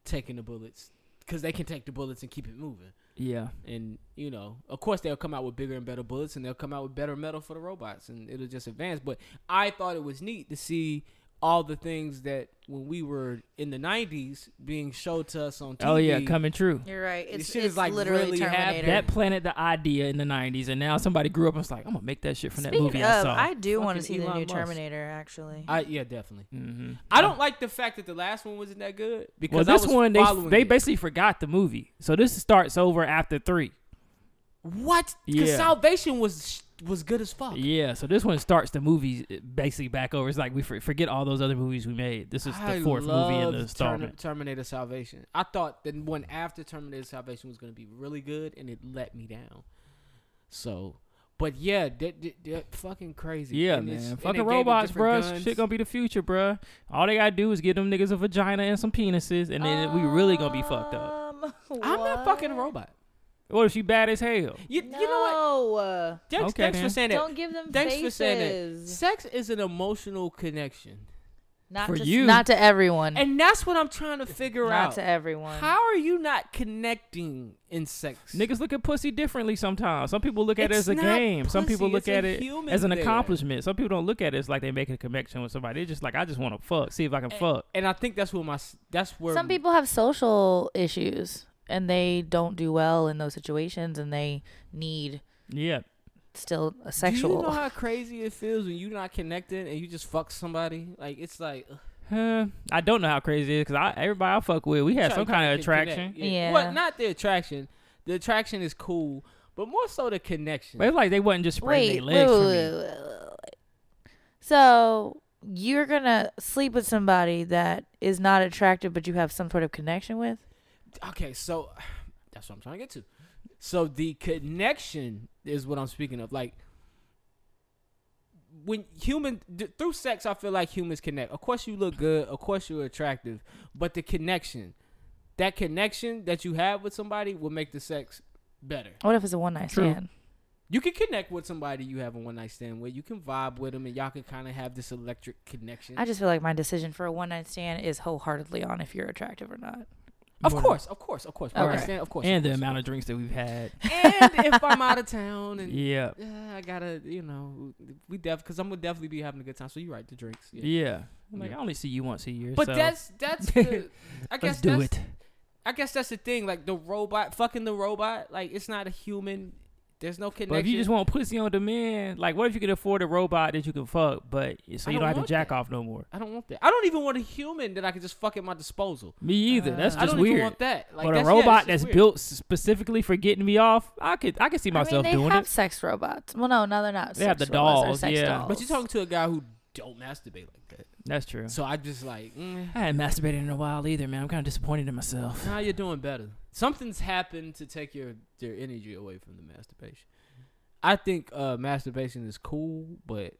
S3: taking the bullets because they can take the bullets and keep it moving.
S5: Yeah.
S3: And you know, of course, they'll come out with bigger and better bullets, and they'll come out with better metal for the robots, and it'll just advance. But I thought it was neat to see all the things that when we were in the '90s being showed to us on TV.
S5: Oh yeah, coming true.
S2: You're right.
S3: It's- shit is, it's like, literally really happening. Terminator.
S5: That planted the idea in the '90s, and now somebody grew up and was like, "I'm gonna make that shit from that
S2: Speaking
S5: movie I
S2: of,
S5: saw."
S2: I do want to
S3: Fucking
S2: see the
S3: Elon
S2: new
S3: Musk.
S2: Terminator. Actually,
S3: I, yeah, definitely.
S5: hmm
S3: I don't like the fact that the last one wasn't that good
S5: Well,
S3: because I
S5: this
S3: was
S5: one they
S3: following
S5: they
S3: it.
S5: basically forgot the movie, so this starts over after three.
S3: what? Because
S5: Yeah.
S3: Salvation was was good as fuck.
S5: Yeah, so this one starts the movie eh, basically back over. It's like we for, forget all those other movies we made. This is
S3: I
S5: the fourth movie in
S3: loved
S5: the installment.
S3: Termi- Terminator Salvation. I thought the one after Terminator Salvation was going to be really good, and it let me down. So, but yeah, that, that, that fucking crazy.
S5: yeah,
S3: And it's-
S5: man,
S3: and they
S5: fucking
S3: gave it
S5: robots,
S3: different
S5: bruh.
S3: guns.
S5: Shit gonna be the future, bruh. All they gotta do is give them niggas a vagina and some penises, and then we really gonna be fucked up.
S2: Um,
S3: I'm not fucking a
S2: what?
S3: robot.
S5: What if she bad as hell?
S3: You,
S2: No.
S3: you know what?
S2: Oh, uh,
S3: Thanks,
S5: Okay,
S3: thanks for
S5: then.
S3: saying that.
S2: Don't give them
S3: thanks for saying that.
S2: faces.
S3: Sex is an emotional connection,
S2: Not
S5: For
S2: to,
S5: you.
S2: Not to everyone.
S3: and that's what I'm trying to figure
S2: not
S3: out.
S2: to everyone.
S3: How are you not connecting in sex?
S5: Niggas look at pussy differently sometimes. Some people look at
S3: It's
S5: it as a
S3: not
S5: game. Some
S3: pussy,
S5: people
S3: it's
S5: look
S3: a
S5: at it
S3: human
S5: as an
S3: there.
S5: accomplishment. Some people don't look at it as like they making a connection with somebody. They're just like, I just want to fuck, see if I can fuck.
S3: and I think that's where my s- that's where
S2: Some people have social issues and they don't do well in those situations and they need
S5: Yeah,
S2: still a
S3: Do you
S2: sexual.
S3: know how crazy it feels when you're not connected and you just fuck somebody? Like it's like ugh,
S5: Huh, I don't know how crazy it is because I everybody I fuck with, we had
S3: try-
S5: some
S3: you
S5: kind of
S3: can connect.
S5: attraction.
S2: Yeah.
S3: Well, not the attraction. The attraction is cool, but more so the connection.
S5: But it's like they wasn't just spreading
S2: wait,
S5: their
S2: wait,
S5: legs
S2: wait,
S5: for
S2: wait,
S5: me.
S2: wait, wait, wait. So you're gonna sleep with somebody that is not attractive, but you have some sort of connection with?
S3: okay, so that's what I'm trying to get to. So the connection is what I'm speaking of. Like when human d- through sex, I feel like humans connect. Of course, you look good. Of course, you're attractive. But the connection, that connection that you have with somebody, will make the sex better.
S2: What if it's a one night
S5: True.
S2: stand?
S3: You can connect with somebody you have a one night stand with. You can vibe with them, and y'all can kind of have this electric connection.
S2: I just feel like my decision for a one night stand is wholeheartedly on if you're attractive or not.
S3: of
S5: Whatever.
S3: course, of course, of course. One night
S2: Okay.
S3: stand, of course.
S5: And
S3: of
S5: the
S3: course.
S5: amount of drinks that we've had.
S3: and if I'm out of town and
S5: yeah,
S3: yeah, I gotta, you know, we def because I'm gonna definitely be having a good time. So you right, the drinks. Yeah.
S5: yeah. I'm Like
S3: Yeah.
S5: I only see you once a year.
S3: But
S5: so
S3: that's that's the, I guess
S5: let's do
S3: that's,
S5: it.
S3: I guess that's the thing. Like the robot, fucking the robot. Like it's not a human. There's no connection.
S5: But if you just want pussy on demand, like what if you could afford a robot that you can fuck, but so
S3: I
S5: you
S3: don't
S5: don't have to
S3: want
S5: jack
S3: that.
S5: off no more?
S3: I don't want that. I don't even want a human that I can just fuck at my disposal.
S5: Me either. That's
S3: Uh, I
S5: just
S3: don't
S5: weird.
S3: even want that. Like,
S5: but
S3: that's,
S5: a
S3: yeah, it's
S5: robot
S3: just
S5: that's
S3: weird.
S5: built specifically for getting me off, I could I could see myself
S2: I mean, they
S5: doing
S2: have
S5: it.
S2: sex robots. Well, no, no, they're not.
S5: They have
S2: sex
S5: the
S2: robots, they're
S5: dolls,
S2: sex
S5: yeah.
S2: dolls.
S5: But
S3: But you're talking to a guy who don't masturbate like that.
S5: That's true.
S3: So I just like, mm,
S5: I hadn't masturbated in a while either, man. I'm kind of disappointed in myself.
S3: now you're doing better. Something's happened to take your your energy away from the masturbation. I think uh, masturbation is cool, but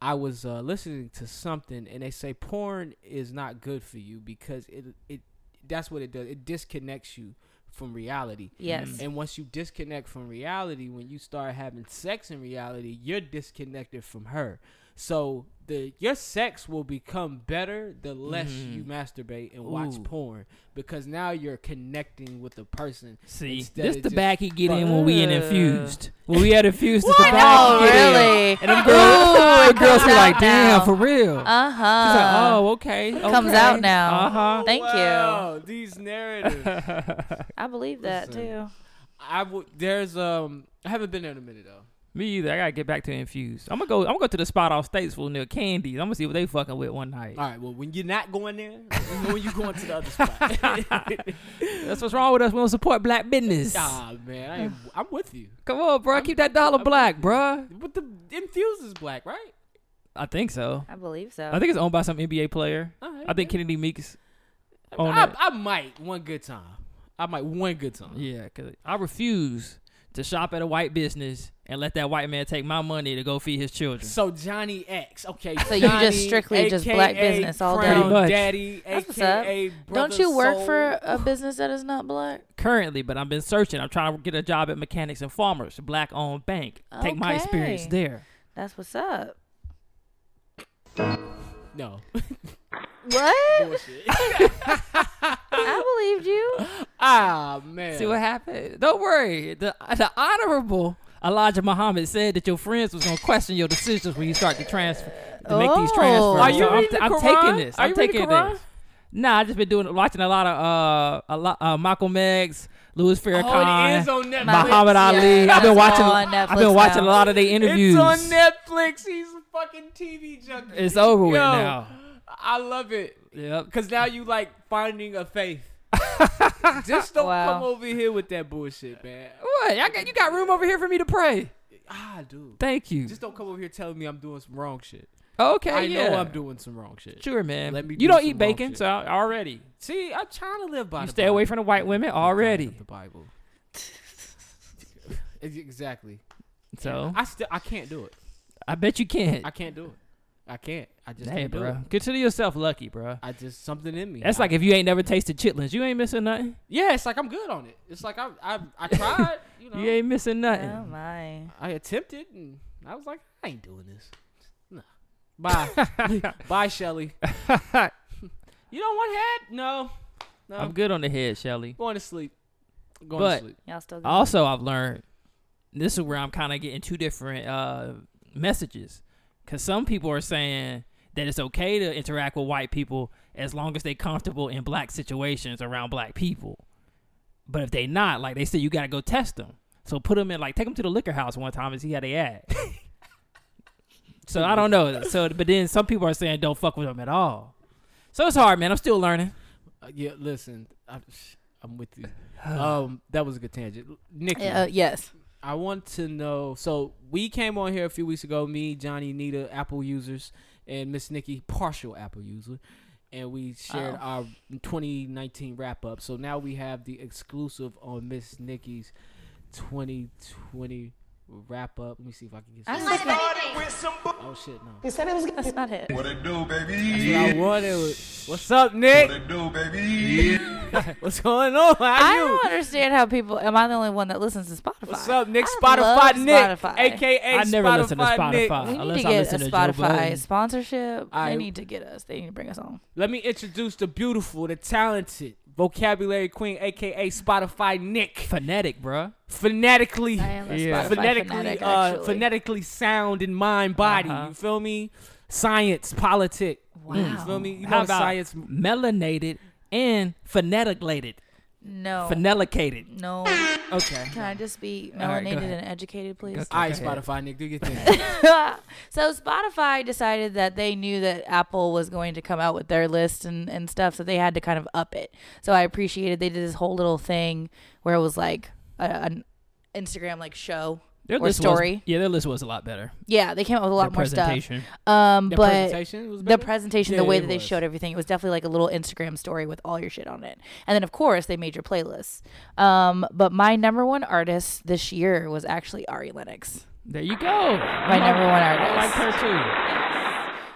S3: I was uh, listening to something and they say porn is not good for you because it it that's what it does. It disconnects you from reality.
S2: Yes.
S3: And once you disconnect from reality, when you start having sex in reality, you're disconnected from her. So the your sex will become better the less you masturbate and watch
S5: Mm-hmm. Ooh.
S3: porn because now you're connecting with the person.
S5: See,
S3: instead
S5: this
S3: of
S5: the
S3: just
S5: bag he get in
S3: fucking.
S5: when we in
S2: Ugh.
S5: infused. When we had infused, it's the
S2: What?
S5: bag he
S2: Oh,
S5: get in.
S2: really?
S5: And them girls,
S2: Ooh,
S5: the
S2: it
S5: girls be
S2: comes
S5: like,
S2: out
S5: damn,
S2: now.
S5: for real. It's
S2: Uh huh.
S5: like, oh, okay.
S2: comes out now.
S5: Uh huh.
S2: Thank you.
S3: Wow, These narratives.
S2: I believe that too.
S3: I would. There's um. I haven't been there in a minute though.
S5: Me either. I gotta get back to infused. I'm gonna go. I'm gonna go to the spot off Statesville near Candies. I'm gonna see what they fucking with one night.
S3: All right. Well, when you're not going there, when you going to the other spot.
S5: That's what's wrong with us. We don't support black business.
S3: ah man, I am, I'm with you.
S5: Come on, bro. Keep that dollar black, bro.
S3: But the infuse is black, right?
S5: I think so.
S2: I believe so.
S5: I think it's owned by some NBA player.
S3: All right,
S5: I think Kennedy Meeks.
S3: I,
S5: owned it.
S3: I, might one good time. I might one good time.
S5: Yeah, cause I refuse to shop at a white business and let that white man take my money to go feed his children.
S3: So Johnny X, okay.
S2: So you just
S3: Johnny,
S2: strictly just
S3: AKA
S2: black business all
S3: Crown
S5: day. Pretty much.
S3: Daddy,
S2: That's what's
S3: AKA
S2: Don't you work for a business that is not black?
S5: Currently, but I've been searching. I'm trying to get a job at Mechanics and Farmers, a black-owned bank. Take my experience
S2: Okay.
S5: there.
S2: That's what's up.
S3: No.
S2: What? I believed you.
S3: ah man.
S5: See what happened? Don't worry. The the honorable Elijah Muhammad said that your friends was gonna question your decisions when you start to transfer to make these
S2: Oh.
S5: transfers.
S2: Are you
S5: So I'm,
S3: reading the
S5: I'm
S3: Quran?
S5: taking this.
S3: Are
S5: I'm
S3: you reading
S5: taking
S3: the Quran?
S5: this. Nah, I just been doing watching a lot of uh a lot uh, Malcolm X, Louis Farrakhan.
S3: Oh, it is on Netflix.
S5: Muhammad
S2: Yeah,
S5: Ali. I've been
S2: it's
S5: watching.
S2: on
S5: I've
S2: Netflix
S5: been watching
S2: now.
S5: a lot of their interviews.
S3: It's on Netflix. He's a fucking TV junkie.
S5: It's over with
S3: Yo,
S5: now.
S3: I love it
S5: Yep.
S3: because now you like finding a faith. just don't
S2: Wow.
S3: come over here with that bullshit, man.
S5: What? I got, you got room over here for me to pray.
S3: Ah, dude.
S5: Thank you.
S3: Just don't come over here telling me I'm doing some wrong shit.
S5: okay.
S3: I
S5: yeah.
S3: know I'm doing some wrong shit.
S5: Sure, man.
S3: Let me
S5: you
S3: do
S5: don't
S3: some
S5: eat bacon,
S3: bullshit.
S5: so I- already.
S3: See, I'm trying to live by.
S5: You
S3: the
S5: stay away
S3: Bible.
S5: from the white women already.
S3: The Bible. Ex- exactly.
S5: So
S3: I still I can't do it.
S5: I bet you can't.
S3: I can't do it. I can't. I just
S5: Hey,
S3: can't do it.
S5: bro. Consider yourself lucky, bro.
S3: I just something in me.
S5: That's
S3: I-
S5: like if you ain't never tasted chitlins, you ain't missing nothing.
S3: yeah. It's like I'm good on it. It's like I I I tried. You know.
S5: You ain't missing nothing.
S2: Oh my.
S3: I attempted and I was like I ain't doing this. No. Bye. Bye, Shelly. you don't want head? No. No.
S5: I'm good on the head, Shelly.
S3: Going to sleep. Going
S5: But-
S3: to sleep.
S2: Y'all still good?
S5: Also, I've learned this is where I'm kind of getting two different uh, messages, because some people are saying that it's okay to interact with white people as long as they comfortable in black situations around black people, but if they not, like they say, you gotta go test them. So put him in like take him to the liquor house one time and see how they act. so I don't know. So but then some people are saying don't fuck with him at all. So it's hard, man. I'm still learning.
S3: Uh, yeah, listen, I, I'm with you. Um, that was a good tangent, Nikki.
S2: Uh, yes.
S3: I want to know. So we came on here a few weeks ago. Me, Johnny, Nita, Apple users, and Miss Nikki, partial Apple user, and we shared
S2: Oh.
S3: our 2019 wrap up. So now we have the exclusive on Miss Nikki's 2020 wrap up. Let me see if I can get. Some. Oh shit, no. That's
S4: That's not it.
S1: What it do, baby?
S3: what I wanted. was- What's up, Nick?
S1: it do, baby?
S3: What's going on? How
S2: I
S3: you?
S2: don't understand how people. Am I the only one that listens to Spotify?
S3: What's up, Nick?
S2: I love
S3: Spotify, Nick,
S2: Spotify.
S3: aka
S5: I never
S3: Spotify,
S5: listen to
S3: Nick.
S5: Spotify.
S2: We need
S5: Unless
S2: to
S5: I
S2: get a
S5: listen to Joe Budden.
S2: Spotify sponsorship.
S3: I-
S2: they need to get us. They need to bring us on.
S3: Let me introduce the beautiful, the talented vocabulary queen, aka Spotify Nick.
S5: Phonetic, bruh.
S3: Phonetically,
S2: I am a Spotify
S3: phonetically,
S2: fanatic,
S3: uh,
S2: actually.
S3: phonetically sound in mind, body.
S5: Uh-huh.
S3: You feel me? Science, politic. You
S2: Wow.
S3: feel me? You know
S5: How
S3: what
S5: about
S3: science.
S5: melanated and phoneticlated,
S2: No.
S5: phenelicated?
S2: no.
S5: Okay.
S2: Can I just be
S5: All right, go
S2: melanated
S5: ahead.
S2: and educated, please?
S3: All right,
S5: Go ahead.
S3: Spotify Nick, do your thing.
S2: so Spotify decided that they knew that Apple was going to come out with their list and, and stuff, so they had to kind of up it. So I appreciated they did this whole little thing where it was like a, an Instagram like show
S5: Their
S2: or
S5: list
S2: story.
S5: Was, yeah, their list was a lot better.
S2: yeah, they came out with a lot
S5: the
S2: more stuff.
S5: presentation.
S2: Um,
S3: The
S2: but
S3: presentation was
S2: the
S3: better?
S2: presentation,
S3: Yeah,
S2: the way
S3: it
S2: that they
S3: was.
S2: showed everything, it was definitely like a little Instagram story with all your shit on it. And then of course they made your playlists. Um, but my number one artist this year was actually Ari Lennox.
S5: There you go.
S2: My number one
S5: I like
S2: artist.
S5: her too.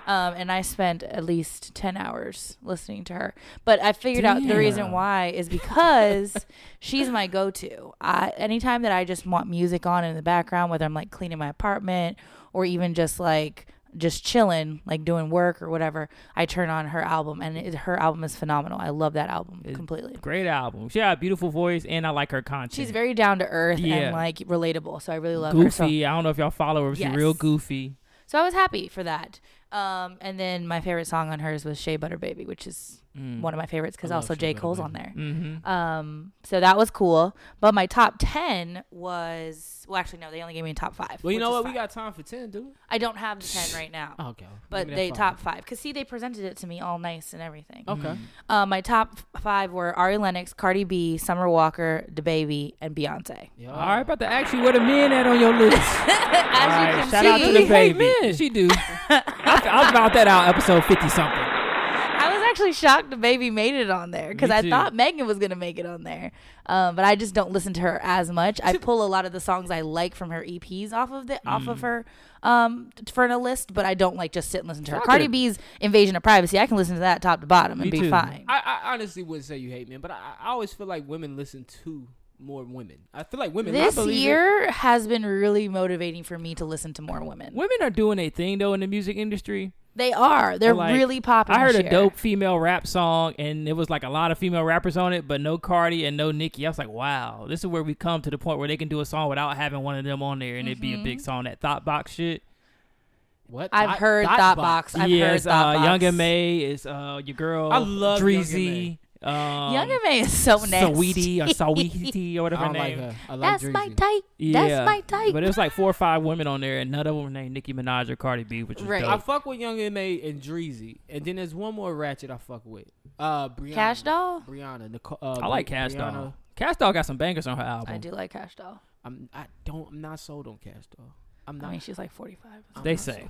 S2: Um, and I spent at least 10 hours listening to her. But I figured out the reason
S5: Damn.
S2: why is because she's my go to. I Anytime that I just want music on in the background, whether I'm like cleaning my apartment or even just like just chilling, like doing work or whatever, I turn on her album. And it, her album is phenomenal. I love that album completely.
S5: Great album. She had a beautiful voice, and I like her content.
S2: She's very down to earth
S5: Yeah.
S2: and like relatable. So I really love her. So
S5: goofy. I don't know if y'all follow her. but She's
S2: Yes.
S5: real goofy.
S2: So I was happy for that. Um, and then my favorite song on hers was Shea Butter Baby, which is one of my favorites because
S3: Mm. love
S2: also
S3: Shea
S2: J.
S3: Butter
S2: Cole's
S3: Baby.
S2: on there.
S5: Mm-hmm.
S2: Um, so that was cool. But my top 10 was, well, actually, no, they only gave me a top five.
S3: Well, you
S2: which
S3: know
S2: is
S3: what? We
S2: fine.
S3: got time for 10, dude.
S2: I don't have the 10 right now.
S3: Oh, okay.
S2: But
S3: Give me that
S2: they
S3: five.
S2: top five because see they presented it to me all nice and everything.
S3: Okay.
S2: Uh, my top f- five were Ari Lennox, Cardi B, Summer Walker, DaBaby, and Beyonce.
S3: Yo.
S5: All right, about to ask you where the men at on your list.
S2: As you
S5: All right,
S2: can
S5: shout
S2: see,
S5: out to the baby. She do. I, I found that out episode fifty something.
S2: I was actually shocked the baby made it on there because
S5: Me
S2: I
S5: too.
S2: thought Megan was gonna make it on there, um, but I just don't listen to her as much. I pull a lot of the songs I like from her EPs off of the off
S5: Mm.
S2: of her um, Inferno list, but I don't like just sit and listen to her.
S5: Fuck
S2: Cardi
S5: it.
S2: B's Invasion of Privacy, I can listen to that top to bottom and
S5: Me
S2: be
S5: too.
S2: fine.
S3: I, I honestly wouldn't say you hate men, but I, I always feel like women listen to more women. I feel like women I
S2: this
S3: believe it.
S2: year has been really motivating for me to listen to more women.
S5: Women are doing a thing though in the music industry.
S2: They are. They're
S5: Like,
S2: really popular.
S5: I heard a dope female rap song, and it was like a lot of female rappers on it, but no Cardi and no Nicki. I was like, wow, this is where we come to the point where they can do a song without having one of them on there, and it'd be a big
S2: Mm-hmm.
S5: song. That thought box shit.
S3: What?
S2: I've
S3: Thought-
S2: heard
S3: Thought
S2: Thought Box. I've
S5: yeah,
S2: heard
S5: it's,
S2: Thought
S5: uh,
S2: Box.
S5: Young and May is uh, your girl.
S3: I love Young and
S5: Dreezy. Um,
S2: Young and May is so nasty.
S5: Saweetie or Saweetie or
S3: I
S5: whatever her
S3: don't like
S5: name.
S3: her. I like
S2: That's my
S3: Dreezy.
S2: type.
S5: Yeah,
S2: That's my type.
S5: But it was like four or five women on there, and none of them were named Nicki Minaj or Cardi B, which was
S2: Right.
S3: I
S5: dope.
S3: fuck with Young M A and Dreezy, and then there's one more ratchet I fuck with. Uh, Brianna,
S2: Cash Doll?
S3: Brianna, Nicole. Uh,
S5: I like
S3: Bri-
S5: Cash
S3: Brianna.
S5: Doll. Cash Doll got some bangers on her album.
S2: I do like Cash Doll.
S3: I'm, I don't. I'm not sold on Cash Doll. I'm
S2: I
S3: not.
S2: mean, she's like 45,
S5: They say.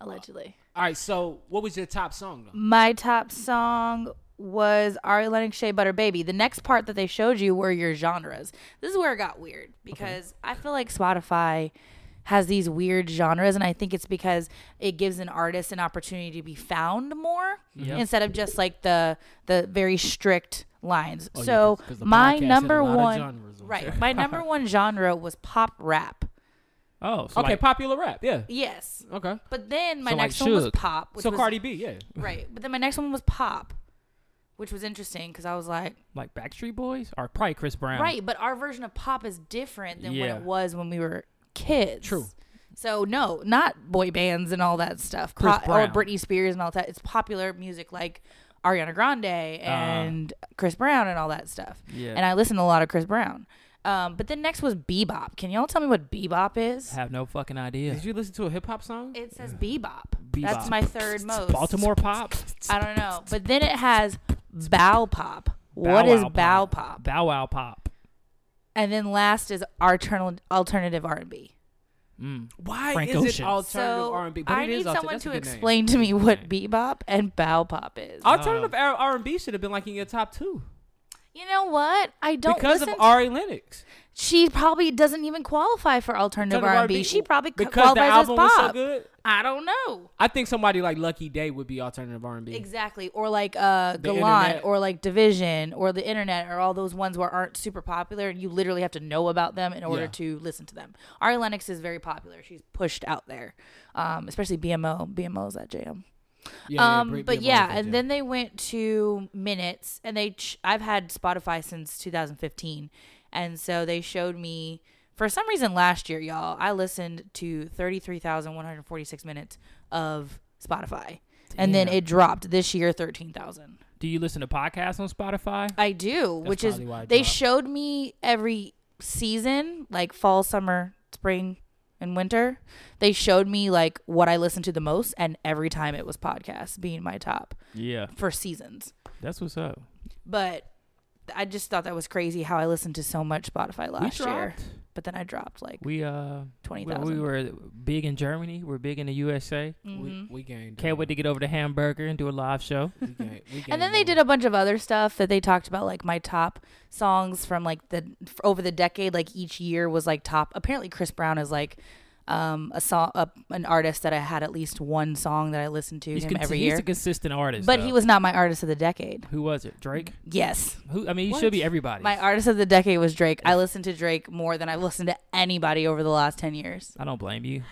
S2: allegedly.
S3: All right. So, what was your top song though?
S2: My top song was Ari Lennox Shea Butter Baby. The next part that they showed you were your genres. This is where it got weird because I feel like Spotify has these weird genres and I think it's because it gives an artist an opportunity to be found more
S5: Yep.
S2: instead of just like the the very strict lines.
S3: Oh, yeah,
S2: so
S3: 'cause- 'cause the podcast
S2: my
S3: had a
S2: number
S3: lot of
S2: one
S3: genres on
S2: right,
S3: there.
S2: my number one genre was pop rap.
S5: Oh, so
S3: Okay,
S5: like-
S3: popular rap. Yeah.
S2: Yes.
S3: Okay.
S2: But then my
S5: So, like,
S2: next one was
S5: Suge.
S2: pop. Which
S3: So
S2: was,
S3: Cardi B. Yeah.
S2: Right. But then my next one was pop, which was interesting because I was like,
S5: like Backstreet Boys or probably Chris Brown.
S2: right, but our version of pop is different than
S5: Yeah.
S2: what it was when we were kids.
S3: True.
S2: So no, not boy bands and all that stuff,
S5: Chris
S2: Pop- or
S5: Brown.
S2: Britney Spears and all that. It's popular music like Ariana Grande and Chris Brown and all that stuff.
S5: Uh-huh. Yeah.
S2: And I listen to a lot of Chris Brown. Um, but then next was bebop. Can y'all tell me what bebop is?
S5: Have no fucking idea.
S3: Did you listen to a hip hop song?
S2: It says bebop.
S5: Bebop.
S2: That's my third most.
S5: Baltimore pop.
S2: I don't know. But then it has bow pop.
S5: Bow
S2: what is
S5: Wow
S2: bow pop?
S5: Bow Wow pop.
S2: And then last is altern- alternative R and B.
S5: Mm.
S3: Why
S5: Frank
S3: is
S5: Ocean.
S3: it alternative
S2: So
S3: R&B? But
S2: I
S3: it is
S2: need
S3: alter-
S2: someone
S3: that's a
S2: to
S3: good name.
S2: explain to me what bebop and bow pop is.
S5: Um,
S3: Alternative R- R&B should have been like in your top two
S2: you know what? I don't
S3: because
S2: Oh, listen.
S3: of Ari Lennox.
S2: she probably doesn't even qualify for alternative
S3: Alternative
S2: R and B. She probably c-
S3: because the
S2: qualifies as
S3: album
S2: pop.
S3: was so good.
S2: I don't know
S3: I think somebody like Lucky Day would be alternative R&B.
S2: exactly, or like uh,
S3: The
S2: Galant,
S3: internet.
S2: or like Division, or the Internet, or all those ones where aren't super popular. You literally have to know about them in order
S3: Yeah.
S2: to listen to them. Ari Lennox is very popular. She's pushed out there, um, especially BMO. BMO is that jam.
S3: Yeah, yeah,
S2: um,
S3: Bri-
S2: but
S3: Bri-
S2: yeah,
S3: Bri-
S2: and then they went to minutes, and they ch- I've had Spotify since 2015, and so they showed me for some reason last year, y'all. I listened to 33,146 minutes of Spotify, and then it dropped this year 13,000.
S5: Do you listen to podcasts on Spotify?
S2: I do, which is
S3: probably why it
S2: they
S3: dropped.
S2: showed me every season, like fall, summer, spring, and winter. They showed me like what I listened to the most, and every time it was podcasts being my top
S5: Yeah,
S2: for seasons.
S5: that's what's up.
S2: But I just thought that was crazy how I listened to so much Spotify last year. But then I dropped like
S5: We uh, we,
S2: 20,000.
S5: we were big in Germany. We're big in the USA.
S2: Mm-hmm.
S3: we, we gained.
S5: Can't wait to get over to Hamburger and do a live show.
S3: We gained, we gained
S2: and then they did a bunch of other stuff that they talked about, like my top songs from like the f- over the decade, like each year was like top. Apparently, Chris Brown is like um, a song, a, an artist that I had at least one song that I listened to
S5: He's,
S2: him
S5: con-
S2: every
S5: he's
S2: year.
S5: a consistent artist.
S2: But
S5: though.
S2: he was not my artist of the decade.
S5: Who was it? Drake.
S2: Yes,
S5: Who? I mean, he
S3: What?
S5: should be everybody.
S2: my artist of the decade was Drake. I listened to Drake more than I've listened to anybody over the last ten years.
S5: I don't blame you.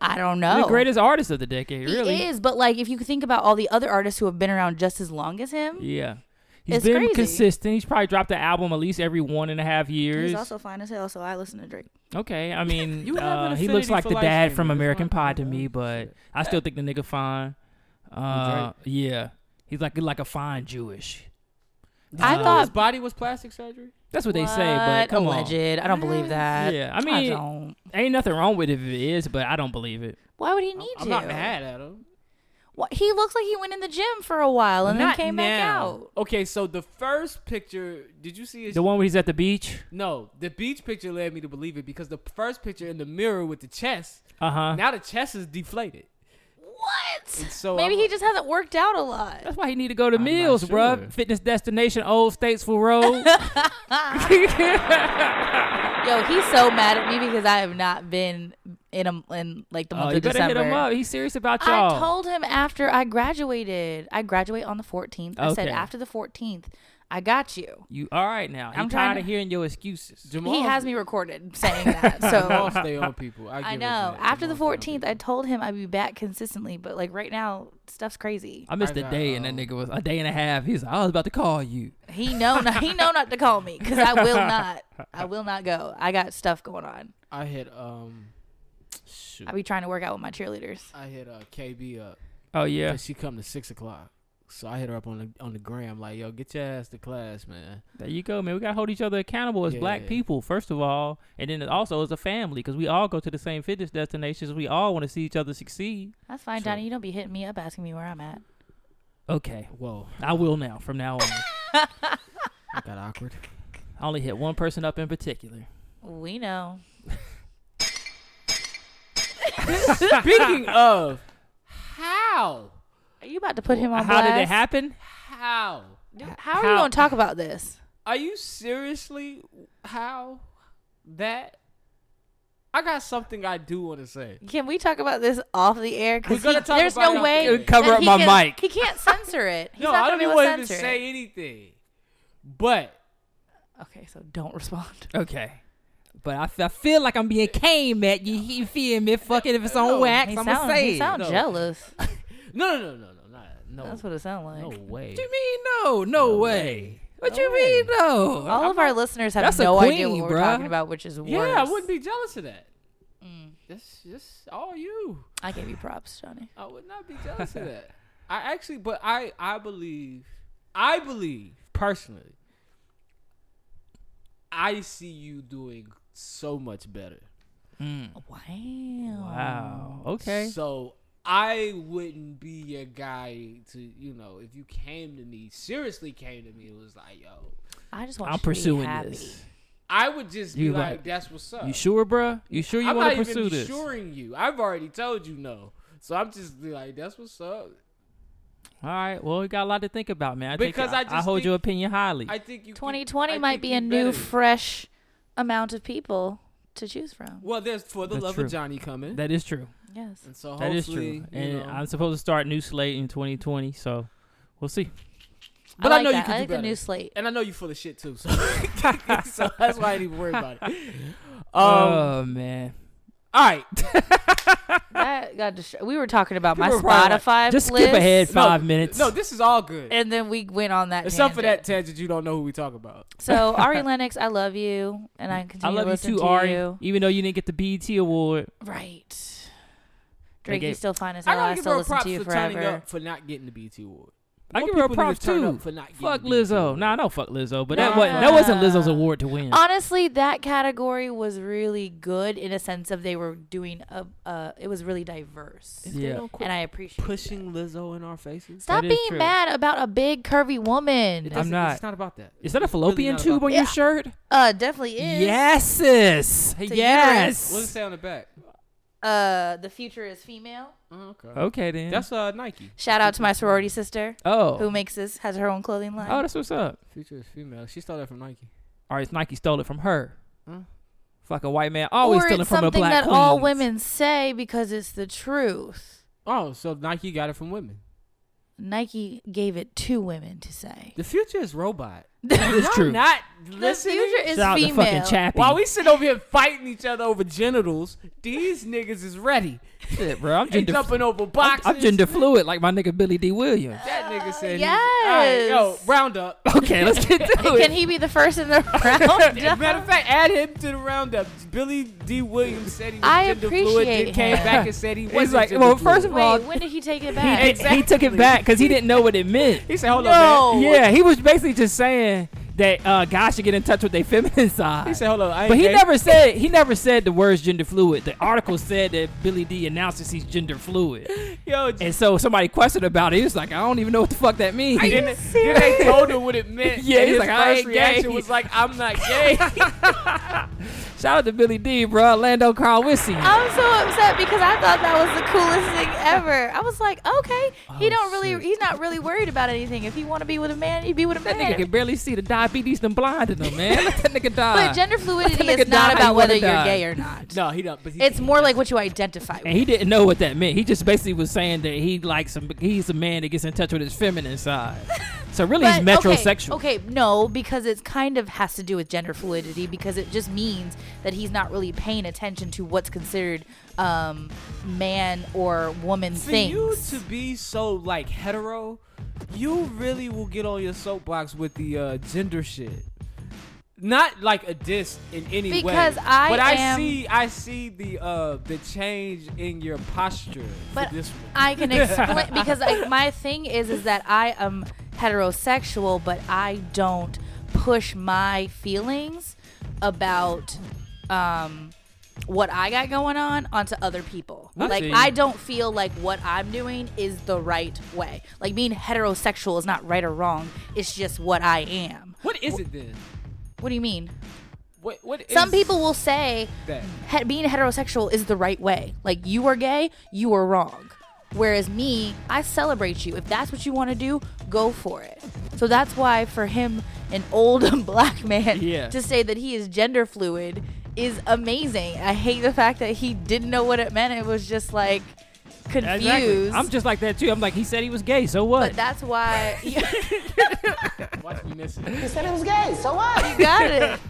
S2: I don't
S5: You're
S2: know.
S5: The greatest artist of the decade,
S2: Oh. He
S5: really.
S2: is, but like if you think about all the other artists who have been around just as long as him,
S5: Yeah. he's
S2: It's
S5: been
S2: crazy.
S5: consistent. He's probably dropped an album at least every one and a half years.
S2: he's also fine as hell. So I listen to Drake.
S5: okay, I mean,
S3: You have an
S5: uh, he looks
S3: affinity
S5: like
S3: for
S5: the
S3: live
S5: dad
S3: streaming.
S5: from
S3: That's
S5: American
S3: why-
S5: Pie to me, but I still think the nigga fine. Uh, yeah, he's like like a fine Jewish. Uh,
S2: I
S3: His
S2: thought
S3: body was plastic surgery.
S5: That's what they say, but
S2: What?
S5: come
S2: alleged. I don't believe that.
S5: Yeah,
S2: I
S5: I mean-
S2: don't.
S5: on, ain't nothing wrong with it if it is, but I don't believe it.
S2: Why would he need
S3: I'm
S2: to?
S3: not mad at him.
S2: Why- He looks like he went in the gym for a while and
S3: Not
S2: then came back
S3: now.
S2: out.
S3: Okay, so the first picture, did you see his
S5: The one where he's at the beach.
S3: No, the beach picture led me to believe it because the first picture in the mirror with the chest,
S5: Uh huh.
S3: now the chest is deflated.
S2: What?
S3: so
S2: Maybe
S3: I'm-
S2: he just hasn't worked out a lot.
S5: That's why he need to go to
S3: not
S5: Mills,
S3: sure.
S5: bruh. Fitness destination, Old Statesville Road.
S2: Yo, he's so mad at me because I have not been in a, in like the
S5: oh,
S2: month
S5: you
S2: of
S5: better
S2: December.
S5: hit him up. He's serious about y'all.
S2: I told him after I graduated. I graduate on the 14th. I said
S5: Okay.
S2: after the 14th, I got you.
S5: you all right now? I'm
S2: I'm trying
S5: tired
S2: to-
S5: of hearing your excuses.
S3: Jamal,
S2: He has me recorded saying that. So
S3: Jamal stay on people. I,
S2: I
S3: give it
S2: know.
S3: that.
S2: After the
S3: Jamal stay on
S2: 14th, I told him I'd be back consistently, but like right now, stuff's crazy.
S5: I missed
S3: I
S5: a
S3: got,
S5: day, and that
S3: um,
S5: nigga was a day and a half. He's like, I was about to call you.
S2: He know not, he know not to call me because I will not. I will not go. I got stuff going on.
S3: people. I hit um, shoot,
S2: I be trying to work out with my cheerleaders.
S3: I hit uh, KB up.
S5: Oh yeah,
S3: 'cause she come to six o'clock, so I hit her up on the on the gram like, yo, get your ass to class, man.
S5: there you go, man. We gotta hold each other accountable as black
S3: Yeah.
S5: people, first of all, and then also as a family, because we all go to the same fitness destinations. We all want to see each other succeed.
S2: That's fine,
S3: Sure.
S2: Johnny. You don't be hitting me up asking me where I'm at.
S5: Okay,
S3: Whoa,
S5: I will now. From now on,
S3: that got awkward.
S5: I only hit one person up in particular.
S2: We know.
S3: Speaking of, how
S2: Are you about to put him on
S5: How
S2: blast?
S5: did it happen?
S3: how
S2: Dude, How are
S5: How-
S2: you going to talk about this?
S3: are you seriously how that? I got something I do want to say.
S2: Can we talk about this off the air?
S3: We're gonna
S2: he-
S3: talk
S2: there's
S3: about
S2: no
S3: it.
S2: way.
S3: It would
S5: cover
S2: that
S5: up
S2: he
S5: my
S2: can-
S5: mic.
S2: He can't censor it. He's
S3: no,
S2: not
S3: I
S2: gonna
S3: don't
S2: be
S3: even
S2: able to
S3: want him to
S2: censor it.
S3: say anything, but
S2: Okay, so don't respond.
S5: Okay. But I fe- I feel like I'm being came at you. You feel me? Fuck it if it's on
S3: No,
S5: wax.
S2: He
S5: I'm
S2: sound,
S5: gonna say.
S2: he
S5: it.
S2: sound
S3: No.
S2: jealous.
S3: no, no, no, no, no, not, no.
S2: That's what it sounds like.
S3: no way.
S5: What you mean? No, no, way. What
S3: No
S5: you
S3: way.
S5: mean? No.
S2: All of our listeners have
S5: That's a
S2: no idea
S5: queen,
S2: what we're
S5: bruh.
S2: talking about, which is worse.
S3: Yeah, I wouldn't be jealous of that. That's just all you.
S2: I gave you props, Johnny.
S3: I would not be jealous of that. I actually, but I, I believe, I believe personally, I see you doing so much better.
S2: Wow.
S5: Wow. Okay.
S3: So I wouldn't be your guy to, you know, if you came to me, seriously came to me, it was like, yo,
S2: I just want
S5: I'm
S2: you to be
S5: pursuing
S2: happy.
S5: this.
S3: I would just be
S5: You
S3: like,
S5: like-
S3: that's what's up.
S5: You sure, bruh? You sure you
S3: I'm
S5: want
S3: not
S5: to pursue
S3: even
S5: this?
S3: assuring you. I've already told you no. So I'm just be like, that's what's up.
S5: All right. Well, you got a lot to think about, man. I think-
S3: Because
S5: I,
S3: I
S5: I
S3: just
S5: hold
S3: think-
S5: your opinion highly.
S3: I think you. keep- I
S2: 2020 might
S3: think
S2: be
S3: you
S2: a new,
S3: better.
S2: fresh amount of people to choose from.
S3: well, there's for the
S5: That's
S3: love
S5: true.
S3: of Johnny coming.
S5: that is true.
S2: Yes.
S3: and so
S5: That is
S3: hopefully,
S5: true.
S3: you
S5: And
S3: know.
S5: I'm supposed to start new slate in 2020, so we'll see.
S3: but I,
S2: like
S3: know you
S2: that.
S3: can
S2: I
S3: do
S2: like
S3: better.
S2: the new slate.
S3: and I know you full of shit too. So, so that's why I didn't even worry about it. Um,
S5: oh man.
S3: all right,
S2: that got distra- we were talking about my
S3: People were probably like,
S2: Spotify
S5: Just
S2: list,
S5: skip ahead
S3: No,
S5: five minutes.
S3: no, this is all good.
S2: and then we went on that.
S3: Except for that
S2: tangent.
S3: tangent, you don't know who we talk about.
S2: So Ari Lennox, I love you, and I
S5: I
S2: continue
S5: love
S2: to
S5: you
S2: listen
S5: too,
S2: to
S5: Ari.
S2: you.
S5: Even though you didn't get the BET award,
S2: Right.
S5: They
S2: Drake, you
S5: gave-
S2: still fine as
S3: I
S2: hell. I,
S3: gotta give
S2: still
S3: her
S2: listen
S3: props
S2: to you
S3: for turning
S2: forever.
S3: up for not getting the BT award.
S5: I
S3: More
S5: give
S3: people
S5: her
S3: need
S5: props
S3: to turn
S5: too.
S3: up for not getting
S5: Fuck
S3: the BET
S5: Lizzo.
S3: award.
S5: Nah, no, fuck Lizzo. But
S3: E
S5: that
S3: Nah.
S5: wasn't that wasn't Lizzo's award to win.
S2: Uh, Honestly, that category was really good in a sense of they were doing a. Uh, it was really diverse,
S5: yeah.
S2: and I appreciate that.
S3: pushing Lizzo in our faces.
S2: Stop
S5: That is
S2: being
S5: true.
S2: mad about a big curvy woman.
S5: I'm not.
S3: It's not about that.
S5: Is that a
S3: It's really
S5: fallopian
S3: not
S5: tube
S3: about
S5: on
S3: that.
S5: your shirt?
S2: Uh, definitely is.
S5: Yes, sis.
S2: a
S5: Yes.
S3: What does it say on the back?
S2: Uh, the future is female.
S3: Oh, okay.
S5: Okay then.
S3: That's uh Nike.
S2: Shout out to my sorority sister
S5: oh.
S2: who makes this has her own clothing line.
S5: oh, that's what's up.
S3: Future is female. She stole that from Nike.
S5: All right, Nike stole it from her.
S3: Huh?
S5: Fucking white man
S2: Mm.
S5: always
S2: or
S5: stealing
S2: it's
S5: from a
S2: something
S5: black
S2: that
S5: queen.
S2: all women say because it's the truth.
S3: Oh, so Nike got it from women.
S2: Nike gave it to women to say.
S3: The future is robot.
S5: That is
S3: Y'all
S5: true.
S3: Not
S2: The
S3: listening.
S2: future is
S5: Shout out to fucking
S2: female.
S5: Chappie.
S3: While we sit over here fighting each other over genitals, these niggas is ready.
S5: Shit, bro. I'm
S3: They
S5: gender,
S3: jumping over
S5: I'm,
S3: boxes.
S5: I'm gender fluid like my nigga Billy D. Williams.
S3: That nigga said. he-
S2: yes.
S3: All right, yo, round up.
S5: Okay, let's get to it.
S2: Can he be the first in the
S3: As a
S2: round?
S3: matter of fact, add him to the roundup. Billy D. Williams said he was
S2: I
S3: gender fluid, then
S2: appreciate
S3: came
S2: him.
S3: back and said he was.
S5: He's like, well, first of all,
S2: Wait, when did he take it
S5: he,
S2: back?
S5: did- he took it
S3: Exactly.
S5: back because he didn't know what it meant.
S3: he said, hold
S2: No.
S3: on, man.
S5: Yeah, he was basically just saying that uh, guys should get in touch with their feminine
S3: He
S5: side.
S3: said, hold on, I ain't
S5: But he
S3: gay.
S5: never said he never said the words gender fluid. The article said that Billy D announces he's gender fluid,
S3: Yo, j-
S5: and so somebody questioned about it. He was like, I don't even know what the fuck that means.
S3: then, then they told him what it meant.
S5: Yeah,
S3: and
S5: he's
S3: his
S5: like, I
S3: first
S5: ain't gay.
S3: reaction was like, I'm not gay.
S5: Shout out to Billy D, bro. Lando Carlwissi.
S2: I'm so upset because I thought that was the coolest thing ever. I was like, okay, he
S5: Oh,
S2: don't really,
S5: shit.
S2: he's not really worried about anything. If he want to be with a man, he'd be with a
S5: That nigga
S2: man.
S5: can barely see the diabetes done blinded him, man. Let that nigga die.
S2: But gender fluidity
S5: nigga
S2: is
S5: die
S2: not
S5: how you
S2: about whether
S5: wanna die.
S2: you're gay or not.
S3: no, he don't. But he,
S2: It's more like what you identify
S5: and
S2: with.
S5: he didn't know what that meant. He just basically was saying that he likes some. He's a man that gets in touch with his feminine side. So really, he's
S2: But, okay,
S5: metrosexual.
S2: Okay, no, because it's kind of has to do with gender fluidity because it just means that he's not really paying attention to what's considered um, man or woman
S3: for
S2: things.
S3: you to be so like hetero, you really will get on your soapbox with the uh, gender shit. Not like a diss in any way.
S2: Because I
S3: but I
S2: am-
S3: see, I see the uh, the change in your posture
S2: But
S3: for this one.
S2: I can explain because like my thing is is that I am heterosexual, but I don't push my feelings about um, what I got going on onto other people.
S5: I
S2: like
S5: see.
S2: I don't feel like what I'm doing is the right way. Like being heterosexual is not right or wrong. It's just what I am.
S3: What is it then?
S2: What do you mean?
S3: What what is
S2: Some people will say
S3: that?
S2: he- being heterosexual is the right way. Like you are gay, you are wrong. Whereas me, I celebrate you. If that's what you want to do, go for it. So that's why for him, an old black man
S5: Yeah.
S2: to say that he is gender fluid is amazing. I hate the fact that he didn't know what it meant. It was just like confused.
S5: Exactly. I'm just like that too. I'm like, he said he was gay, so what?
S2: but that's why
S3: Watch me miss it.
S2: got it.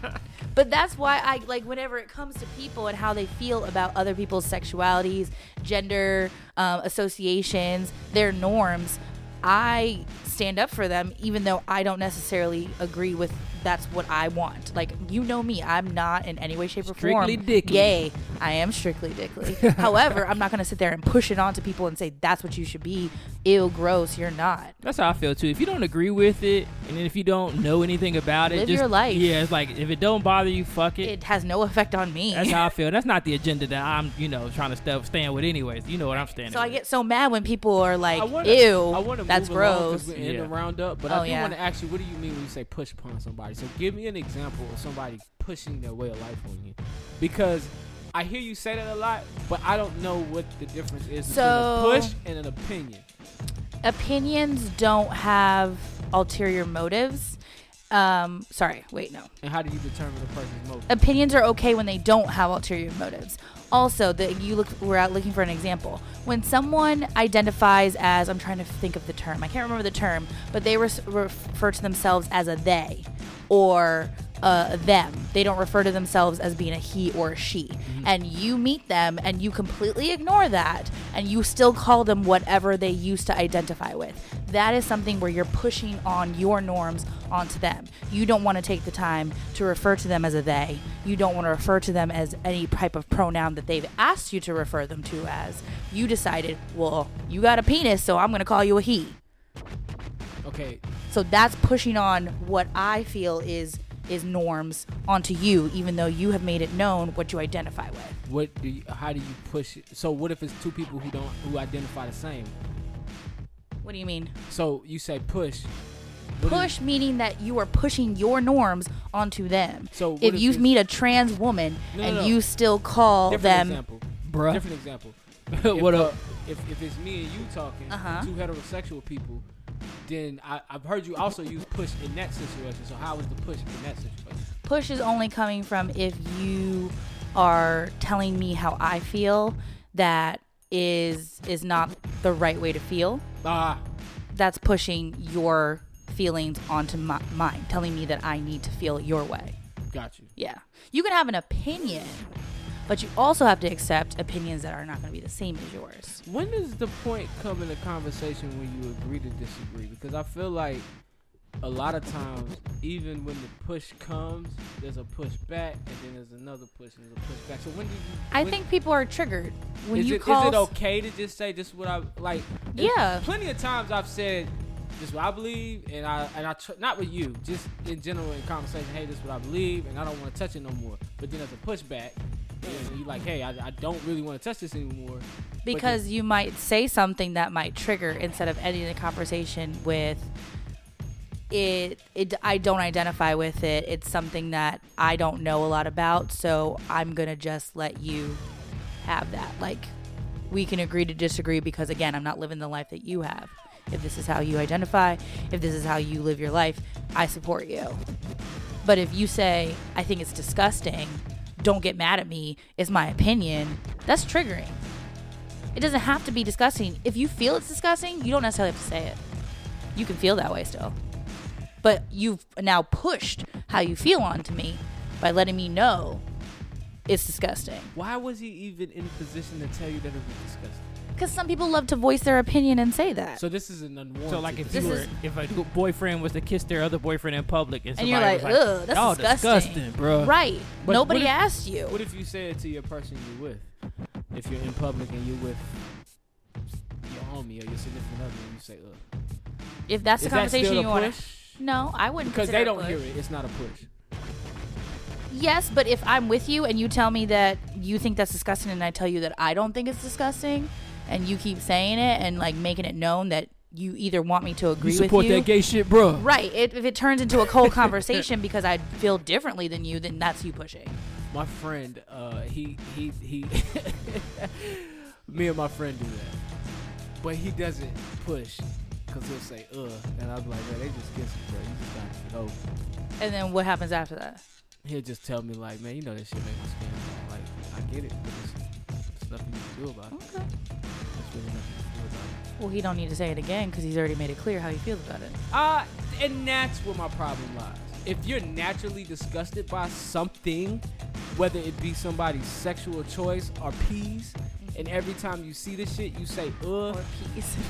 S2: But that's why I like whenever it comes to people and how they feel about other people's sexualities, gender um, associations, their norms. I stand up for them, even though I don't necessarily agree with that's what I want. Like you know me, I'm not in any way, shape, or
S5: Strictly
S2: form
S5: dickly.
S2: gay. I am strictly dickly. However, I'm not going to sit there and push it onto people and say that's what you should be ill gross, you're not.
S5: That's how I feel too. If you don't agree with it, and then if you don't know anything about it,
S2: Live
S5: just
S2: your life.
S5: Yeah, it's like if it don't bother you, fuck it.
S2: It has no effect on me.
S5: That's how I feel. That's not the agenda that I'm, you know, trying to stuff stand with. Anyways, you know what I'm standing.
S2: so I
S5: with.
S2: get so mad when people are like,
S3: I wanna,
S2: ew,
S3: I wanna
S2: that's
S3: move along 'cause
S2: gross.
S3: We're in the
S5: Yeah.
S3: roundup, but
S2: Oh,
S3: I do
S2: yeah.
S3: want to ask you, what do you mean when you say push upon somebody? So give me an example of somebody pushing their way of life on you, because I hear you say that a lot, but I don't know what the difference is
S2: So-
S3: between a push and an opinion.
S2: Opinions don't have ulterior motives. Um, sorry, wait, no.
S3: And how do you determine the person's motive?
S2: opinions are okay when they don't have ulterior motives. Also, that you look we're out looking for an example. When someone identifies as I'm trying to think of the term. I can't remember the term, but they res- refer to themselves as a they or uh, them. They don't refer to themselves as being a he or a she.
S3: Mm-hmm.
S2: And you meet them and you completely ignore that and you still call them whatever they used to identify with. That is something where you're pushing on your norms onto them. You don't want to take the time to refer to them as a they. You don't want to refer to them as any type of pronoun that they've asked you to refer them to as. You decided, well, you got a penis, so I'm going to call you a he.
S3: Okay,
S2: So that's pushing on what I feel is is norms onto you, even though you have made it known what you identify with.
S3: what do you, how do you push it? So what if it's two people who don't who identify the same?
S2: What do you mean?
S3: So you say push. What do you-
S2: Push meaning that you are pushing your norms onto them.
S3: So what
S2: if
S3: if
S2: you
S3: it's-
S2: meet a trans woman
S3: No, no,
S2: and
S3: no.
S2: you still call
S3: different
S2: them
S3: example.
S5: Bruh.
S3: Different example.
S5: What
S3: if,
S5: up?
S3: uh, If, if it's me and you talking,
S2: Uh-huh.
S3: two heterosexual people, then I, I've heard you also use push in that situation. So how is the push in that situation?
S2: push is only coming from if you are telling me how I feel that is is not the right way to feel.
S3: Ah,
S2: That's pushing your feelings onto my, mine, telling me that I need to feel your way.
S3: got you.
S2: Yeah. You can have an opinion, but you also have to accept opinions that are not going to be the same as yours.
S3: When does the point come in a conversation when you agree to disagree? Because I feel like a lot of times, even when the push comes, there's a push back, and then there's another push, and there's a push back. So when do you?
S2: I
S3: when-
S2: think people are triggered when
S3: is
S2: you
S3: it, is
S2: call
S3: it okay to just say this is what I like? there's
S2: Yeah.
S3: Plenty of times I've said this is what I believe, and I and I tr- not with you, just in general in conversation. Hey, this is what I believe, and I don't want to touch it no more. But then there's a pushback, and you're like, hey, I, I don't really want to touch this anymore. But then-
S2: because you might say something that might trigger instead of ending the conversation with it, it I don't identify with it. It's something that I don't know a lot about, so I'm going to just let you have that. Like we can agree to disagree because again, I'm not living the life that you have. If this is how you identify, if this is how you live your life, I support you. But if you say, I think it's disgusting, don't get mad at me, it's my opinion, that's triggering. It doesn't have to be disgusting. If you feel it's disgusting, you don't necessarily have to say it. You can feel that way still. But you've now pushed how you feel onto me by letting me know it's disgusting.
S3: why was he even in position to tell you that it was disgusting?
S2: Because some people love to voice their opinion and say that.
S3: So this is an unwarranted.
S5: So like if
S2: This
S5: you were,
S2: is-
S5: if a g- boyfriend was to kiss their other boyfriend in public, and,
S2: and you're
S5: somebody
S2: like,
S5: was
S2: ugh, that's
S5: "Y'all
S2: disgusting.
S5: disgusting, bro."
S2: Right.
S3: But
S2: Nobody
S3: what if-
S2: asked you.
S3: What if you say it to your person you're with? If you're in public and you're with your homie or your significant other, and you say, "Ugh,"
S2: if that's the
S3: Is that still
S2: conversation
S3: a
S2: you want to.
S3: push?
S2: No, I wouldn't.
S3: Because
S2: consider
S3: they don't
S2: push.
S3: hear it. It's not a push.
S2: Yes, but if I'm with you and you tell me that you think that's disgusting and I tell you that I don't think it's disgusting and you keep saying it and like making it known that you either want me to agree
S5: You support
S2: with you
S5: that gay shit, bro.
S2: Right. It, if it turns into a cold conversation because I feel differently than you, then that's you pushing.
S3: My friend, uh, he he he. me and my friend do that, but he doesn't push because he'll say "ugh," and I'll be like, "Man, they just kissing, bro. You just gotta get over." it."
S2: And then what happens after that?
S3: He'll just tell me like, "Man, you know that shit make my skin crawl." Like, I get it, but it's, it's nothing you can do about it.
S2: Okay.
S3: There's really nothing you can do about it.
S2: Well, he don't need to say it again because he's already made it clear how he feels about it.
S3: Uh, and that's where my problem lies. If you're naturally disgusted by something, whether it be somebody's sexual choice or peas, and every time you see this shit, you say ugh.
S2: Or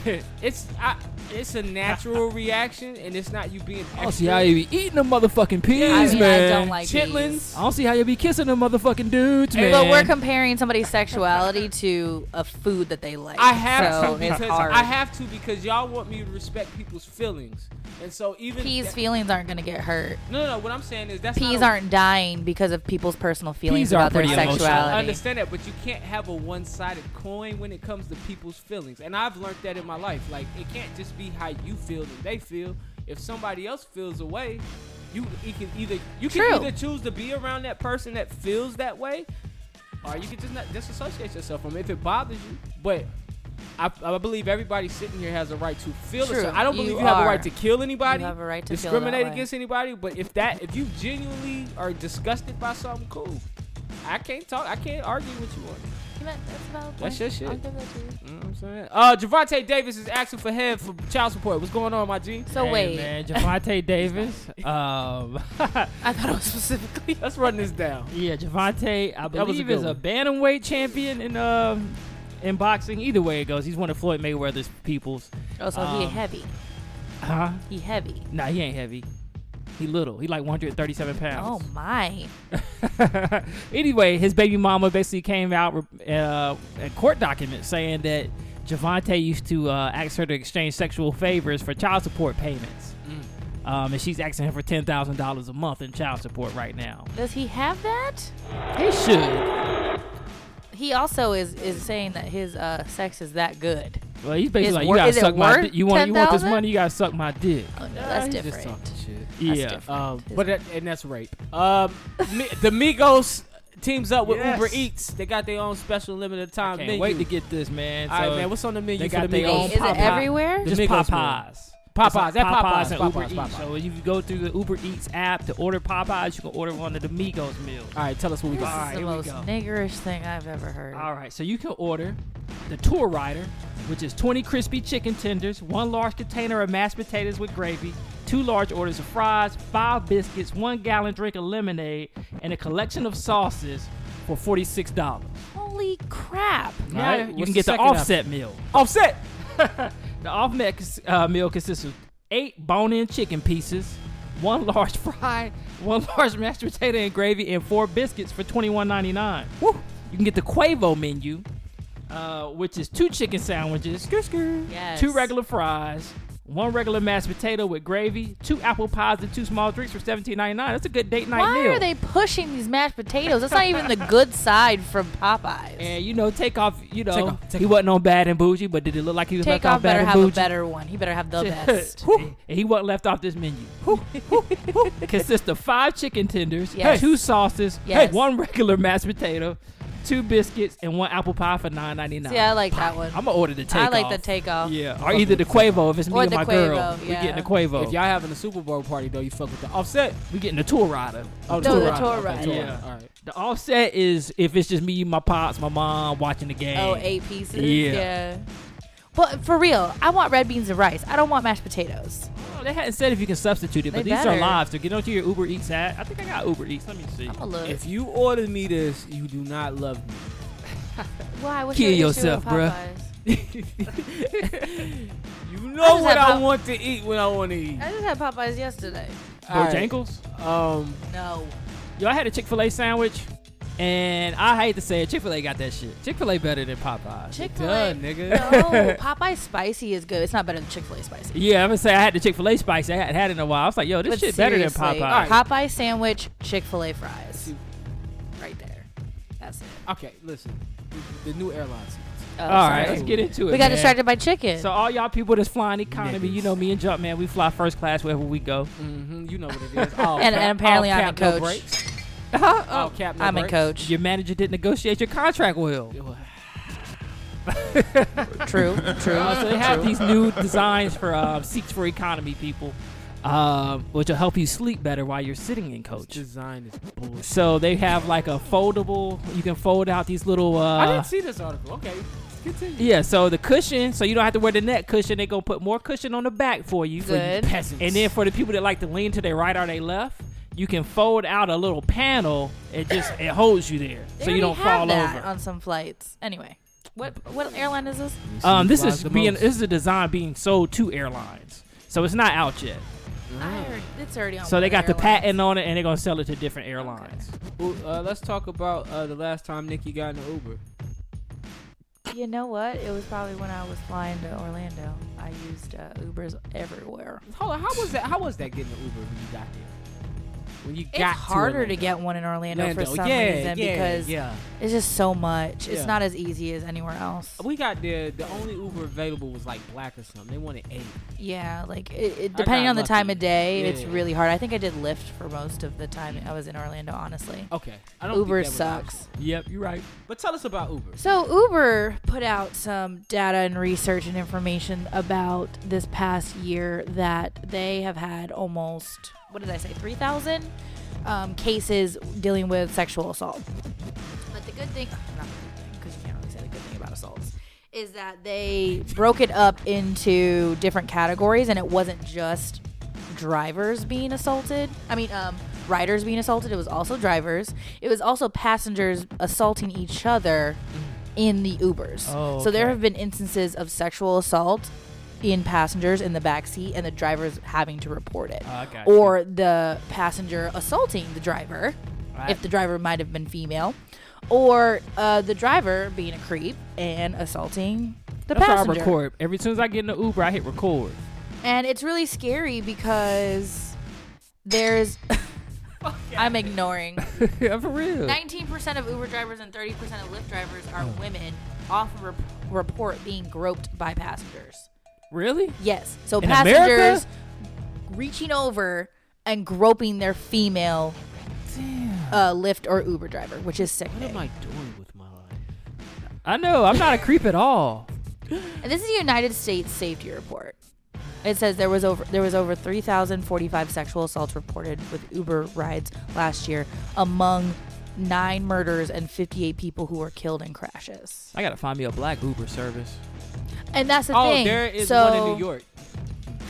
S2: peas.
S3: it's I, it's a natural reaction, and it's not you being extra.
S5: I don't Oh, see how you be eating them motherfucking peas,
S2: I mean,
S5: man.
S2: I don't like
S3: chitlins.
S5: I don't see how you be kissing them motherfucking dudes, man.
S2: peas. But we're comparing somebody's sexuality to a food that they like.
S3: I have
S2: so
S3: to
S2: it's
S3: because
S2: hard.
S3: I have to because y'all want me to respect people's feelings, and so even
S2: Peas
S3: that-
S2: feelings aren't gonna get hurt.
S3: no, no, no, what I'm saying is that's
S2: Peas
S3: not a-
S2: aren't dying because of people's personal feelings
S5: Peas are
S2: about their
S5: pretty emotional.
S2: sexuality.
S3: I understand that, but you can't have a one-sided coin when it comes to people's feelings. And I've learned that in my life. Like it can't just be how you feel and they feel. If somebody else feels a way, you, you can either you
S2: True.
S3: can either choose to be around that person that feels that way, or you can just not disassociate yourself from it if it bothers you. But I, I believe everybody sitting here has a right to feel.
S2: True.
S3: So I don't believe
S2: You
S3: you, have a
S2: are.
S3: right to kill anybody.
S2: You have a right to feel that
S3: discriminate
S2: way.
S3: against anybody. But if that if you genuinely are disgusted by something, cool. I can't talk. I can't argue with you on it. That's your shit.
S5: Mm-hmm.
S3: You know what I'm saying? Uh, Javante Davis is asking for head for child support. What's going on, my G?
S2: So
S5: Hey,
S2: wait,
S5: man, Javante Davis. Um,
S2: I thought it was specifically.
S3: Let's run this down.
S5: yeah, Javante, I
S3: That was a
S5: believe
S3: good
S5: is a
S3: one.
S5: bantamweight champion in um in boxing. Either way it goes, he's one of Floyd Mayweather's peoples.
S2: Oh, so he
S5: Um,
S2: heavy.
S5: Huh?
S2: He heavy.
S5: Nah, he ain't heavy. He little. He like 137
S2: Oh
S5: pounds.
S2: my. Oh.
S5: anyway, his baby mama basically came out uh, in court documents saying that Javante used to uh, ask her to exchange sexual favors for child support payments.
S2: Mm.
S5: Um, and she's asking him for ten thousand dollars a month in child support right now.
S2: Does he have that?
S5: He should.
S2: He also is is saying that his uh sex is that good.
S5: Well, he's basically
S2: Is
S5: like, you
S2: wor-
S5: gotta
S2: is it
S5: suck my.
S2: worth
S5: Di- you want you want this
S2: 10,000?
S5: money? You gotta suck my dick.
S2: Oh, no, that's
S3: He's
S2: different.
S3: Just talking shit.
S2: That's
S5: yeah.
S2: different.
S3: Um, but that, and that's rape. Um, Mi- the Migos teams up with
S5: Yes.
S3: Uber Eats. They got their own special limited time
S5: Can't
S3: menu.
S5: wait to get this man.
S3: All right,
S5: So-
S3: man. What's on the menu
S5: they
S3: for
S5: got
S3: the
S5: they
S3: Migos?
S5: own
S2: Wait, is it
S5: Popeye.
S2: everywhere?
S5: just
S3: The Migos
S5: Popeyes.
S3: Popeyes,
S5: It's like
S3: that Popeyes,
S5: and
S3: Popeyes,
S5: Uber
S3: Popeyes.
S5: Eats. So if you go through the Uber Eats app to order Popeyes, you can order one of the Migos meals.
S3: All right, tell us what we
S2: This
S3: got.
S5: All right,
S2: is the
S5: here we
S2: most
S5: go.
S2: niggerish thing I've ever heard.
S5: All right, so you can order the Tour Rider, which is 20 crispy chicken tenders, one large container of mashed potatoes with gravy, two large orders of fries, five biscuits, one gallon drink of lemonade, and a collection of sauces for $46.
S2: Holy crap.
S5: Now
S3: right, what's
S5: you can
S3: the
S5: get the
S3: second option?
S5: offset meal.
S3: Offset.
S5: The off-net cons- uh, meal consists of eight bone-in chicken pieces, one large fry, one large mashed potato and gravy, and four biscuits for $21.99. Woo! You can get the Quavo menu, uh, which is two chicken sandwiches,
S2: Yes.
S5: two regular fries, one regular mashed potato with gravy, two apple pies, and two small drinks for $17.99. That's a good date night
S2: Why
S5: meal.
S2: are they pushing these mashed potatoes? That's not even the good side from Popeyes.
S5: and you know, take off. You know,
S3: Takeoff, takeoff.
S5: he wasn't on Bad and Bougie, but did it look like he was
S2: Takeoff
S5: left off Bad
S2: better
S5: and
S2: have a
S5: Bougie?
S2: better one. He better have the best.
S5: Whew. and he wasn't left off this menu. Consists of five chicken tenders,
S2: Yes.
S5: two sauces,
S2: Yes.
S5: one regular mashed potato, two biscuets, and one apple pie for nine ninety nine.
S2: See, I like that one.
S5: I'm gonna order the takeoff.
S2: I like the takeoff.
S5: Yeah, or either the Quavo if it's me
S2: Or
S5: and
S2: the
S5: my girl.
S2: Quavo,
S5: We
S2: yeah.
S5: getting the Quavo.
S3: If y'all having a Super Bowl party though, you fuck with the offset.
S5: we getting the tour rider.
S3: Oh,
S2: No, the
S3: Rider.
S2: Tour
S3: Okay,
S2: Rider.
S3: Tour
S5: Yeah.
S3: All right.
S5: The offset is if it's just me, my pops, my mom watching the game.
S2: Oh, eight pieces.
S5: Yeah.
S2: Yeah. But for real, I want red beans and rice. I don't want mashed potatoes.
S5: Oh, they hadn't said if you can substitute it, but
S2: They
S5: these are
S2: better.
S5: live. So get onto your Uber Eats app. I think I got Uber Eats. Let me see.
S2: I'm a little.
S3: If you order me this, you do not love me.
S2: Why? What's
S5: Kill
S2: your issue
S5: yourself,
S2: with
S5: bruh.
S2: Popeyes?
S3: You know
S2: just
S3: what
S2: had
S3: I
S2: pop-
S3: want to eat when I want to eat.
S2: I just had Popeyes yesterday.
S3: All right.
S5: Bojangles.
S3: Um,
S2: No.
S5: Yo, I had a Chick Fil A sandwich, and I hate to say it, Chick Fil A got that shit. Chick Fil A better than Popeyes.
S2: Chick fil
S3: duh,
S2: A.
S3: nigga.
S2: No, Popeyes spicy is good. It's not better than Chick fil A spicy.
S5: yeah, I'm gonna say I had the Chick Fil A spice. I hadn't had it in a while. I was like, yo, this
S2: But
S5: shit
S2: seriously,
S5: better than
S3: Alright.
S5: Popeyes.
S2: Popeye sandwich, Chick fil A fries. Right there. That's it.
S3: okay, listen. The new airline seats.
S2: Oh,
S5: All right,
S2: sorry.
S5: let's get into it.
S2: We got
S5: man.
S2: distracted by chicken.
S5: So all y'all people that's flying economy,
S3: Niggas.
S5: you know me and Jumpman, we fly first class wherever we go.
S3: hmm You know what it is. All
S2: And-
S3: cap-
S2: and apparently
S3: all
S2: I'm
S3: cap,
S2: in
S3: no
S2: coach.
S3: brakes. All cap, no
S2: I'm in
S3: brakes.
S2: coach.
S5: Your manager didn't negotiate your contract well.
S2: True, true.
S5: Uh, so they have these new designs for uh, seats for economy people, um, which will help you sleep better while you're sitting in coach.
S3: Design
S5: Uh,
S3: is bullshit.
S5: So they have like a foldable. You can fold out these little. Uh,
S3: I didn't see this article. Okay, continue.
S5: Yeah, so the cushion, so you don't have to wear the neck cushion. They're gonna put more cushion on the back for you. For you
S2: Good.
S5: peasants. And then for the people that like to lean to their right or their left, you can fold out a little panel. It just it holds you there,
S2: They
S5: so
S2: already
S5: you don't
S2: have
S5: fall
S2: that
S5: over.
S2: on some flights. Anyway, What what airline is this?
S5: Um, this
S3: Flies
S5: is
S3: the
S5: being
S3: most.
S5: this is a design being sold to airlines, so it's not out yet.
S2: I
S3: Oh.
S2: heard it's already on.
S5: So
S2: one
S5: they
S2: of
S5: got the
S2: Oh, airlines.
S5: patent on it, and they're gonna sell it to different airlines.
S3: Well, uh, let's talk about uh, the last time Nikki got in an Uber.
S2: You know what? It was probably when I was flying to Orlando. I used uh, Ubers everywhere.
S3: Hold on, how was that? How was that getting an Uber when you got there? When you
S2: It's
S3: got
S2: harder to
S3: Orlando.
S2: get one in Orlando, for
S3: Orlando,
S2: some
S3: yeah,
S2: reason
S3: yeah,
S2: because
S3: yeah.
S2: it's just so much.
S3: Yeah.
S2: It's not as easy as anywhere else.
S3: We got there. The only Uber available was like black or something. They wanted eight.
S2: Yeah, like it, it,
S3: I
S2: depending
S3: got
S2: on the time
S3: lucky.
S2: of day, it's
S3: Yeah.
S2: really hard. I think I did Lyft for most of the time I was in Orlando. Honestly,
S3: Okay, I don't. think
S2: Uber
S3: that was
S2: sucks.
S5: Yep, you're right.
S3: optional. But tell us about Uber.
S2: So Uber put out some data and research and information about this past year that they have had almost what did I say three thousand um, cases dealing with sexual assault. But the good thing, not because you can't really say the good thing about assaults, is that they broke it up into different categories, and it wasn't just drivers being assaulted. I mean, um, riders being assaulted. It was also drivers. It was also passengers assaulting each other in the Ubers.
S5: Oh,
S2: So there
S5: okay.
S2: have been instances of sexual assault in passengers in the back seat and the drivers having to report it
S5: Ah, I got you.
S2: or the passenger assaulting the driver if the driver might have been female or uh, the driver being a creep and assaulting the
S5: That's why I
S2: passenger
S5: record. Every soon as I get in the Uber, I hit record.
S2: and it's really scary because there's i'm ignoring
S5: yeah, for real.
S2: 19% of uber drivers and 30% of lyft drivers are
S3: Oh.
S2: women often rep- report being groped by passengers
S5: Really?
S2: Yes. So
S5: In America?
S2: passengers reaching over and groping their female uh, Lyft or Uber driver, which is sick.
S3: What am I doing with my life?
S5: I know. I'm not a creep at all.
S2: And this is a United States safety report. It says there was over there was over 3,045 sexual assaults reported with Uber rides last year, among nine murders and 58 people who were killed in crashes.
S5: I gotta find me a black Uber service.
S2: And that's the
S3: oh,
S2: thing.
S3: there is
S2: so,
S3: one in New York.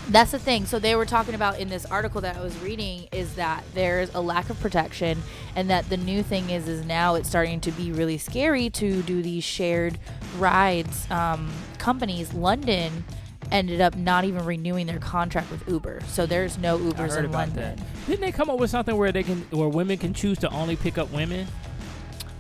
S2: That's the thing. So they were talking about in this article that I was reading is that there's a lack of protection and that the new thing is is now it's starting to be really scary to do these shared rides um, companies. London ended up not even renewing their contract with Uber. So there's no
S5: I
S2: Ubers
S5: heard
S2: in
S5: about
S2: London.
S5: that. Didn't they come up with something where they can, where women can choose to only pick up women?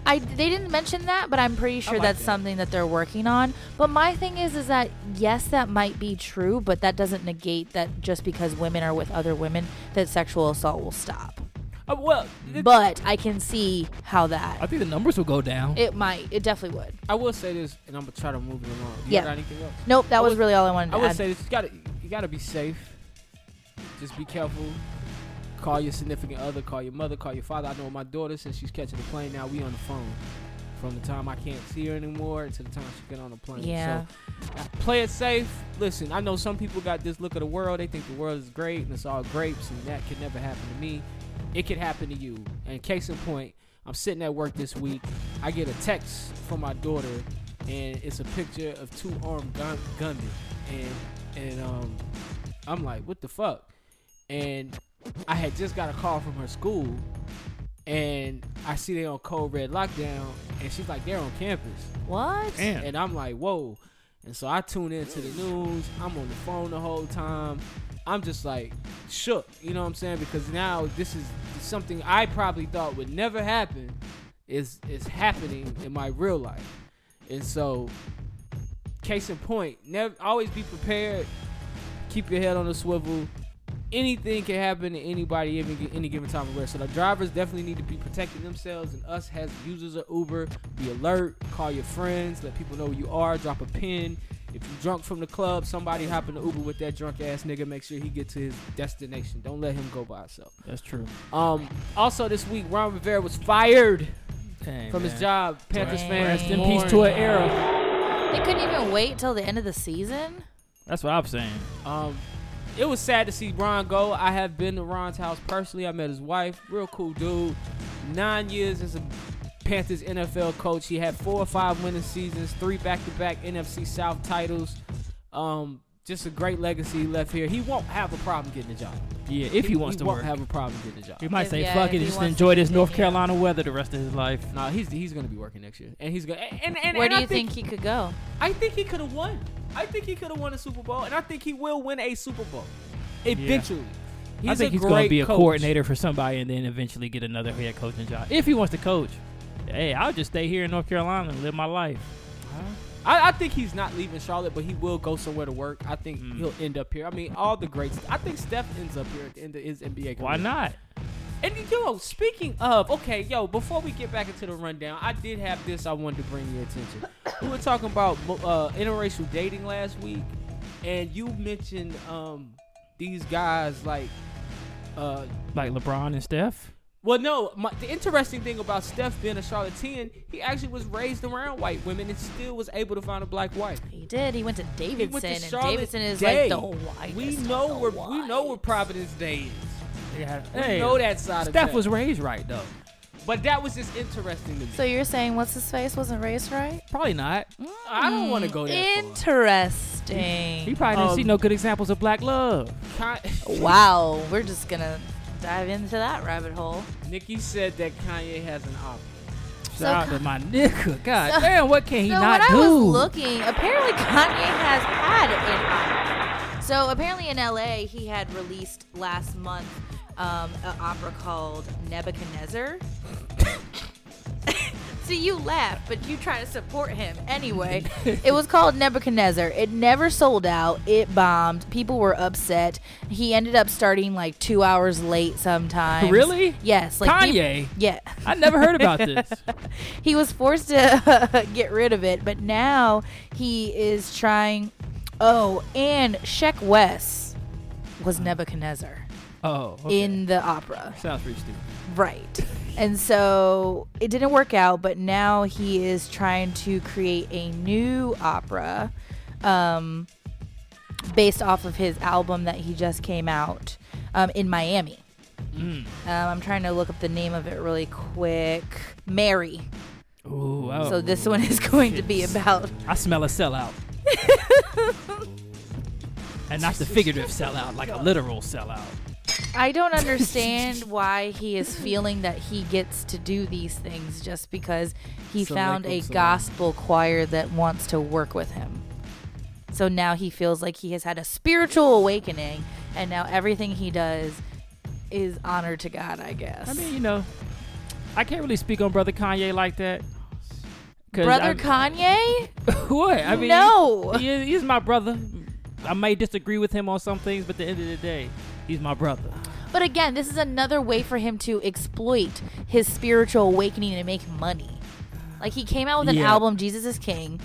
S2: I they didn't mention that, but I'm pretty sure
S3: like
S2: that's
S3: that.
S2: something that they're working on. But my thing is is that yes, that might be true, but that doesn't negate that just because women are with other women that sexual assault will stop.
S5: Uh,
S3: Oh,
S5: well, it-
S2: but I can see how
S5: I
S2: that
S5: think the numbers will go down.
S2: it might it definitely would.
S3: I will say this, and I'm gonna try to move it along. You
S2: Yeah.
S3: got anything else?
S2: Nope, that
S3: I
S2: was
S3: would-
S2: really all I wanted to
S3: I would
S2: add.
S3: say this. You gotta, you gotta be safe. Just be careful. Call your significant other. Call your mother. Call your father. I know my daughter since she's catching the plane. Now we on the phone. From the time I can't see her anymore to the time she get on the plane.
S2: Yeah.
S3: So uh, play it safe. Listen, I know some people got this look of the world. They think the world is great and it's all grapes, and that could never happen to me. It could happen to you. And case in point, I'm sitting at work this week. I get a text from my daughter, and it's a picture of two armed gun- gunmen. And and um, I'm like, what the fuck? And I had just got a call from her school, and I see they on cold red lockdown, and she's like, they're on campus.
S2: what?
S5: Damn.
S3: And I'm like, whoa. And so I tune into the news. I'm on the phone the whole time. I'm just like shook, you know what I'm saying? Because now this is something I probably thought would never happen is is happening in my real life. And so case in point, never always be prepared. Keep your head on a swivel. Anything can happen to anybody even gi- any given time of rest. So the drivers definitely need to be protecting themselves and us as users of Uber, be alert, call your friends, let people know where you are, drop a pin. If you drunk from the club, somebody hop in the Uber with that drunk ass nigga, make sure he get to his destination. Don't let him go by himself.
S5: That's true.
S3: Um also this week Ron Rivera was fired
S5: Dang,
S3: from his
S5: man.
S3: job. Panthers
S2: Dang.
S3: fans.
S5: Rest in
S3: mourn.
S5: peace to an era.
S2: They couldn't even wait till the end of the season?
S5: That's what I'm saying.
S3: Um, it was sad to see Ron go. I have been to Ron's house personally. I met his wife. Real cool dude. Nine years as a Panthers NFL coach. He had four or five winning seasons, three back-to-back NFC South titles. Um, just a great legacy he left here. He won't have a problem getting a job.
S5: Yeah, if he wants to
S3: won't
S5: work.
S3: have a problem getting a job.
S5: He might
S2: If-
S5: say,
S2: yeah,
S5: "Fuck
S2: if
S5: it,
S2: he
S5: just
S2: wants to
S5: enjoy this
S2: continue.
S5: North Carolina weather the rest of his life."
S3: No, he's he's gonna be working next year, and he's gonna. And, and,
S2: Where
S3: and
S2: do
S3: I
S2: you think, he could go?
S3: I think he could have won. I think he could have won a Super Bowl, and I think he will win a Super Bowl eventually. He's
S5: I think
S3: a
S5: he's
S3: great
S5: going to be a
S3: coach.
S5: coordinator for somebody, and then eventually get another head coaching job if he wants to coach. Hey, I'll just stay here in North Carolina and live my life.
S3: I, I think he's not leaving Charlotte, but he will go somewhere to work. I think
S5: Mm.
S3: he'll end up here. I mean, all the greats. I think Steph ends up here at the end of his NBA career.
S5: Why not?
S3: And yo, speaking of, okay, yo, before we get back into the rundown, I did have this I wanted to bring your attention. we were talking about uh, interracial dating last week, and you mentioned um, these guys like. Uh,
S5: Like LeBron and Steph.
S3: well, no. My, the interesting thing about Steph being a Charlatan, he actually was raised around white women and still was able to find a black wife.
S2: He did. He went to
S3: He
S2: Davidson,
S3: went to
S2: and
S3: Charlotte
S2: Davidson is
S3: Day.
S2: like the whitest.
S3: We know
S2: of
S3: where
S2: the
S3: we know where
S2: whites.
S3: Providence Day is.
S5: Yeah,
S3: We know that side of
S5: Steph
S3: town.
S5: was raised right though.
S3: but that was just interesting to me.
S2: So you're saying what's his face wasn't raised right?
S5: Probably not.
S3: I don't want to go there.
S2: Interesting.
S5: He probably didn't
S3: Um,
S5: see no good examples of black love.
S2: Wow, we're just gonna dive into that rabbit hole.
S3: Nikki said that Kanye has an option.
S5: Shout out
S2: Con-
S5: to my nigga. God
S2: so-
S5: damn, what can he
S2: so
S5: not
S2: when
S5: do?
S2: I was looking, apparently Kanye has had an opera. So apparently in LA, he had released last month um, an opera called Nebuchadnezzar. See, you laugh, but you try to support him anyway. it was called Nebuchadnezzar. It never sold out. It bombed. People were upset. He ended up starting like two hours late sometimes.
S5: Really?
S2: Yes. Like peop-
S5: Kanye?
S2: yeah.
S5: I never heard about this.
S2: he was forced to get rid of it, but now he is trying. Oh, and Sheck Wes was Nebuchadnezzar
S5: Oh, okay.
S2: in the opera.
S5: sounds pretty stupid.
S2: Right. And so it didn't work out, but now he is trying to create a new opera um, based off of his album that he just came out um, in Miami. Um, I'm trying to look up the name of it really quick. Mary.
S5: Ooh, wow.
S2: So this one is going to be about
S5: I smell a sellout. and not the figurative sellout, like a literal sellout.
S2: I don't understand why he is feeling that he gets to do these things just because he
S3: So
S2: found
S3: Michael
S2: a
S3: Salon.
S2: gospel choir that wants to work with him. So now he feels like he has had a spiritual awakening, and now everything he does is honor to God, I guess.
S5: I mean, you know, I can't really speak on Brother Kanye like that. 'Cause
S2: Brother
S5: I'm-
S2: Kanye?
S5: what? I mean,
S2: No.
S5: he is, he's my brother. I may disagree with him on some things, but at the end of the day, he's my brother.
S2: But again, this is another way for him to exploit his spiritual awakening and make money. Like he came out with an
S5: Yeah.
S2: album, Jesus is King,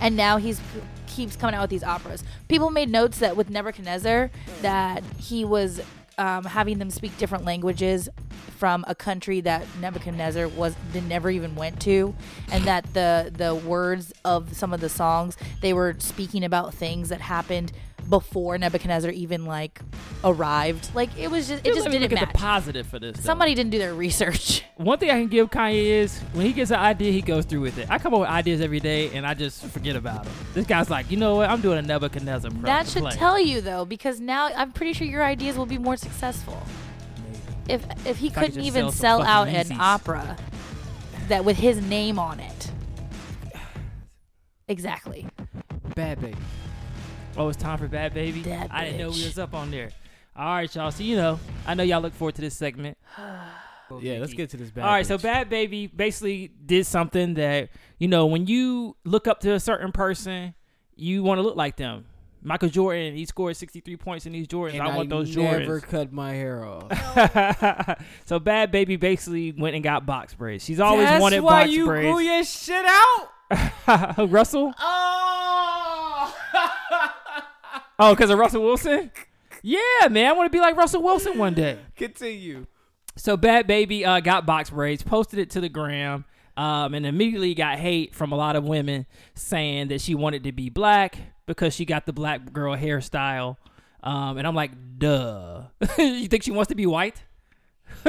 S2: and now he's keeps coming out with these operas. People made notes that with Nebuchadnezzar that he was um, having them speak different languages from a country that Nebuchadnezzar was did, never even went to, and that the the words of some of the songs they were speaking about things that happened before Nebuchadnezzar even like arrived. Like it was just it
S5: Dude,
S2: just
S5: let me
S2: didn't
S5: look at
S2: match.
S5: the positive for this. though.
S2: Somebody didn't do their research.
S5: One thing I can give Kanye is when he gets an idea, he goes through with it. I come up with ideas every day, and I just forget about them. This guy's like, you know what? I'm doing a Nebuchadnezzar. pro-
S2: That should
S5: play."
S2: tell you though, because now I'm pretty sure your ideas will be more successful. If if he
S5: I could
S2: couldn't
S5: just
S2: even
S5: sell some
S2: sell, out
S5: fucking
S2: an
S5: Yeezys.
S2: opera that with his name on it. Exactly.
S3: Bad baby.
S5: Oh, it's time for Bad Baby.
S2: That
S5: I didn't know we
S2: bitch.
S5: was up on there. All right, y'all. So you know, I know y'all look forward to this segment.
S3: Yeah, let's get to this bad.
S5: All right, so
S3: bitch.
S5: Bad Baby basically did something that you know when you look up to a certain person, you want to look like them. Michael Jordan, he scored 63 points in these Jordans.
S3: And
S5: I want those
S3: Never
S5: Jordans.
S3: cut my hair off.
S5: so Bad Baby basically went and got box braids. She's always
S3: That's
S5: wanted
S3: why
S5: box
S3: you
S5: braids.
S3: grew your shit out.
S5: Russell?
S3: Oh.
S5: Oh, because of Russell Wilson? Yeah, man. I want to be like Russell Wilson one day.
S3: Continue.
S5: So Bad Baby uh, got box braids, posted it to the gram, um, and immediately got hate from a lot of women saying that she wanted to be black because she got the black girl hairstyle. Um, and I'm like, duh. you think she wants to be white?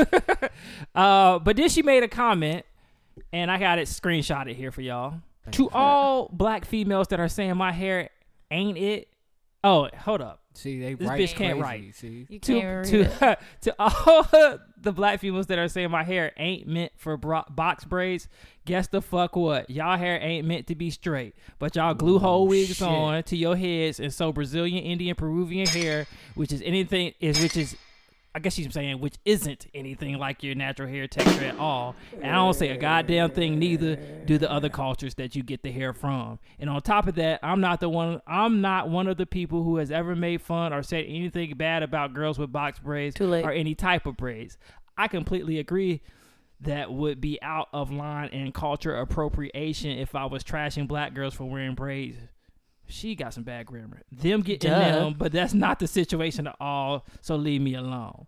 S5: uh, but then she made a comment, and I got it screenshotted here for y'all. To all black females that are saying my hair ain't it, Oh, hold up.
S3: See, they
S5: This
S3: write
S5: bitch can't
S3: crazy,
S5: write.
S3: See,
S2: You can't
S5: To
S2: read it.
S5: to to all the black females that are saying my hair ain't meant for bro- box braids. Guess the fuck what? Y'all hair ain't meant to be straight, but y'all glue whole wigs
S3: shit.
S5: on to your heads, and so Brazilian, Indian, Peruvian hair, which is anything is which is. I guess she's saying which isn't anything like your natural hair texture at all. And I don't say a goddamn thing neither do the other cultures that you get the hair from. And on top of that, I'm not the one I'm not one of the people who has ever made fun or said anything bad about girls with box braids
S2: Too late.
S5: or any type of braids. I completely agree that would be out of line and culture appropriation if I was trashing black girls for wearing braids. She got some bad grammar. Them getting
S2: Duh.
S5: them, but that's not the situation at all. So leave me alone.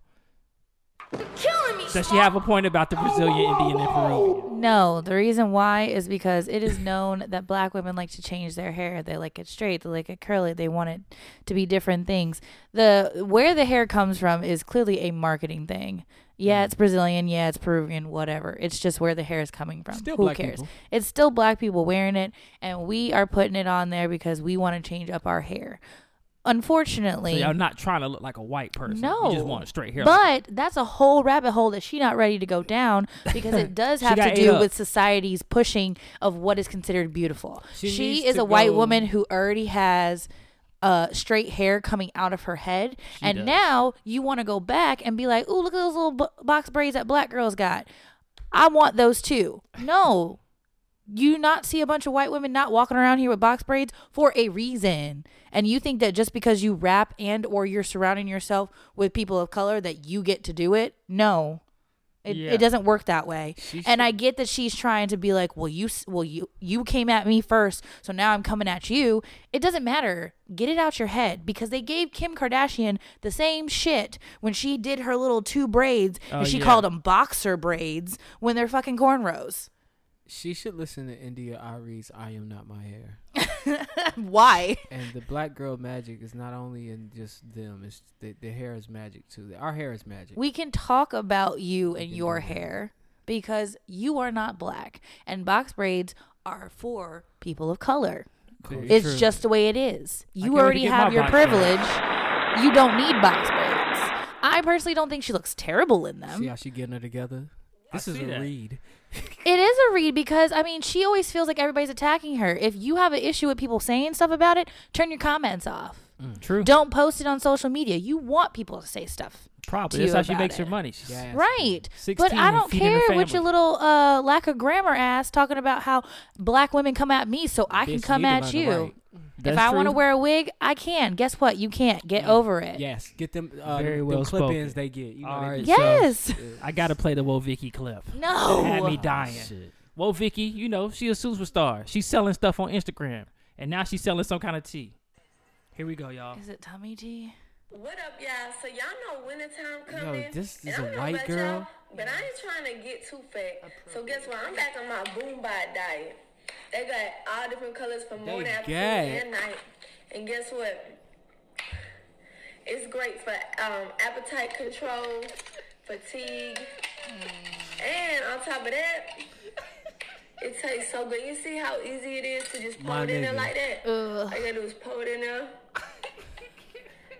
S5: Does she have a point about the
S2: Oh.
S5: Brazilian Indian and Peruvian?
S2: No, the reason why is because it is known that black women like to change their hair. They like it straight, they like it curly, they want it to be different things. The where the hair comes from is clearly a marketing thing. Yeah,
S3: Mm.
S2: it's Brazilian, yeah, it's Peruvian, whatever. It's just where the hair is coming from.
S3: Still
S2: Who
S3: black
S2: cares?
S3: people.
S2: It's still black people wearing it and we are putting it on there because we want to change up our hair. Unfortunately,
S5: So y'all not trying to look like a white person.
S2: no,
S5: you just want straight hair.
S2: But that's a whole rabbit hole that she not ready to go down because it does
S5: She
S2: have
S5: got
S2: to
S5: ate
S2: do
S5: up.
S2: with society's pushing of what is considered beautiful.
S3: She
S2: She,
S3: needs
S2: is
S3: to
S2: a white
S3: go-
S2: woman who already has uh, straight hair coming out of her head, and now you want to go back and be like, "Ooh, look at those little bo- box braids that black girls got. I want those too." No. You not see a bunch of white women not walking around here with box braids for a reason. And you think that just because you rap and or you're surrounding yourself with people of color that you get to do it? No. It,
S5: Yeah.
S2: it doesn't work that way. and I get that she's trying to be like, "Well, you s- well you you came at me first, so now I'm coming at you." It doesn't matter. Get it out your head because they gave Kim Kardashian the same shit when she did her little two braids
S5: Oh,
S2: and she
S5: yeah.
S2: called them boxer braids when they're fucking cornrows.
S3: she should listen to India Ari's "I Am Not My Hair."
S2: Why?
S3: And the black girl magic is not only in just them; it's the, the hair is magic too. Our hair is magic.
S2: We can talk about you and your hair because you are not black, and box braids are for people of color.
S3: Very
S2: It's
S3: true.
S2: just the way it is. You
S5: can't wait to
S2: already
S5: get
S2: have
S5: my
S2: your
S5: box braids.
S2: privilege. You don't need box braids. I personally don't think she looks terrible in them.
S3: see how she getting her together. This is
S5: see
S3: a
S5: that.
S3: read.
S2: It is a read because I mean she always feels like everybody's attacking her. If you have an issue with people saying stuff about it, turn your comments off.
S5: Mm, True.
S2: Don't post it on social media. You want people to say stuff.
S5: Probably.
S2: to
S5: That's
S2: you
S5: how she
S2: about
S5: makes her
S2: it.
S5: money. She's-
S3: Yeah.
S2: Right.
S5: 16
S2: But I
S5: and
S2: don't
S5: feeding the
S2: care with your
S5: family.
S2: little uh, lack of grammar ass talking about how black women come at me so I can
S3: Bitch,
S2: come
S3: you
S2: at
S3: learn to
S2: you.
S3: write.
S5: That's
S2: if I want to
S5: true.
S2: wear a wig, I can. Guess what? You can't. Get over it.
S3: Yes, get them uh,
S5: Very
S3: them
S5: well
S3: clip-ins
S5: spoken.
S3: they get. You know,
S5: All
S3: they
S5: right,
S3: do-
S2: Yes.
S5: I gotta play the Wo Vicky clip. Had me
S2: No.
S5: dying. Wo Vicky, you know she a superstar. She's selling stuff on Instagram, and now she's selling some kind of tea. Here we go, y'all.
S2: Is it tummy tea?
S7: What up, y'all? So y'all know wintertime coming.
S3: Yo, this
S7: and
S3: is a
S7: I don't know
S3: white
S7: about
S3: girl.
S7: y'all, but I ain't trying to get too fat. So guess what? I'm back on my boom bot diet. They got all different colors for
S3: They
S7: morning, afternoon,
S3: got-
S7: and night. And guess what? It's great for um, appetite control, fatigue,
S3: Mm.
S7: and on top of that, it tastes so good. You see how easy it is to just pour
S3: My
S7: it in there
S3: nigga.
S7: like that? All you gotta do is pour it in there.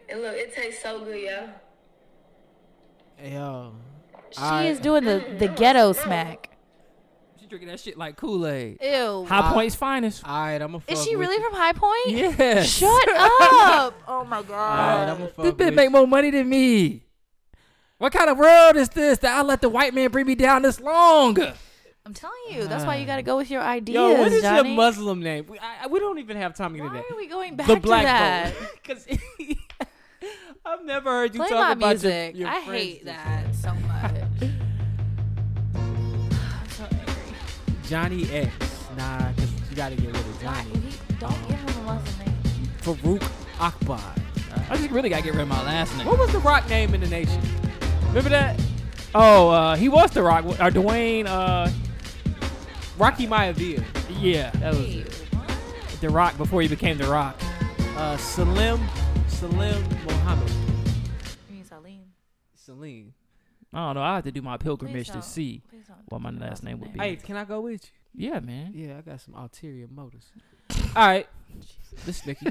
S7: And look, it tastes so good, y'all.
S3: Yo,
S2: She is doing the, the ghetto smack.
S5: She drinking that shit like Uh, Kool Aid.
S2: Ew.
S5: High Points finest.
S3: all right, I'm a.
S2: is she really from High Point?
S5: Yes.
S2: Shut up. Oh my
S3: All right,
S2: god.
S3: I'm a.
S5: This bitch make more money than me. What kind of world is this that I let the white man bring me down this long?
S2: I'm telling you, that's why you got to go with your ideas,
S3: Yo, what is
S2: Johnny.
S3: your Muslim name? We, I, I- we don't even have time to get
S2: why
S3: into
S2: are
S3: that.
S2: we going back
S3: The
S2: to
S3: black
S2: that?
S3: vote. Because I've never heard you
S2: Play
S3: talk
S2: my
S3: about
S2: music.
S3: your, your
S2: I
S3: friends
S2: hate
S3: this
S2: that so much. I'm so angry.
S3: way. Johnny X. Nah, because you gotta get rid of
S2: Why-
S3: Johnny.
S2: he- Don't give him a lesson name.
S3: Farouk Akbar.
S5: I just really gotta get rid of my last name.
S3: What was the rock name in the nation? Remember that?
S5: Oh, uh, he was the Rock or Dwayne. Uh,
S3: Rocky Maivia.
S5: yeah, that was
S2: Ew,
S5: it.
S2: what?
S5: the Rock before he became the Rock.
S3: Uh, Salim. Salim Mohammed.
S2: You mean Salim?
S3: Salim.
S5: I don't know. I have to do my
S2: Please
S5: pilgrimage to
S2: don't-
S5: see
S2: please don't
S5: what my
S2: talk about
S5: last name would be.
S3: Hey, can I go with you?
S5: Yeah, man.
S3: Yeah, I got some ulterior motives. All right. This Nikki.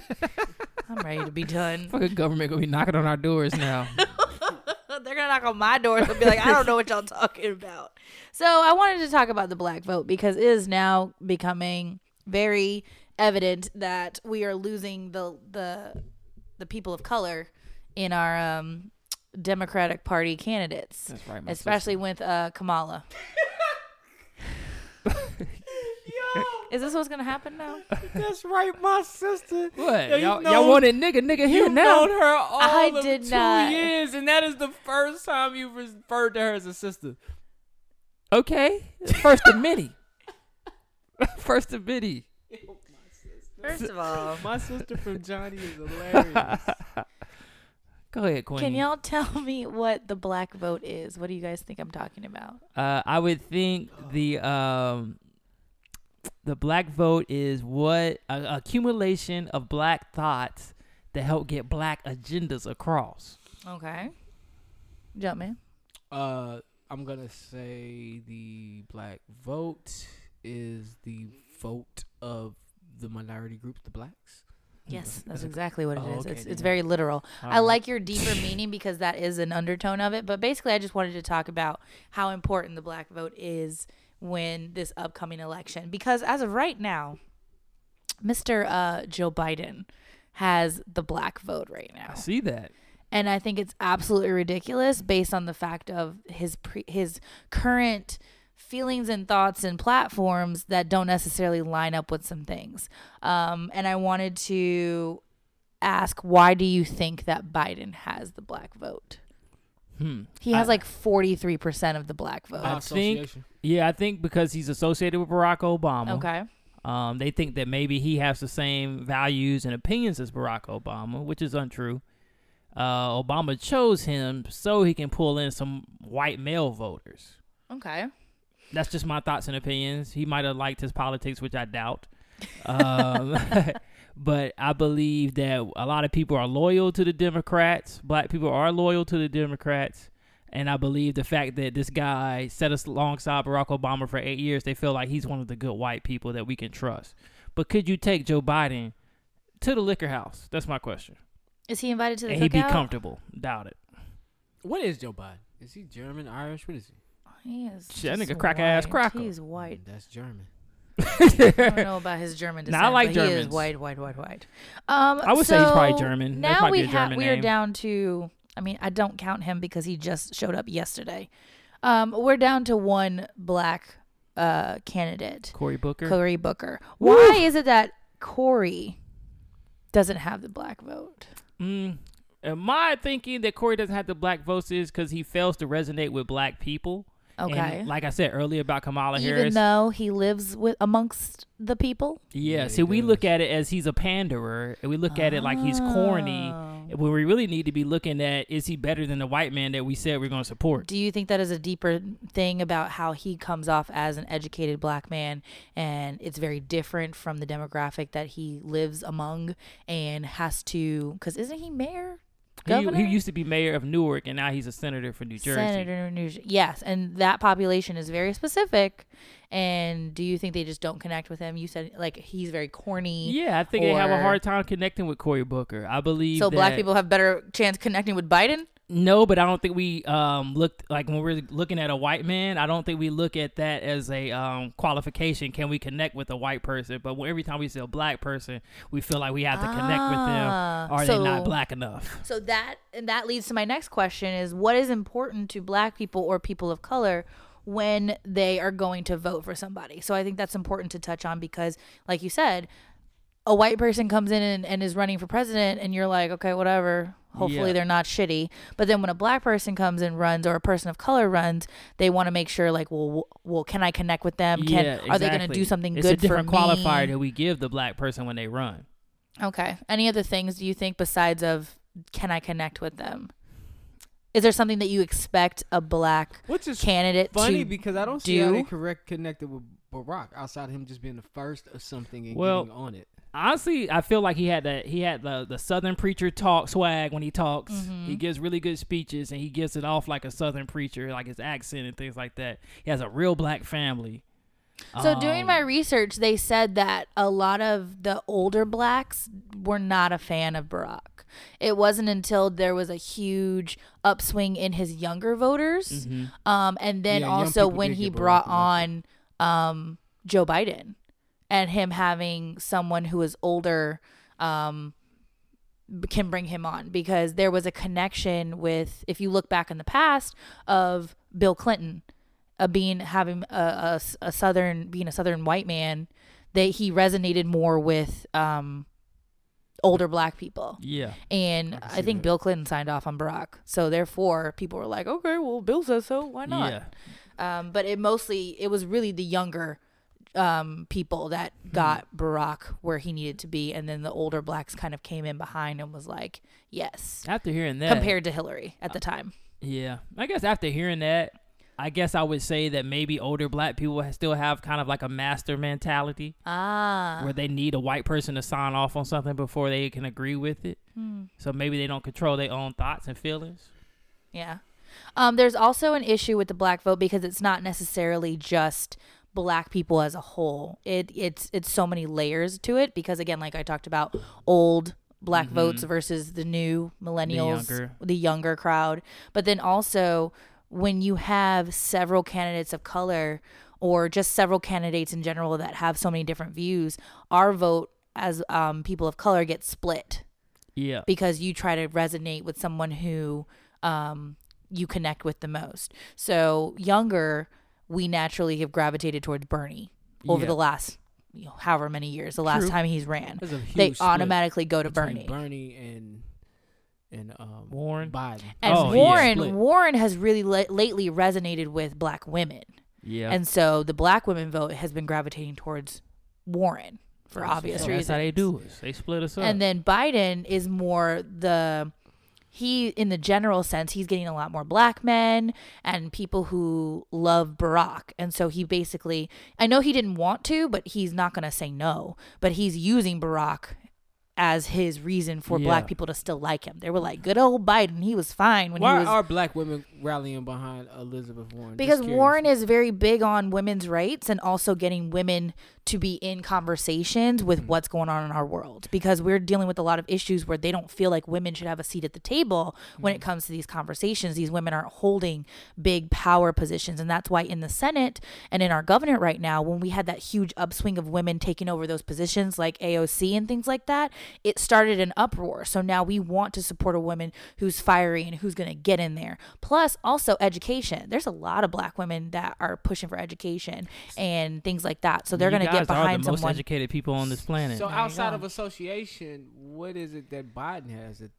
S2: I'm ready to be done.
S5: Fucking government gonna be knocking on our doors now.
S2: They're gonna knock on my door and be like, I don't know what y'all talking about. So I wanted to talk about the black vote because it is now becoming very evident that we are losing the the the people of color in our um, Democratic Party candidates,
S5: That's right, my
S2: especially with uh, Kamala. Is this what's gonna happen now?
S3: That's right, my sister.
S5: what?
S3: Yo, you
S5: y'all,
S3: known-
S5: y'all wanted nigga, nigga here
S3: You've
S5: now.
S3: known her all
S2: I
S3: of
S2: did
S3: two
S2: not.
S3: years, and that is the first time you've referred to her as a sister.
S5: Okay, first of many. first of many.
S2: First of all,
S3: My sister from Johnny is hilarious.
S5: Go ahead, Queen.
S2: can y'all tell me what the black vote is? What do you guys think I'm talking about?
S5: Uh, I would think the um, the black vote is what a accumulation of black thoughts that help get black agendas across.
S2: Okay, jump man.
S3: uh, I'm gonna say the black vote is the vote of the minority group, the blacks.
S2: Yes, that's exactly what it
S3: Oh,
S2: is.
S3: okay,
S2: it's
S3: then
S2: it's
S3: yeah.
S2: very literal. I like your deeper meaning because that is an undertone of it. But basically, I just wanted to talk about how important the black vote is when this upcoming election, because as of right now, Mr. Uh, Joe Biden has the black vote right now,
S5: See that?
S2: and I think it's absolutely ridiculous based on the fact of his pre- his current feelings and thoughts and platforms that don't necessarily line up with some things. Um, and I wanted to ask, why do you think that Biden has the black vote? He has like forty three percent of the black vote.
S5: Hmm. I
S3: By
S5: think.
S3: Uh, association.
S5: Yeah, I think because he's associated with Barack Obama.
S2: okay.
S5: Um, they think that maybe he has the same values and opinions as Barack Obama, which is untrue. Uh, Obama chose him so he can pull in some white male voters.
S2: Okay.
S5: That's just my thoughts and opinions. He might have liked his politics, which I doubt. Um, but I believe that a lot of people are loyal to the Democrats. Black people are loyal to the Democrats. And I believe the fact that this guy sat us alongside Barack Obama for eight years, they feel like he's one of the good white people that we can trust. But could you take Joe Biden to the liquor house? That's my question.
S2: Is he invited to the
S5: And he'd be
S2: cookout?
S5: comfortable. Doubt it.
S3: What is Joe Biden? Is he German, Irish? What is he?
S2: He is
S5: Shit, that
S2: just
S5: nigga crack ass
S2: white.
S5: cracker.
S2: He's white.
S5: Mm,
S3: That's German.
S2: I don't know about his German
S5: Nah, I
S2: descent.
S5: like
S2: but He is
S5: Germans.
S2: white, white, white, white. Um,
S5: I would say he's probably
S2: so
S5: German. That
S2: Now
S5: might be
S2: we
S5: a
S2: have
S5: German
S2: we are
S5: name.
S2: down to. I mean, I don't count him because he just showed up yesterday. Um, we're down to one black uh, candidate,
S5: Cory Booker.
S2: Cory Booker. Why is it that Cory doesn't have the black vote?
S5: Mm, am my thinking that Corey doesn't have the black votes is because he fails to resonate with black people. And
S2: Okay.
S5: like I said earlier about Kamala
S2: Even
S5: Harris.
S2: though he lives with amongst the people.
S5: yeah,
S3: Yeah,
S5: see,
S3: he
S5: we
S3: does.
S5: look at it as he's a panderer, and we look at it like he's corny.
S2: Oh.
S5: When we really need to be looking at is he better than the white man that we said we're going to support?
S2: Do you think that is a deeper thing about how he comes off as an educated black man and it's very different from the demographic that he lives among and has to because isn't he mayor?
S5: He,
S2: Governor?
S5: he used to be mayor of Newark, and now he's a senator for New Jersey.
S2: Senator New Jer- Yes, and that population is very specific. And do you think they just don't connect with him? You said like he's very corny.
S5: Yeah, I think they have a
S2: or-
S5: hard time connecting with Cory Booker. I believe
S2: So black
S5: that-
S2: people have better chance connecting with Biden.
S5: No, but I don't think we um looked like when we're looking at a white man. I don't think we look at that as a um qualification. Can we connect with a white person? But when, every time we see a black person, we feel like we have to connect with them.
S2: Ah,
S5: Are they
S2: so-
S5: not black enough?
S2: So that and that leads to my next question is what is important to black people or people of color when they are going to vote for somebody. So I think that's important to touch on because like you said, a white person comes in and, and is running for president and you're like, okay, whatever. Hopefully
S5: Yeah.
S2: they're not shitty. But then when a black person comes and runs or a person of color runs, they want to make sure like, well, w- well, can I connect with them? Can
S5: yeah,
S2: are they going to
S5: exactly.
S2: do something
S5: it's
S2: good
S5: a different
S2: for
S5: qualifier
S2: me?
S5: that we give the black person when they run.
S2: Okay. Any other things do you think besides of can I connect with them? Is there something that you expect a black
S3: Which is
S2: candidate
S3: funny
S2: to
S3: because I don't see how
S2: do?
S3: they correct connected with Barack outside of him just being the first of something and
S5: Well,
S3: getting on it.
S5: Honestly, I feel like he had that. He had the the Southern preacher talk swag when he talks.
S2: Mm-hmm.
S5: He gives really good speeches and he gives it off like a Southern preacher, like his accent and things like that. He has a real black family.
S2: So doing my research, they said that a lot of the older blacks were not a fan of Barack. It wasn't until there was a huge upswing in his younger voters, um, and
S3: Mm-hmm.
S2: then
S3: Yeah, young
S2: also
S3: people
S2: when
S3: did
S2: he
S3: get Barack
S2: brought
S3: elected.
S2: on um, Joe Biden, and him having someone who is older um, b- can bring him on because there was a connection with if you look back in the past of Bill Clinton uh, being having a, a s- a southern being a southern white man that he resonated more with um older black people
S5: Yeah.
S2: and I, think Bill Clinton signed off on Barack so therefore people were like okay well Bill says so why not
S5: Yeah.
S2: um, but it mostly it was really the younger um, people that got Barack where he needed to be, and then the older blacks kind of came in behind and was like, "Yes."
S5: After hearing that,
S2: Compared to Hillary at the time,
S5: Yeah, I guess after hearing that, I guess I would say that maybe older black people ha- still have kind of like a master mentality
S2: ah,
S5: where they need a white person to sign off on something before they can agree with it.
S2: Hmm.
S5: So maybe they don't control their own thoughts and feelings.
S2: yeah. Um, there's also an issue with the black vote because it's not necessarily just black people as a whole. It it's it's so many layers to it because again, like I talked about, old black votes versus the new millennials,
S5: younger.
S2: the younger crowd. But then also when you have several candidates of color or just several candidates in general that have so many different views, our vote as um, people of color gets split
S5: Yeah,
S2: because you try to resonate with someone who um, you connect with the most. So younger, we naturally have gravitated towards Bernie over
S5: Yeah.
S2: the last you know, however many years. The last
S3: True.
S2: time he's ran,
S3: There's a
S2: they
S3: huge split
S2: automatically go to
S3: between
S2: Bernie.
S3: Bernie and and um,
S5: Warren.
S3: Biden.
S2: and
S5: Oh, yeah.
S2: Warren,
S3: Split.
S2: Warren has really la- lately resonated with black women,
S5: yeah.
S2: and so the black women vote has been gravitating towards Warren for obvious
S5: So
S2: reasons.
S5: that's how they do it. They split us up.
S2: And then Biden is more the he in the general sense he's getting a lot more black men and people who love Barack. And so he basically I know he didn't want to, but he's not going to say no, but he's using Barack as his reason for
S5: Yeah.
S2: black people to still like him. They were like, "Good old Biden, he was fine when he
S3: Why
S2: was
S3: are black women rallying behind Elizabeth Warren? Just
S2: because
S3: curious.
S2: Warren is very big on women's rights and also getting women to be in conversations with
S3: Mm-hmm.
S2: what's going on in our world because we're dealing with a lot of issues where they don't feel like women should have a seat at the table when
S3: Mm-hmm.
S2: it comes to these conversations. These women aren't holding big power positions. And that's why in the Senate and in our government right now, when we had that huge upswing of women taking over those positions like AOC and things like that, it started an uproar. So now we want to support a woman who's fiery and who's going to get in there. Plus, also education. There's a lot of black women that are pushing for education and things like that. So they're
S5: You
S2: going to
S5: guys
S2: get
S5: are
S2: behind
S5: the most
S2: someone.
S5: educated people on this planet.
S3: So
S5: man.
S3: outside of association, what is it that Biden has that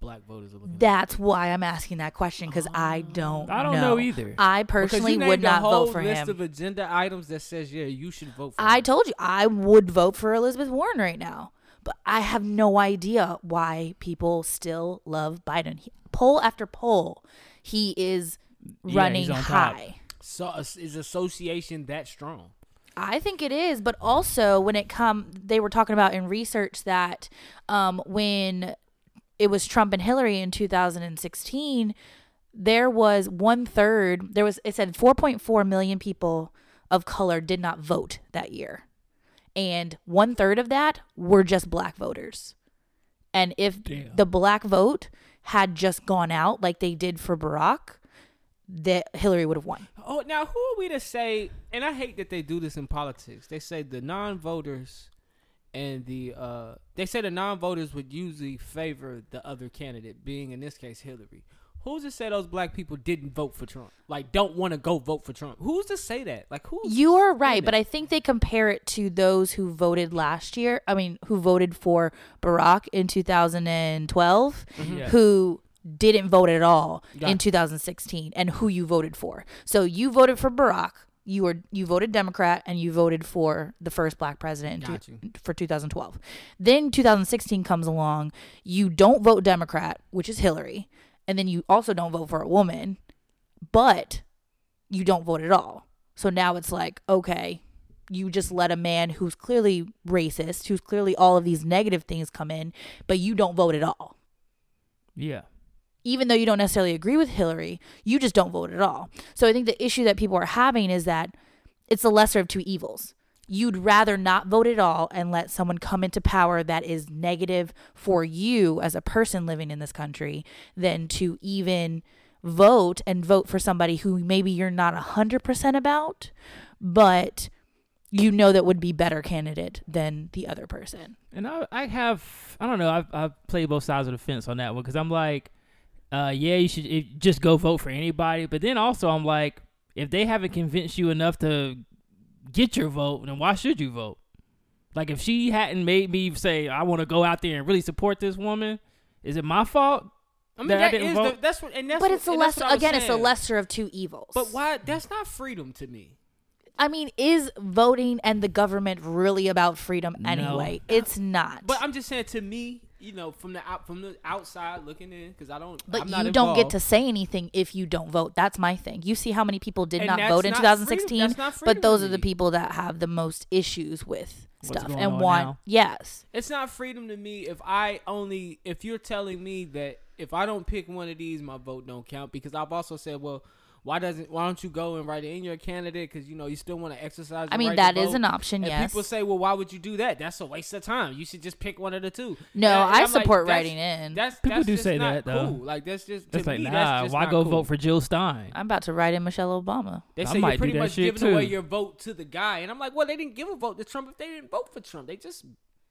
S3: black voters are looking?
S2: That's why I'm asking that question because I don't.
S5: I don't know either.
S2: I
S3: at? Because
S2: personally
S3: you named
S2: would
S3: a
S2: not
S3: whole
S2: vote for
S3: list
S2: him.
S3: of agenda items that says yeah, you should vote for.
S2: I
S3: him.
S2: told you I would vote for Elizabeth Warren right now, but I have no idea why people still love Biden. He, poll after poll, he is
S5: he's
S2: running
S5: on top.
S2: high.
S3: So is- is association that strong?
S2: I think it is, but also when it come, they were talking about in research that um, when it was Trump and Hillary in 2016, there was one third. There was it said 4.4 million people of color did not vote that year, and one third of that were just black voters. And if the black vote had just gone out like they did for Barack, that Hillary would have won.
S3: Oh, now who are we to say? And I hate that they do this in politics. They say the non-voters and the uh, they say the non-voters would usually favor the other candidate, being in this case Hillary. Who's to say those black people didn't vote for Trump? Like, don't want to go vote for Trump. Who's to say that? Like, who?
S2: You are right, but I think they compare it to those who voted last year. I mean, who voted for Barack in 2012, who didn't vote at all in 2016, and who you voted for. So you voted for Barack. You were you voted Democrat and you voted for the first black president in
S3: Got
S2: two- for 2012. Then 2016 comes along. You don't vote Democrat, which is Hillary, and then you also don't vote for a woman, but you don't vote at all. So now it's like, okay, you just let a man who's clearly racist, who's clearly all of these negative things come in, but you don't vote at all.
S5: yeah.
S2: Even though you don't necessarily agree with Hillary, you just don't vote at all. So I think the issue that people are having is that it's the lesser of two evils. You'd rather not vote at all and let someone come into power that is negative for you as a person living in this country than to even vote and vote for somebody who maybe you're not 100% about, but you know that would be better candidate than the other person.
S5: And I, I have, I don't know, I, I play both sides of the fence on that one because I'm like, uh, yeah, you should it, just go vote for anybody. But then also, I'm like, if they haven't convinced you enough to get your vote, then why should you vote? Like, if she hadn't made me say, I want to go out there and really support this woman, is it my fault?
S3: I mean,
S5: that I
S3: that
S5: didn't
S3: is
S5: vote.
S3: the, that's what, and that's
S2: But
S3: what-
S2: it's the
S3: and that's
S2: lesser
S3: what I was
S2: again, it's the
S3: saying.
S2: lesser of two evils.
S3: But why? That's not freedom to me.
S2: I mean, is voting and the government really about freedom anyway? It's not.
S3: But I'm just saying, to me, you know, from the out, from the outside looking in, because I don't.
S2: But
S3: I'm
S2: you
S3: not
S2: don't get
S3: involved.
S2: to say anything if you don't vote. That's my thing. You see how many people did
S3: And
S2: not
S3: that's
S2: vote in
S3: not
S2: 2016,
S3: freedom- that's not freedom
S2: but
S3: to
S2: those are the
S3: me.
S2: people that have the most issues with
S5: What's
S2: stuff
S5: going
S2: and
S5: on
S2: want.
S5: now.
S2: Yes,
S3: It's not freedom to me if I only if you're telling me that if I don't pick one of these, my vote don't count. Because I've also said, well, why doesn't why don't you go and write in your candidate? Because you know you still want to exercise.
S2: I
S3: your
S2: mean,
S3: right
S2: that
S3: to
S2: is
S3: vote.
S2: an option,
S3: And
S2: yes.
S3: people say, well, why would you do that? That's a waste of time. You should just pick one of the two.
S2: No,
S3: And and
S2: I
S3: I'm like,
S2: support
S3: that's-
S2: writing in.
S3: That's
S5: People
S3: that's
S5: do
S3: just
S5: say
S3: not
S5: that, though.
S3: Cool. Like that's just to
S5: That's like,
S3: me,
S5: nah,
S3: that's just
S5: why
S3: not
S5: go
S3: cool.
S5: vote for Jill Stein?
S2: I'm about to write in Michelle Obama.
S3: They
S5: I
S3: say
S5: might
S3: you're
S5: do
S3: pretty
S5: that
S3: much
S5: shit,
S3: giving away
S5: too.
S3: your vote to the guy, and I'm like, well, they didn't give a vote to Trump if they didn't vote for Trump. They just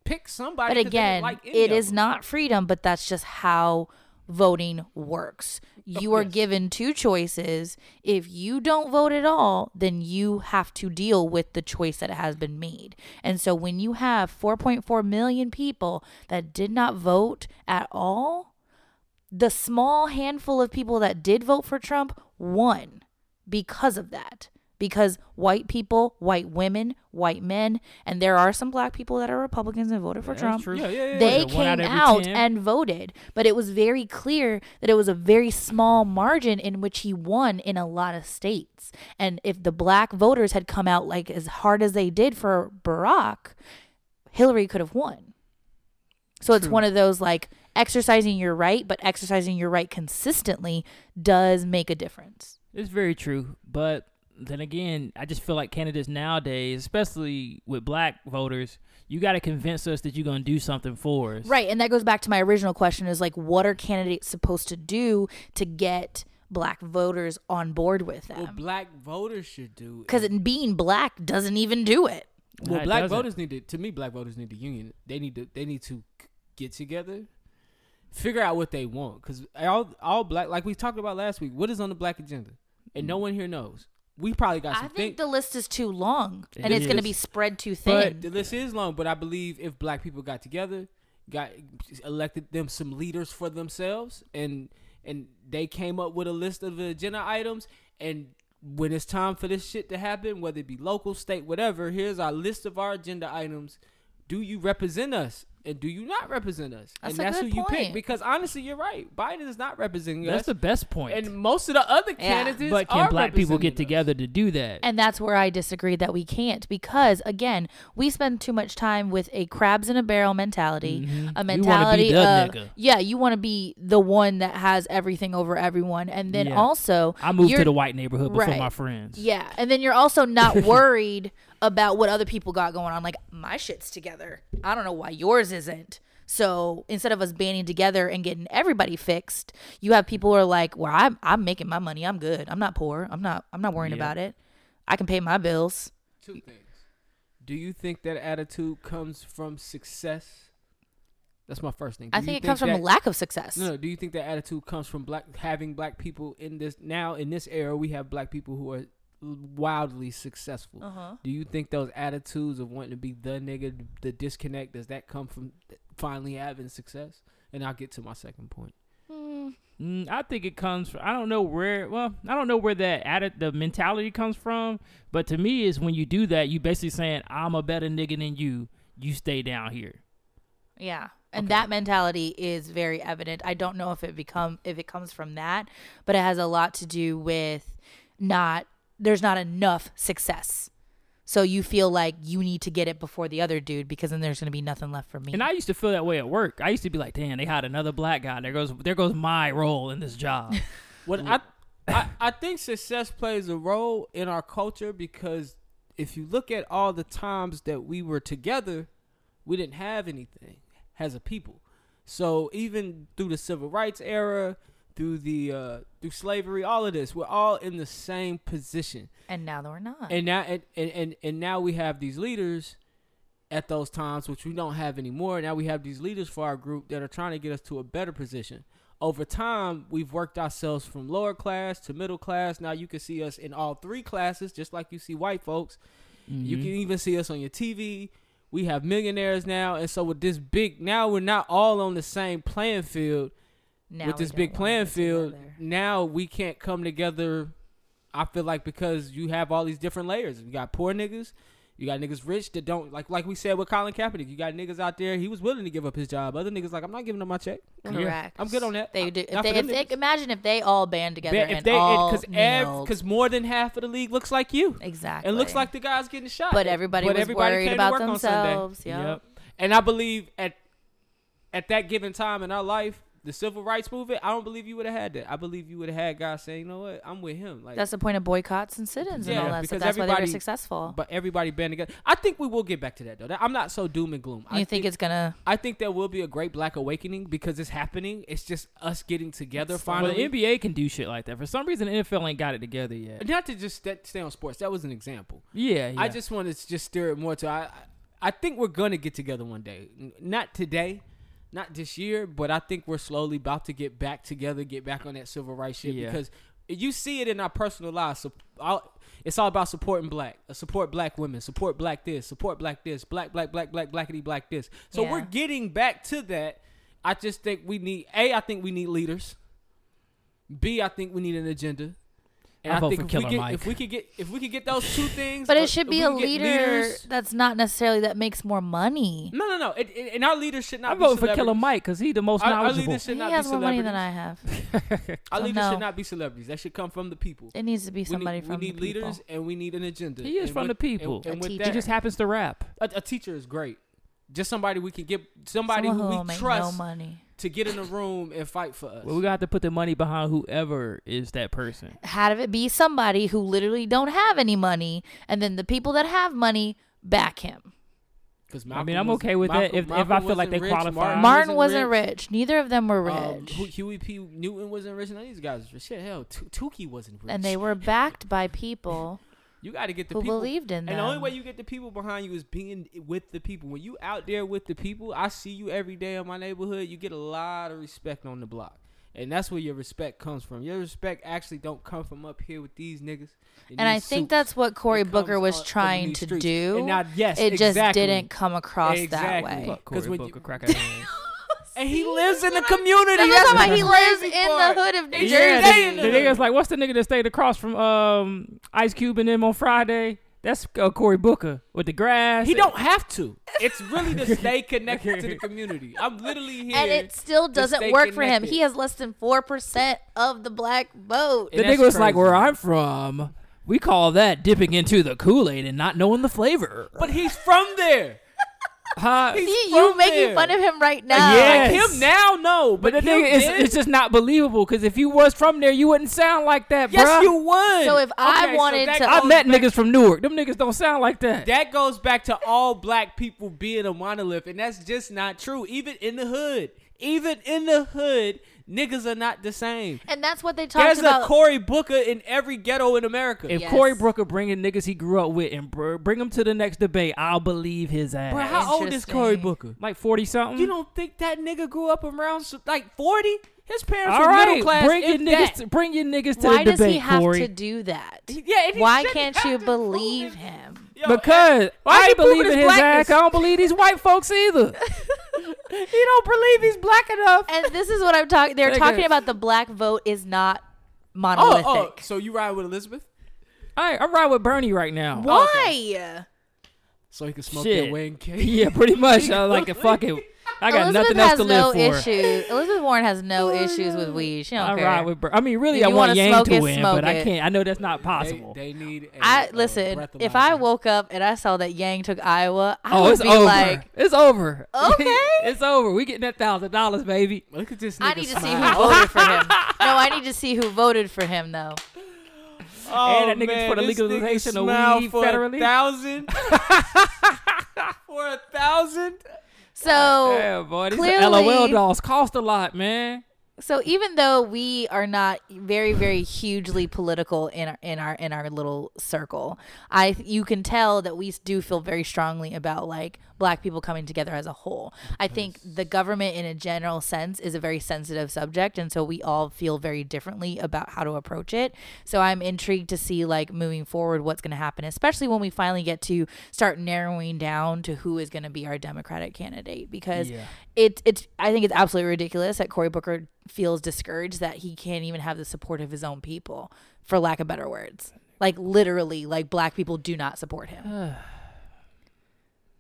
S3: picked somebody.
S2: But
S3: 'cause they didn't
S2: again,
S3: like any
S2: it
S3: of
S2: is
S3: them.
S2: not freedom, but that's just how voting works. You are
S3: Oh, yes.
S2: given two choices. If you don't vote at all, then you have to deal with the choice that has been made. And so when you have 4.4 million people that did not vote at all, the small handful of people that did vote for Trump won because of that. Because white people, white women, white men, and there are some black people that are Republicans and voted for Trump.
S5: Yeah, yeah, yeah.
S2: They
S5: Was it one out
S2: came
S5: of every
S2: out
S5: 10?
S2: and voted, but it was very clear that it was a very small margin in which he won in a lot of states. And if the black voters had come out like as hard as they did for Barack, Hillary could have won. So it's one of those like exercising your right, but exercising your right consistently does make a difference.
S5: It's very true, but then again, I just feel like candidates nowadays, especially with black voters, you got to convince us that you're gonna do something for us.
S2: Right. And that goes back to my original question is like, what are candidates supposed to do to get black voters on board with them?
S3: what black voters should do.
S2: because
S3: is-
S2: being black doesn't even do it.
S5: Nah,
S3: well,
S5: it
S3: black
S5: doesn't.
S3: voters need to. To me, black voters need to union. They need to. They need to c- get together, figure out what they want. Because all all black, like we talked about last week, what is on the black agenda, and
S5: Mm.
S3: no one here knows. We probably got
S2: I
S3: some
S2: think
S3: think-
S2: the list is too long,
S5: It
S2: and it's going to
S5: is.
S2: be spread too
S3: But the
S2: thin.
S3: list is long, but I believe if black people got together, got elected them some leaders for themselves, and and they came up with a list of agenda items, and when it's time for this shit to happen, whether it be local, state, whatever, here's our list of our agenda items. Do you represent us? And do you not represent us?
S2: That's
S3: and
S2: a
S3: that's
S2: good
S3: who you pick.
S2: point.
S3: Because honestly, you're right. Biden is not representing
S5: That's
S3: us.
S5: the best point.
S3: and most of the other candidates
S5: but
S3: are
S5: can black people
S3: representing
S5: get
S3: us.
S5: together to do that?
S2: And that's where I disagree that we can't because, again, we spend too much time with a crabs in a barrel mentality. A
S5: Mm-hmm. wanna be
S2: mentality
S5: the
S2: of,
S5: nigga.
S2: yeah, you want to be the one that has everything over everyone. And then
S5: Yeah.
S2: also,
S5: I moved to
S2: you're-
S5: the white neighborhood before
S2: Right.
S5: my friends.
S2: Yeah. And then you're also not worried about what other people got going on. Like, my shit's together. I don't know why yours isn't. So instead of us banding together and getting everybody fixed, you have people who are like, Well, I'm I'm making my money. I'm good. I'm not poor. I'm not I'm not worrying about it. I can pay my bills.
S3: Two things. Do you think that attitude comes from success? That's my first thing. Do
S2: I
S3: you
S2: think it comes from
S3: that-
S2: lack of success.
S3: No, no, do you think that attitude comes from black having black people in this now in this era? We have black people who are wildly successful.
S2: Uh-huh.
S3: Do you think those attitudes of wanting to be the nigga, the disconnect, does that come from finally having success? And I'll get to my second point.
S5: Mm, I think it comes from. I don't know where. Well, I don't know where that atti- the mentality comes from. But to me, is when you do that, you basically saying, "I'm a better nigga than you. You stay down here."
S2: Yeah. And that mentality is very evident. I don't know if it become if it comes from that, but it has a lot to do with not there's not enough success. So you feel like you need to get it before the other dude because then there's going to be nothing left for me.
S5: And I used to feel that way at work. I used to be like, "Damn, they hired another black guy. There goes, there goes my role in this job."
S3: What I, I I think success plays a role in our culture because if you look at all the times that we were together, we didn't have anything as a people. So even through the civil rights era, through the uh, through slavery, all of this, we're all in the same position.
S2: And now they're not.
S3: And now and, and, and, and now we have these leaders at those times, which we don't have anymore. Now we have these leaders for our group that are trying to get us to a better position. Over time, we've worked ourselves from lower class to middle class. Now you can see us in all three classes, just like you see white folks. You can even see us on your TV. We have millionaires now. And so with this big now we're not all on the same playing field
S2: now
S3: with
S2: we
S3: this
S2: don't
S3: big
S2: want
S3: playing
S2: it
S3: field,
S2: together.
S3: now we can't come together. I feel like because you have all these different layers. You got poor niggas, you got niggas rich that don't like like we said with Colin Kaepernick. You got niggas out there. He was willing to give up his job. Other niggas like I'm not giving up my check.
S2: Correct.
S3: I'm good on that.
S2: They
S3: I-
S2: do. If
S3: not
S2: they,
S3: for
S2: if
S3: them
S2: they,
S3: niggas.
S2: imagine if they all band together
S3: Yeah, if
S2: and
S3: they
S2: all
S3: because
S2: kneeled.
S3: because more than half of the league looks like you.
S2: exactly.
S3: It looks like the guy's getting shot.
S2: But everybody was worried
S3: came to
S2: about
S3: work on Sunday.
S2: themselves, yep.
S3: And I believe at at that given time in our life, the civil rights movement, I don't believe you would have had that. I believe you would have had guys saying, "You know what? I'm with him." Like
S2: that's the point of boycotts and sit-ins and all that stuff.
S3: because
S2: That's why they were
S3: everybody-
S2: successful.
S3: But everybody band together. I think we will get back to that though. That- I'm not so doom and gloom.
S2: you
S3: I
S2: think, it's gonna?
S3: I think there will be a great black awakening because it's happening. It's just us getting together
S5: Well, the
S3: finally.
S5: NBA can do shit like that. For some reason, the NFL ain't got it together yet.
S3: Not to just st- stay on sports. That was an example.
S5: Yeah, yeah.
S3: I just want to just steer it more to. I I think we're gonna get together one day. N- Not today, not this year, but I think we're slowly about to get back together, get back on that civil rights shit
S5: Yeah.
S3: because you see it in our personal lives. So all, it's all about supporting black, uh, support black women, support black this, support black this, black black black black blackity black this. So we're
S2: Yeah.
S3: getting back to that. I just think we need a. I think we need leaders. B. I think we need an agenda. And
S5: I
S3: I,
S5: vote
S3: think
S5: for
S3: if we,
S5: Killer
S3: get,
S5: Mike.
S3: if we could get if we could get those two things,
S2: But
S3: uh,
S2: it should
S3: if
S2: be
S3: we
S2: a
S3: could get
S2: leader
S3: leaders-
S2: that's not necessarily that makes more money.
S3: No, no, no. It, it, and our leaders should not.
S5: I'm
S3: be
S5: voting for Killer
S3: celebrities.
S5: Mike because he's the most
S3: Our, our
S5: knowledgeable.
S3: leaders should
S2: he
S3: not
S2: has
S3: be
S2: more money than I
S3: celebrities.
S2: have.
S3: Our
S2: so
S3: leaders
S2: no.
S3: should not be celebrities. That should come from the people.
S2: It needs to be
S3: We need-
S2: somebody from
S3: We need
S2: the people.
S3: leaders, and we need an agenda.
S5: He is
S3: And
S5: from
S3: with-
S5: the people.
S3: And, and
S2: A
S3: with
S2: teacher.
S5: he
S3: that,
S5: just happens to rap.
S3: a, a teacher is great. Just somebody we can get, somebody
S2: Someone who
S3: who
S2: will
S3: we
S2: make
S3: trust
S2: no money.
S3: to get in the room and fight for us.
S5: Well, we got to put the money behind whoever is that person.
S2: How did it be somebody who literally don't have any money, and then the people that have money back him?
S3: Cause
S5: I mean,
S3: Malcolm
S5: I'm
S3: was-
S5: okay with that
S3: Malcolm-
S5: if- if I
S3: Malcolm
S5: feel like
S3: wasn't
S5: they
S3: rich,
S5: qualify.
S3: Martin
S2: Martin
S3: wasn't
S2: wasn't rich. Neither of them were rich,
S3: Um, Hu- Huey P. Newton wasn't rich. None of these guys was rich. Shit, hell, Tu- Tukey wasn't rich.
S2: and they were backed by people.
S3: You got to get the
S2: who
S3: people
S2: believed in
S3: And the only
S2: them.
S3: way you get the people behind you is being with the people. When you out there with the people, I see you every day in my neighborhood. You get a lot of respect on the block. And that's where your respect comes from. Your respect actually don't come from up here with these niggas. in
S2: And I
S3: these
S2: think
S3: suits.
S2: that's what Cory
S3: It comes
S2: Booker
S3: up
S2: was
S3: from
S2: trying
S3: these
S2: to
S3: streets.
S2: do.
S3: And now, yes,
S2: it just
S3: exactly.
S2: didn't come across that
S3: Exactly.
S2: way.
S3: Fuck Cory 'Cause when Booker, you-
S5: crack
S3: And he lives in the community.
S2: That's what
S3: That's
S2: I'm talking about. He
S3: the
S2: lives
S3: crazy
S2: in
S3: part.
S2: the hood of New
S3: They
S2: Jersey.
S5: Yeah,
S3: stay
S5: the,
S3: in
S5: the
S3: hood.
S5: nigga's like, what's the nigga that stayed across from um, Ice Cube and them on Friday? That's uh, Cory Booker with the grass.
S3: He
S5: and-
S3: don't have to. It's really to stay connected to the community. I'm literally here.
S2: and it still
S3: to
S2: doesn't
S3: stay
S2: work for him.
S3: connected.
S2: He has less than four percent of the black vote.
S5: The
S3: And that's
S5: nigga was like,
S3: crazy.
S5: where I'm from, we call that dipping into the Kool Aid and not knowing the flavor.
S3: But he's from there.
S5: Huh?
S3: He's
S2: See,
S3: from
S2: you making
S3: there.
S2: fun of him right now.
S5: yeah.
S3: Like
S5: Yes.
S3: him now, no. But,
S5: But the
S3: him
S5: nigga, it's,
S3: then-
S5: it's just not believable because if you was from there, you wouldn't sound like that,
S3: yes,
S5: bruh.
S3: you would.
S2: So if I wanted to-
S5: I
S3: goes
S5: met
S3: back-
S5: niggas from Newark. Them niggas don't sound like that.
S3: That goes back to all black people being a monolith, and that's just not true. Even in the hood, even in the hood, niggas are not the same.
S2: and that's what they talked
S3: There's
S2: about.
S3: a Cory Booker in every ghetto in America.
S5: If
S2: Yes.
S5: Cory Booker bringing niggas he grew up with and br- bring them to the next debate, I'll believe his ass.
S3: Bruh, how old is Cory
S2: Interesting.
S3: Booker?
S5: like forty something.
S3: You don't think that nigga grew up around s- like forty? His parents
S5: All
S3: were
S5: right,
S3: middle class.
S5: bring your
S3: if that.
S5: niggas. To, bring your niggas to
S2: Why
S5: the
S2: does
S5: debate,
S2: he have
S5: Corey.
S2: to do that?
S3: Yeah, and he
S2: Why
S3: shouldn't
S2: can't
S3: have
S2: you
S3: to prove
S2: believe
S3: it.
S2: him?
S3: Yo,
S5: because
S3: why
S5: I
S3: he
S5: ain't believe
S3: proving
S5: in
S3: his
S5: his ass.
S3: blackness?
S5: I don't believe these white folks either.
S3: he don't believe he's black enough.
S2: And this is what I'm talking. They're
S5: Nigga.
S2: talking about the black vote is not
S3: Oh,
S2: monolithic.
S3: oh, so you ride with Elizabeth?
S5: All right, I'm riding with Bernie right now.
S2: Why?
S3: So he can smoke
S5: Shit.
S3: that wing cake.
S5: Yeah, pretty much. I was like, fuck it. I got
S2: Elizabeth
S5: nothing else
S2: has
S5: to
S2: no
S5: live for.
S2: issues. Elizabeth Warren has no issues with weed. She don't
S5: I
S2: care.
S5: ride with. Ber- I mean, really,
S2: If
S5: I
S2: you
S5: want
S2: wanna
S5: Yang
S2: smoke
S5: to
S2: it,
S5: win,
S2: smoke
S5: but I
S2: it.
S5: can't. I know that's not
S3: They,
S5: possible.
S3: they need. A,
S2: I
S3: uh,
S2: listen. If
S3: breathalyzer.
S2: I woke up and I saw that Yang took Iowa, I
S5: oh,
S2: would
S5: it's
S2: be
S5: over.
S2: like,
S5: it's over.
S2: Okay.
S5: it's over. We getting that thousand dollars, baby.
S3: look at this. Nigga
S2: I need to see who
S3: smile.
S2: voted for him. No, I need to see who voted for him though.
S3: Oh,
S5: And that nigga for the
S3: this nigga
S5: legalization of
S3: smiled
S5: weed
S3: for
S5: federally.
S3: A thousand. for a thousand.
S2: So
S5: Yeah, boy, these
S2: Clearly-
S5: LOL dolls cost a lot, man.
S2: So even though we are not very, very hugely political in our in our in our little circle, I you can tell that we do feel very strongly about like black people coming together as a whole. I think the government in a general sense is a very sensitive subject, and so we all feel very differently about how to approach it. So I'm intrigued to see like moving forward what's going to happen, especially when we finally get to start narrowing down to who is going to be our Democratic candidate because
S5: Yeah.
S2: it's it's I think it's absolutely ridiculous that Cory Booker feels discouraged that he can't even have the support of his own people, for lack of better words. Like literally, like black people do not support him.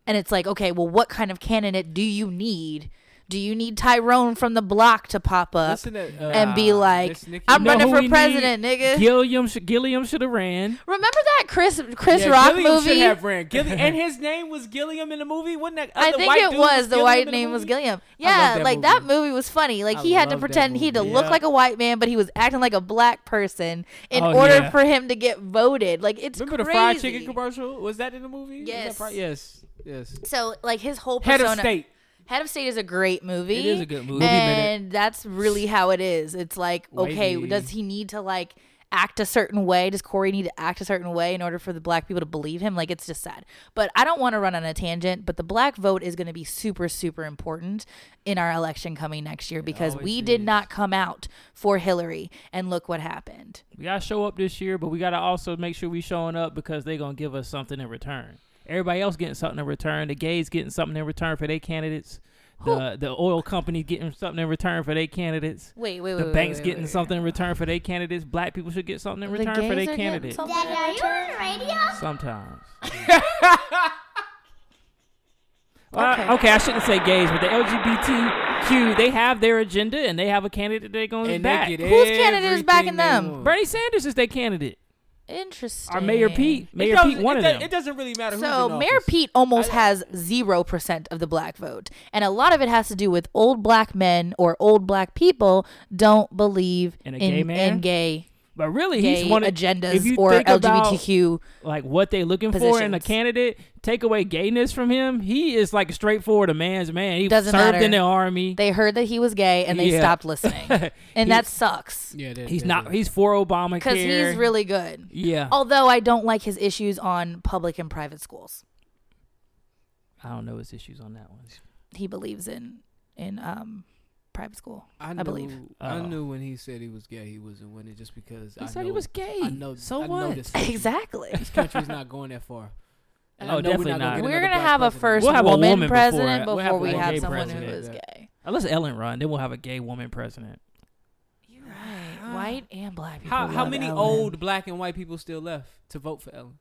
S2: and it's like, okay, well, what kind of candidate do you need? Do you need Tyrone from the block to pop up
S3: Listen to, uh,
S2: and be like,
S3: Miss Nikki-
S2: I'm
S3: You know
S2: running
S5: who
S2: for
S5: we
S2: president,
S5: need?
S2: nigga?
S5: Gilliam, sh- Gilliam should have ran.
S2: Remember that Chris Chris
S3: Yeah,
S2: Rock
S3: Gilliam
S2: movie?
S3: should have ran. Gilliam, and his name was Gilliam in the movie, wasn't that?
S2: I
S3: other
S2: think
S3: white
S2: it
S3: dude
S2: was the
S3: Gilliam in
S2: white name was
S3: movie?
S2: Gilliam. Yeah,
S3: that
S2: like
S3: movie.
S2: that movie was funny. Like
S5: I
S2: he had to
S5: love that
S2: pretend he had to
S5: movie.
S2: look
S5: Yeah.
S2: like a white man, but he was acting like a black person in
S5: Oh,
S2: order
S5: yeah.
S2: for him to get voted. Like it's
S3: Remember the
S2: crazy.
S3: fried chicken commercial? Was that in the movie? Was that
S2: Yes.
S3: fried- yes. Yes.
S2: So like his whole
S3: Head
S2: persona.
S3: of state.
S2: Head of State is a great movie.
S5: It is a good movie.
S2: and that's really how it is. It's like okay,
S5: Wavy.
S2: does he need to like act a certain way? Does Corey need to act a certain way in order for the black people to believe him? Like it's just sad. But I don't want to run on a tangent. But the black vote is going to be super super important in our election coming next year because we did not come out for Hillary, and look what happened.
S5: We gotta show up this year, but we gotta also make sure we showing up because they gonna give us something in return. Everybody else getting something in return. The gays getting something in return for their candidates. The the oil companies getting something in return for their candidates.
S2: Wait, wait, wait.
S5: The
S2: wait,
S5: banks
S2: wait,
S5: getting
S2: wait.
S5: something in return for their candidates. Black people should get something in
S2: The
S5: return for
S2: gays
S5: their
S2: are getting
S5: candidates.
S2: something.
S5: Sometimes. Well, Uh, okay. I shouldn't say gays, but the LGBTQ they have their agenda and they have a candidate they're going to
S3: And
S5: back.
S3: they get
S2: Whose candidate is
S3: everything
S2: backing
S3: they
S2: them?
S3: want.
S5: Bernie Sanders is their candidate.
S2: Interesting.
S5: Our Uh, Mayor Pete,
S3: It
S5: Mayor
S3: doesn't-
S5: Pete, one
S3: it
S5: of
S3: do-
S5: them.
S3: It doesn't really matter who's
S2: So
S3: in
S2: Mayor
S3: office.
S2: Pete almost has zero percent of the black vote, and a lot of it has to do with old black men or old black people don't believe
S5: In a gay man?
S2: in gay,
S5: But really,
S2: gay
S5: he's one of if
S2: agendas
S5: you
S2: or
S5: think about,
S2: LGBTQ.
S5: like what they looking for in a
S2: positions.
S5: candidate. Take away gayness from him, he is like straightforward a man's man. He
S2: Doesn't
S5: served
S2: matter.
S5: in the army.
S2: they heard that he was gay and they
S5: Yeah.
S2: stopped listening, and that sucks
S3: Yeah, that-
S5: he's
S3: that-
S5: not. He's for Obamacare.
S2: because he's really Oh. good.
S5: yeah.
S2: Although I don't like his issues on public and private schools,
S5: I don't know his issues on that one.
S2: he believes in in um private school.
S3: I,
S2: I, believe.
S3: knew- I
S5: Oh.
S3: knew when he said he was gay, he wasn't winning just because
S5: He
S3: I
S5: said
S3: know,
S5: he was gay.
S3: I know,
S5: so
S3: I know
S5: what?
S3: this country-
S2: Exactly.
S3: This country's not going that far. And I
S5: Oh,
S3: know we're
S5: definitely
S3: not
S5: not.
S3: Gonna get
S2: We're
S3: another
S2: gonna
S3: black
S2: have a
S3: president.
S2: first
S5: We'll have a
S2: woman,
S5: woman before-
S2: president
S5: we'll
S2: before,
S5: have
S2: we
S5: a
S2: have
S5: gay
S2: someone who
S5: president.
S2: is
S3: Yeah.
S2: gay.
S5: Unless Ellen run, then we'll have a gay woman president.
S2: You're right. White and black people.
S3: Ah. How, how
S2: love
S3: many
S2: Ellen.
S3: old black and white people still left to vote for Ellen?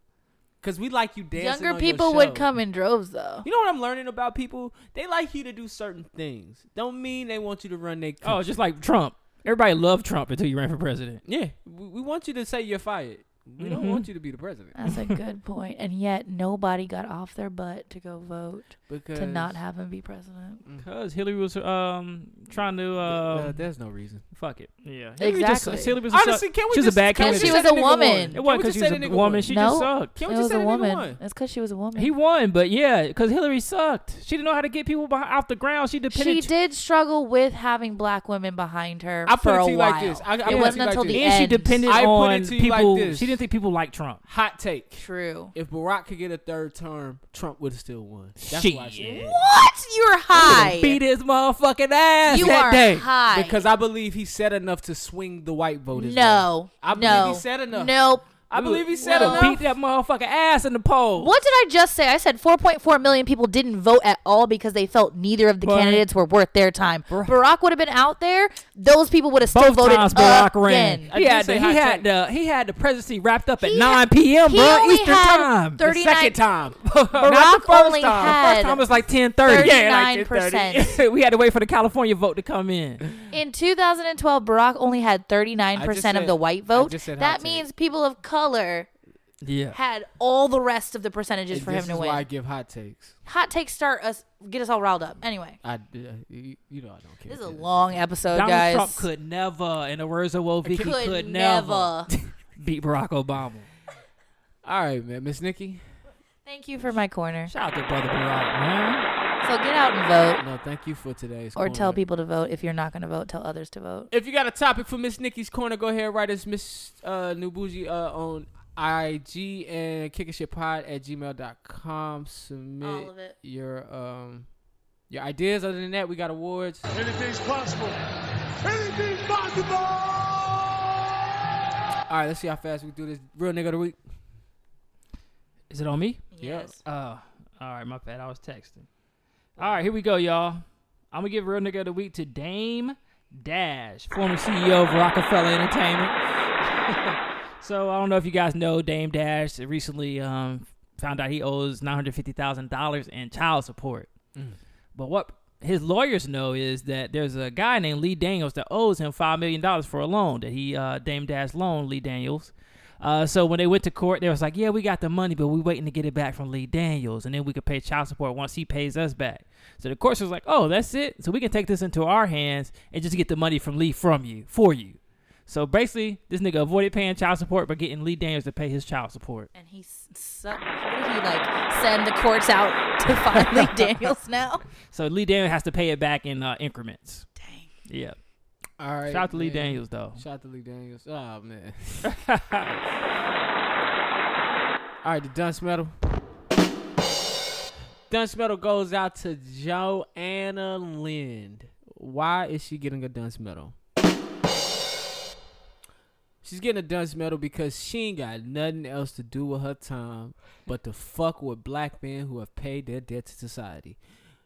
S3: Because we like you dancing. on
S2: younger
S3: your
S2: people would
S3: show.
S2: come in droves though?
S3: You know what I'm learning about people? They like you to do certain things. Don't mean they want you to run their.
S5: Oh, just like Trump. Everybody loved Trump until you ran for president.
S3: yeah. We, we want you to say you're fired. We don't
S5: Mhm.
S3: want you to be the president
S2: That's a good point. And yet nobody got off their butt to go vote
S3: because
S2: to not have him be president.
S5: Cause Hillary was um trying to
S3: Uh,
S5: um
S3: there's no reason.
S5: fuck it. Yeah,
S2: Hillary just- Exactly.
S5: Hillary
S2: Hillary
S5: was
S3: Honestly, can we
S5: she's
S3: just
S5: a bad
S3: can we
S5: candidate.
S2: She
S3: just
S2: was
S3: say
S2: a
S3: the nigga won?
S2: woman.
S3: Can
S5: It
S3: we
S5: wasn't
S3: just
S5: because she
S3: say
S5: was
S3: the
S5: a
S3: nigga
S5: woman.
S3: won?
S5: She
S2: No.
S5: just sucked.
S3: Can we
S2: it
S3: just
S2: was
S3: say
S2: a
S3: the nigga
S2: woman.
S3: won?
S2: It's because she was a woman.
S5: He won, but yeah, because Hillary sucked. She didn't know how to get people behind, off the ground. She depended.
S2: she
S5: too-
S2: did struggle with having black women behind her
S3: I put
S2: for
S3: it
S2: a
S3: to you
S2: while.
S3: like this. I- I put it
S2: it
S3: to
S2: wasn't
S3: you like
S2: until
S3: this.
S2: the
S5: and she
S2: end.
S5: depended
S3: I put it
S5: on
S3: to you like
S5: people.
S3: this.
S5: she didn't think people liked Trump.
S3: Hot take.
S2: True.
S3: If Barack could get a third term, Trump would have still won. That's why I
S5: Shit.
S3: said
S2: What? You're high.
S5: Beat his motherfucking ass
S2: you
S5: that
S2: are
S5: day.
S2: high.
S3: because I believe he said enough to swing the white vote. as well.
S2: no.
S3: I believe
S2: no.
S3: he said enough.
S2: Nope.
S3: I believe he said
S5: That'll
S2: Well-
S5: beat
S3: enough.
S5: that motherfucking ass in the poll.
S2: What did I just say? I said 4.4 million people didn't vote at all because they felt neither of the
S5: Right.
S2: candidates were worth their time.
S5: Right.
S2: Barack would have been out there. Those people would have still
S5: Both
S2: voted
S5: times Barack
S2: again.
S5: ran. He
S3: I did
S5: had,
S3: say
S5: the,
S3: hot
S5: he, had
S3: take.
S5: the, he had the presidency wrapped up at
S2: He-
S5: 9 p.m.,
S2: he
S5: bro,
S2: only
S5: Eastern
S2: had
S5: time.
S2: 30
S3: The second time.
S5: Not the
S2: Barack
S5: first
S2: only
S5: time. the
S2: had
S5: first time was like 10.30. Yeah, like 10:30.
S2: 39%.
S5: we had to wait for the California vote to come in.
S2: in 2012. Barack only had
S3: I
S2: 39
S3: just
S2: percent of
S3: said-
S2: the white
S3: I
S2: vote.
S3: just said hot
S2: That
S3: take.
S2: means people of color
S5: Yeah.
S2: had all the rest of the percentages
S3: And
S2: for
S3: this
S2: him to
S3: is
S2: win.
S3: why I give hot takes.
S2: Hot takes start us get us all riled up. Anyway,
S3: I, you you know I don't care.
S2: this is a long episode,
S5: Donald
S2: guys.
S5: Trump could never, in the words of old Vicky,
S2: Could
S5: could, never.
S2: never.
S5: beat Barack Obama.
S3: All right, man. Miss Nikki.
S2: Thank you for my corner.
S5: Shout out to brother Barack, man.
S2: So get out and vote,
S3: No, thank you for today's.
S2: or tell
S3: corner.
S2: people to vote. If you're not going to vote, tell others to vote.
S3: If you got a topic for Miss Nikki's corner, go ahead and write us Miss uh, Nubuji uh, on IG and kick a shit pod at gmail.com. Submit
S2: All of it.
S3: your um your ideas. Other than that, we got awards.
S8: Anything's possible. Anything's possible.
S3: All right, let's see how fast we can do this. Real nigga of the week.
S5: Is it on me?
S2: Yes.
S5: Oh, all right, my bad. I was texting. All right, here we go, y'all. I'm gonna give real nigga of the week to Dame Dash, former CEO of Rockefeller Entertainment. so I don't know if you guys know Dame Dash recently um, found out he owes nine hundred fifty thousand dollars in child support. But what his lawyers know is that there's a guy named Lee Daniels that owes him five million dollars for a loan that he uh, Dame Dash loaned Lee Daniels. Uh, so when they went to court, they was like, "Yeah, we got the money, but we waiting to get it back from Lee Daniels, and then we could pay child support once he pays us back." So the court was like, "Oh, that's it. So we can take this into our hands and just get the money from Lee from you for you." So basically, this nigga avoided paying child support by getting Lee Daniels to pay his child support.
S2: And he s- sucked. What did he like? Send the courts out to find Lee Daniels now.
S5: So Lee Daniels has to pay it back in uh, increments.
S2: Dang.
S5: Yeah.
S3: All right.
S5: Shout out to Lee
S3: man.
S5: Daniels though.
S3: Shout out to Lee Daniels. Oh man. All right, the dunce medal. Dunce medal goes out to Joanna Lind. Why is she getting a dunce medal? She's getting a dunce medal because she ain't got nothing else to do with her time but to fuck with black men who have paid their debt to society.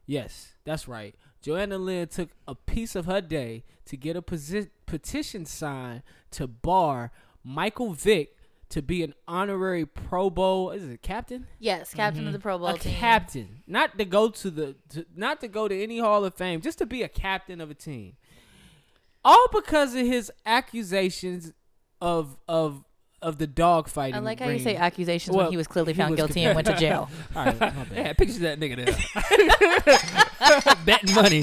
S3: Yes, that's right. Joanna Lynn took a piece of her day to get a posi- petition signed to bar Michael Vick to be an honorary Pro Bowl. Is it captain?
S2: Yes, captain of the Pro Bowl
S3: Mm-hmm. a
S2: team.
S3: captain, not to go to the, to, not to go to any Hall of Fame, just to be a captain of a team. All because of his accusations of of of the dog fighting.
S2: I like how you say
S3: ring.
S2: accusations
S3: Well,
S2: when he was clearly
S3: he
S2: found
S3: was
S2: guilty and went to jail.
S3: All right, my bad.
S5: Yeah, picture that nigga there. Betting money.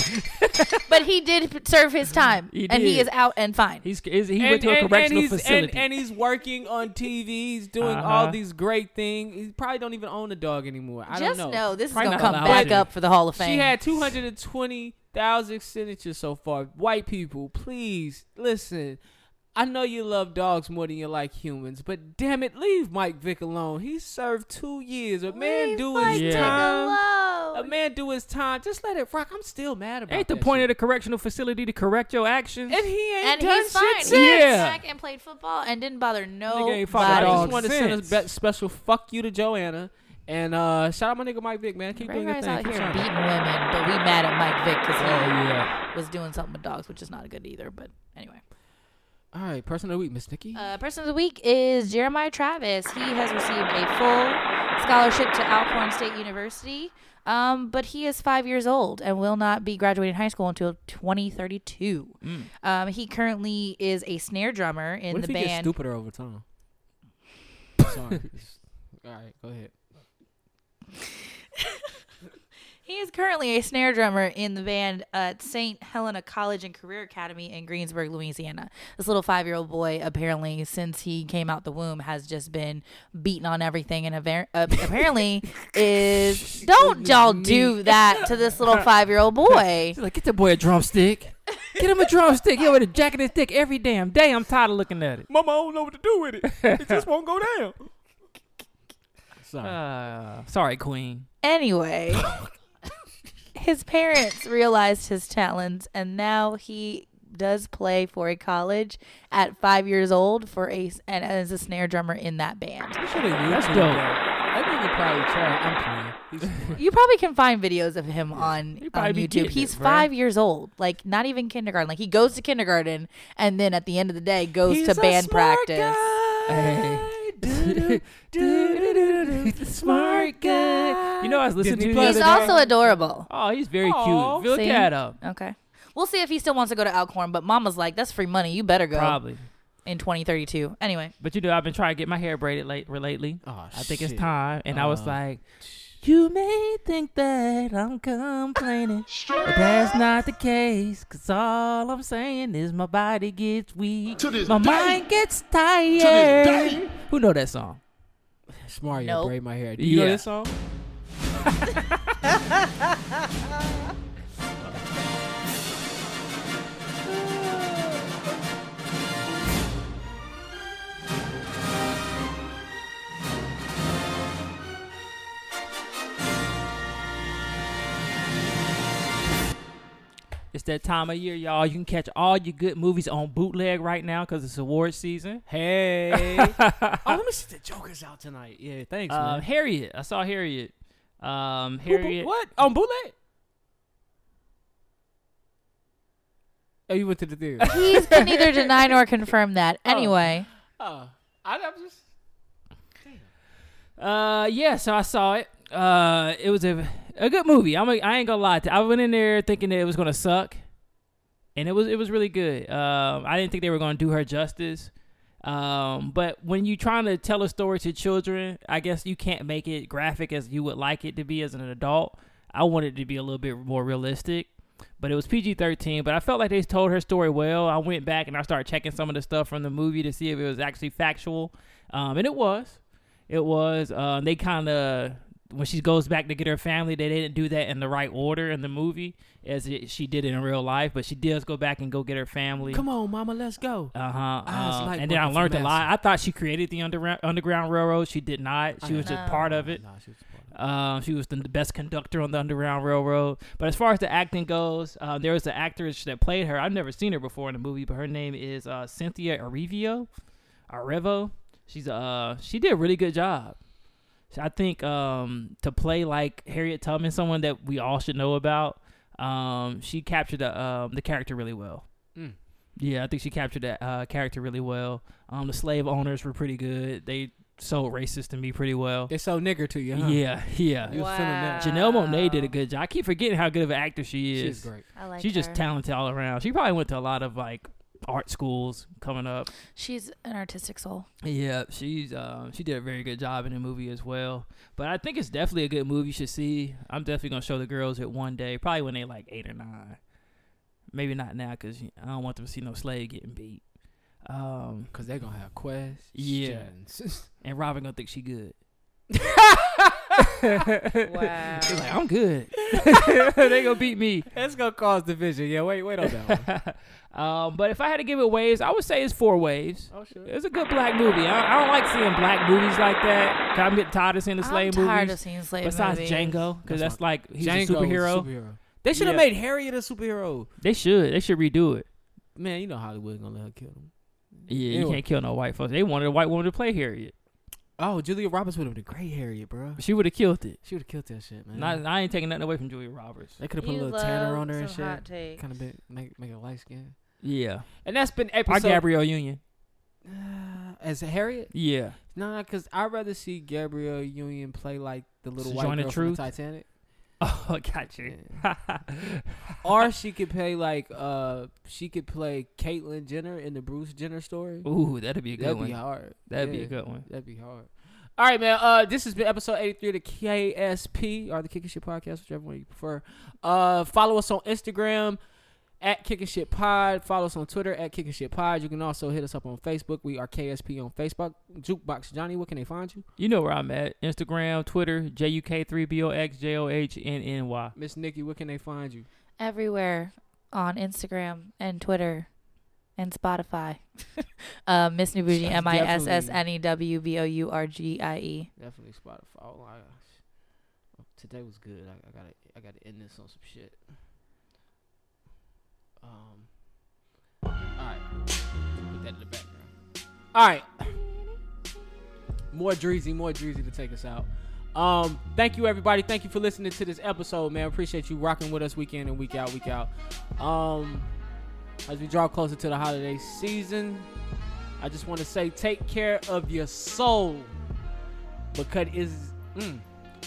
S2: But he did p- serve his time,
S5: He
S2: and he
S5: did.
S2: is out and fine.
S5: He's is, he went to a correctional
S3: he's,
S5: facility.
S3: And, and he's working on TV. He's doing all
S5: Uh-huh.
S3: these great things. He probably don't even own a dog anymore. I
S2: Just
S3: don't
S2: know.
S3: know.
S2: this is
S5: Probably
S2: gonna
S5: not
S2: come
S5: allowed
S2: back
S5: to.
S2: up for the Hall of Fame.
S3: She had 220,000 signatures so far. White people, please listen. I know you love dogs more than you like humans, but damn it, leave Mike Vick alone. He served two years. A man do his
S5: Mike Vick
S3: time. A man do his time. Just let it rock. I'm still mad about.
S5: Ain't the
S3: that
S5: point
S3: shit.
S5: of the correctional facility to correct your actions?
S3: And he ain't
S2: and
S3: done
S2: he's fine.
S3: shit
S2: He
S3: since.
S2: went
S5: Yeah.
S2: back and played football and didn't bother
S5: Nigga
S2: nobody.
S5: ain't fought
S3: I
S5: Dog
S3: just want to send a
S5: sense.
S3: be- special fuck you to Joanna. And uh, shout out my nigga Mike Vick, man. Keep
S2: Ray
S3: doing your
S2: Rice
S3: thing.
S2: out
S3: Keep
S2: here
S3: shining.
S2: beating women, but we mad at Mike Vick because he
S5: yeah.
S2: was doing something with dogs, which is not good either. But anyway.
S3: All right, person of the week, Miss Nikki.
S2: Uh, person of the week is Jeremiah Travis. He has received a full scholarship to Alcorn State University, um, but he is five years old and will not be graduating high school until 2032. Um, he currently is a snare drummer in
S3: what
S2: the
S3: if he gets
S2: band.
S3: stupider over time? Sorry. All right, go ahead.
S2: He is currently a snare drummer in the band at St. Helena College and Career Academy in Greensburg, Louisiana. This little five year old boy, apparently, since he came out the womb, has just been beating on everything and aver- uh, apparently is. Don't y'all do that to this little five year old boy.
S5: She's like, get the boy a drumstick. Get him a drumstick. He with a jacket and stick every damn day. I'm tired of looking at it.
S3: Mama, I don't know what to do with it. It just won't go down. Sorry.
S5: Uh, sorry, Queen.
S2: Anyway, his parents realized his talents, and now he does play for a college at five years old for a and as a snare drummer in that band.
S5: That's dope.
S3: That nigga probably tried. I'm playing. He's
S2: You probably can find videos of him on,
S5: probably
S2: on
S5: be
S2: YouTube.
S5: getting
S2: He's
S5: it, bruh.
S2: five years old, like not even kindergarten. Like he goes to kindergarten and then at the end of the day goes
S3: He's
S2: to
S3: a
S2: band
S3: smart
S2: practice.
S5: Hey.
S3: Doo-doo, doo-doo-doo-doo.
S5: He's a smart guy. You know, I was listening
S3: Disney
S5: to
S3: Plus.
S2: He's
S5: this.
S3: Brother,
S2: also adorable.
S5: Oh, he's very
S3: Aw.
S5: cute. Look
S2: See?
S5: at him.
S2: Okay. We'll see if he still wants to go to Alcorn, but Mama's like, that's free money. You better go
S5: Probably.
S2: in 2032. Anyway,
S5: But you know, I've been trying to get my hair braided late, lately.
S3: Oh,
S5: I think it's
S3: shit.
S5: time. And I was
S3: Uh,
S5: like, You may think that I'm complaining, but that's not the case. Cause all I'm saying is my body gets weak,
S1: To this
S5: my
S1: day.
S5: mind gets tired.
S1: day.
S5: Who know that song?
S3: It's Mario
S2: Nope.
S3: braid my hair. Do you know
S5: Yeah.
S3: this song?
S5: It's that time of year, y'all. You can catch all your good movies on bootleg right now because it's award season.
S3: Hey. Uh, oh, let me see the Joker's out tonight. Yeah, thanks,
S5: Um,
S3: man.
S5: Harriet, I saw Harriet. Um,
S3: Who bo-
S5: Harriet.
S3: what? On bootleg? Oh, you went to the theater.
S2: He's can neither deny nor confirm that. Anyway,
S3: oh, I, I'm just.
S5: Uh, yeah. So I saw it. Uh, it was a a good movie. I'm a, I ain't gonna lie. To, I went in there thinking that it was gonna suck, and it was it was really good. Um, I didn't think they were gonna do her justice. Um, but when you trying to tell a story to children, I guess you can't make it graphic as you would like it to be as an adult. I wanted it to be a little bit more realistic. But it was PG 13, but I felt like they told her story well. I went back and I started checking some of the stuff from the movie to see if it was actually factual. Um, and it was. It was. Uh, they kind of when she goes back to get her family, they didn't do that in the right order in the movie as it, she did in real life. But she does go back and go get her family.
S3: Come on, mama, let's go.
S5: Uh huh.
S3: I was like
S5: and then I
S3: working for
S5: learned a lot.
S3: Massa.
S5: I thought she created the underground underground railroad. She did not. She was just part of it.
S3: Nah, she was supportive.
S5: Um, she was the best conductor on the Underground Railroad. But as far as the acting goes, uh, there was an actress that played her. I've never seen her before in a movie, but her name is uh, Cynthia Arrivio. Arrivo. She's uh she did a really good job. So I think um to play like Harriet Tubman, someone that we all should know about, um she captured the um the character really well.
S3: Mm.
S5: Yeah, I think she captured that uh, character really well. Um, the slave owners were pretty good. They sold racist to me pretty well.
S3: They so nigger to you, huh?
S5: Yeah, yeah.
S3: You was feeling that.
S5: Janelle Monae did a good job. I keep forgetting how good of an actor she is.
S3: She's great.
S2: I like
S5: Oh. She's just
S2: her.
S5: talented all around. She probably went to a lot of like art schools coming up.
S2: she's an artistic soul.
S5: Yeah, she's um, she did a very good job in the movie as well. But I think it's definitely a good movie you should see. I'm definitely gonna show the girls it one day, probably when they like eight or nine. Maybe not now because I don't want them to see no slave getting beat. Um,
S3: Cause they're gonna have questions.
S5: Yeah. and Robin gonna think she good.
S2: Wow.
S5: She's like, I'm good. they gonna beat me.
S3: That's gonna cause division. Yeah, wait, wait on that one.
S5: um, but if I had to give it waves, I would say it's four waves.
S3: oh shit.
S5: It's a good black movie. I, I don't like seeing black movies like that. 'cause I'm getting tired of seeing the
S2: I'm
S5: slave
S2: tired
S5: movies.
S2: of seeing slave
S5: Besides
S2: movies.
S5: Django, because
S3: That's
S5: that's, like he's
S3: Django
S5: a superhero.
S3: was a superhero. They should have
S5: Yeah.
S3: made Harriet a superhero.
S5: They should. They should redo it.
S3: Man, you know Hollywood gonna let her kill him.
S5: Yeah, you
S3: Anyway.
S5: can't kill no white folks. They wanted a white woman to play Harriet.
S3: Oh, Julia Roberts would have been a great Harriet, bro.
S5: She would have killed it.
S3: She would have killed that shit, man.
S5: Not, I ain't taking nothing away from Julia Roberts.
S3: they could have put a little tanner on her and shit. Kind of big, make make her light skin.
S5: Yeah,
S3: And that's been
S5: our
S3: episode
S5: Gabrielle Union.
S3: Uh, as Harriet.
S5: Yeah,
S3: Nah, cause I'd rather see Gabrielle Union play like the little white
S5: Sojourner
S3: girl from the
S5: Truth?
S3: Titanic,
S5: oh, got you.
S3: or she could play like uh she could play Caitlyn Jenner in the Bruce Jenner story.
S5: Ooh, that'd be a good
S3: That'd
S5: one.
S3: be hard.
S5: that'd be
S3: Yeah.
S5: a good one.
S3: That'd be hard. All right, man. Uh, this has been episode 83 of the KSP or the Kicking Shit Podcast, whichever one you prefer. Uh, follow us on Instagram at Kicking Shit Pod. Follow us on Twitter at Kicking Shit Pod. You can also hit us up on Facebook. We are KSP on Facebook. Jukebox Johnny, where can they find you?
S5: You know where I'm at. Instagram, Twitter, JUK3BOXJOHNNY.
S3: Miss Nikki, where can they find you?
S2: Everywhere on Instagram and Twitter and Spotify. uh, Miss Nubuji, M I S S N E W B O U R G I E.
S3: Definitely Spotify. Oh, my gosh. Oh, Today was good. I, I gotta I gotta end this on some shit. Um. Alright. Put that in the background. Alright. More Dreezy, more Dreezy to take us out. Um, thank you everybody. Thank you for listening to this episode, man. Appreciate you rocking with us week in and week out, week out. Um as we draw closer to the holiday season, I just want to say take care of your soul because it's. Mm,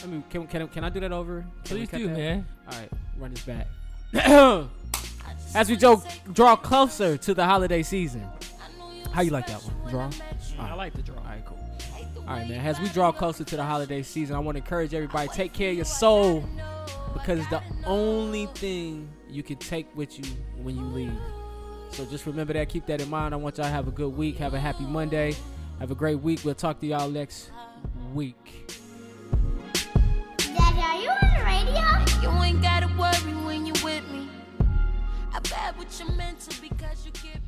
S3: I mean, can, can, can I do that over? Can we
S5: Please
S3: cut
S5: do,
S3: that?
S5: man.
S3: All right, run this back. As we jo- draw closer to the holiday season, how you like that one? Draw.
S5: I like the draw.
S3: All right, cool. All right, man. As we draw closer to the holiday season, I want to encourage everybody take care of your soul because the only thing you can take with you when you leave. So just remember that. Keep that in mind. I want y'all to have a good week. Have a happy Monday. Have a great week. We'll talk to y'all next week.
S9: Daddy, are you on the radio?
S6: You ain't gotta worry when you with me. I bad what you meant to because you give me.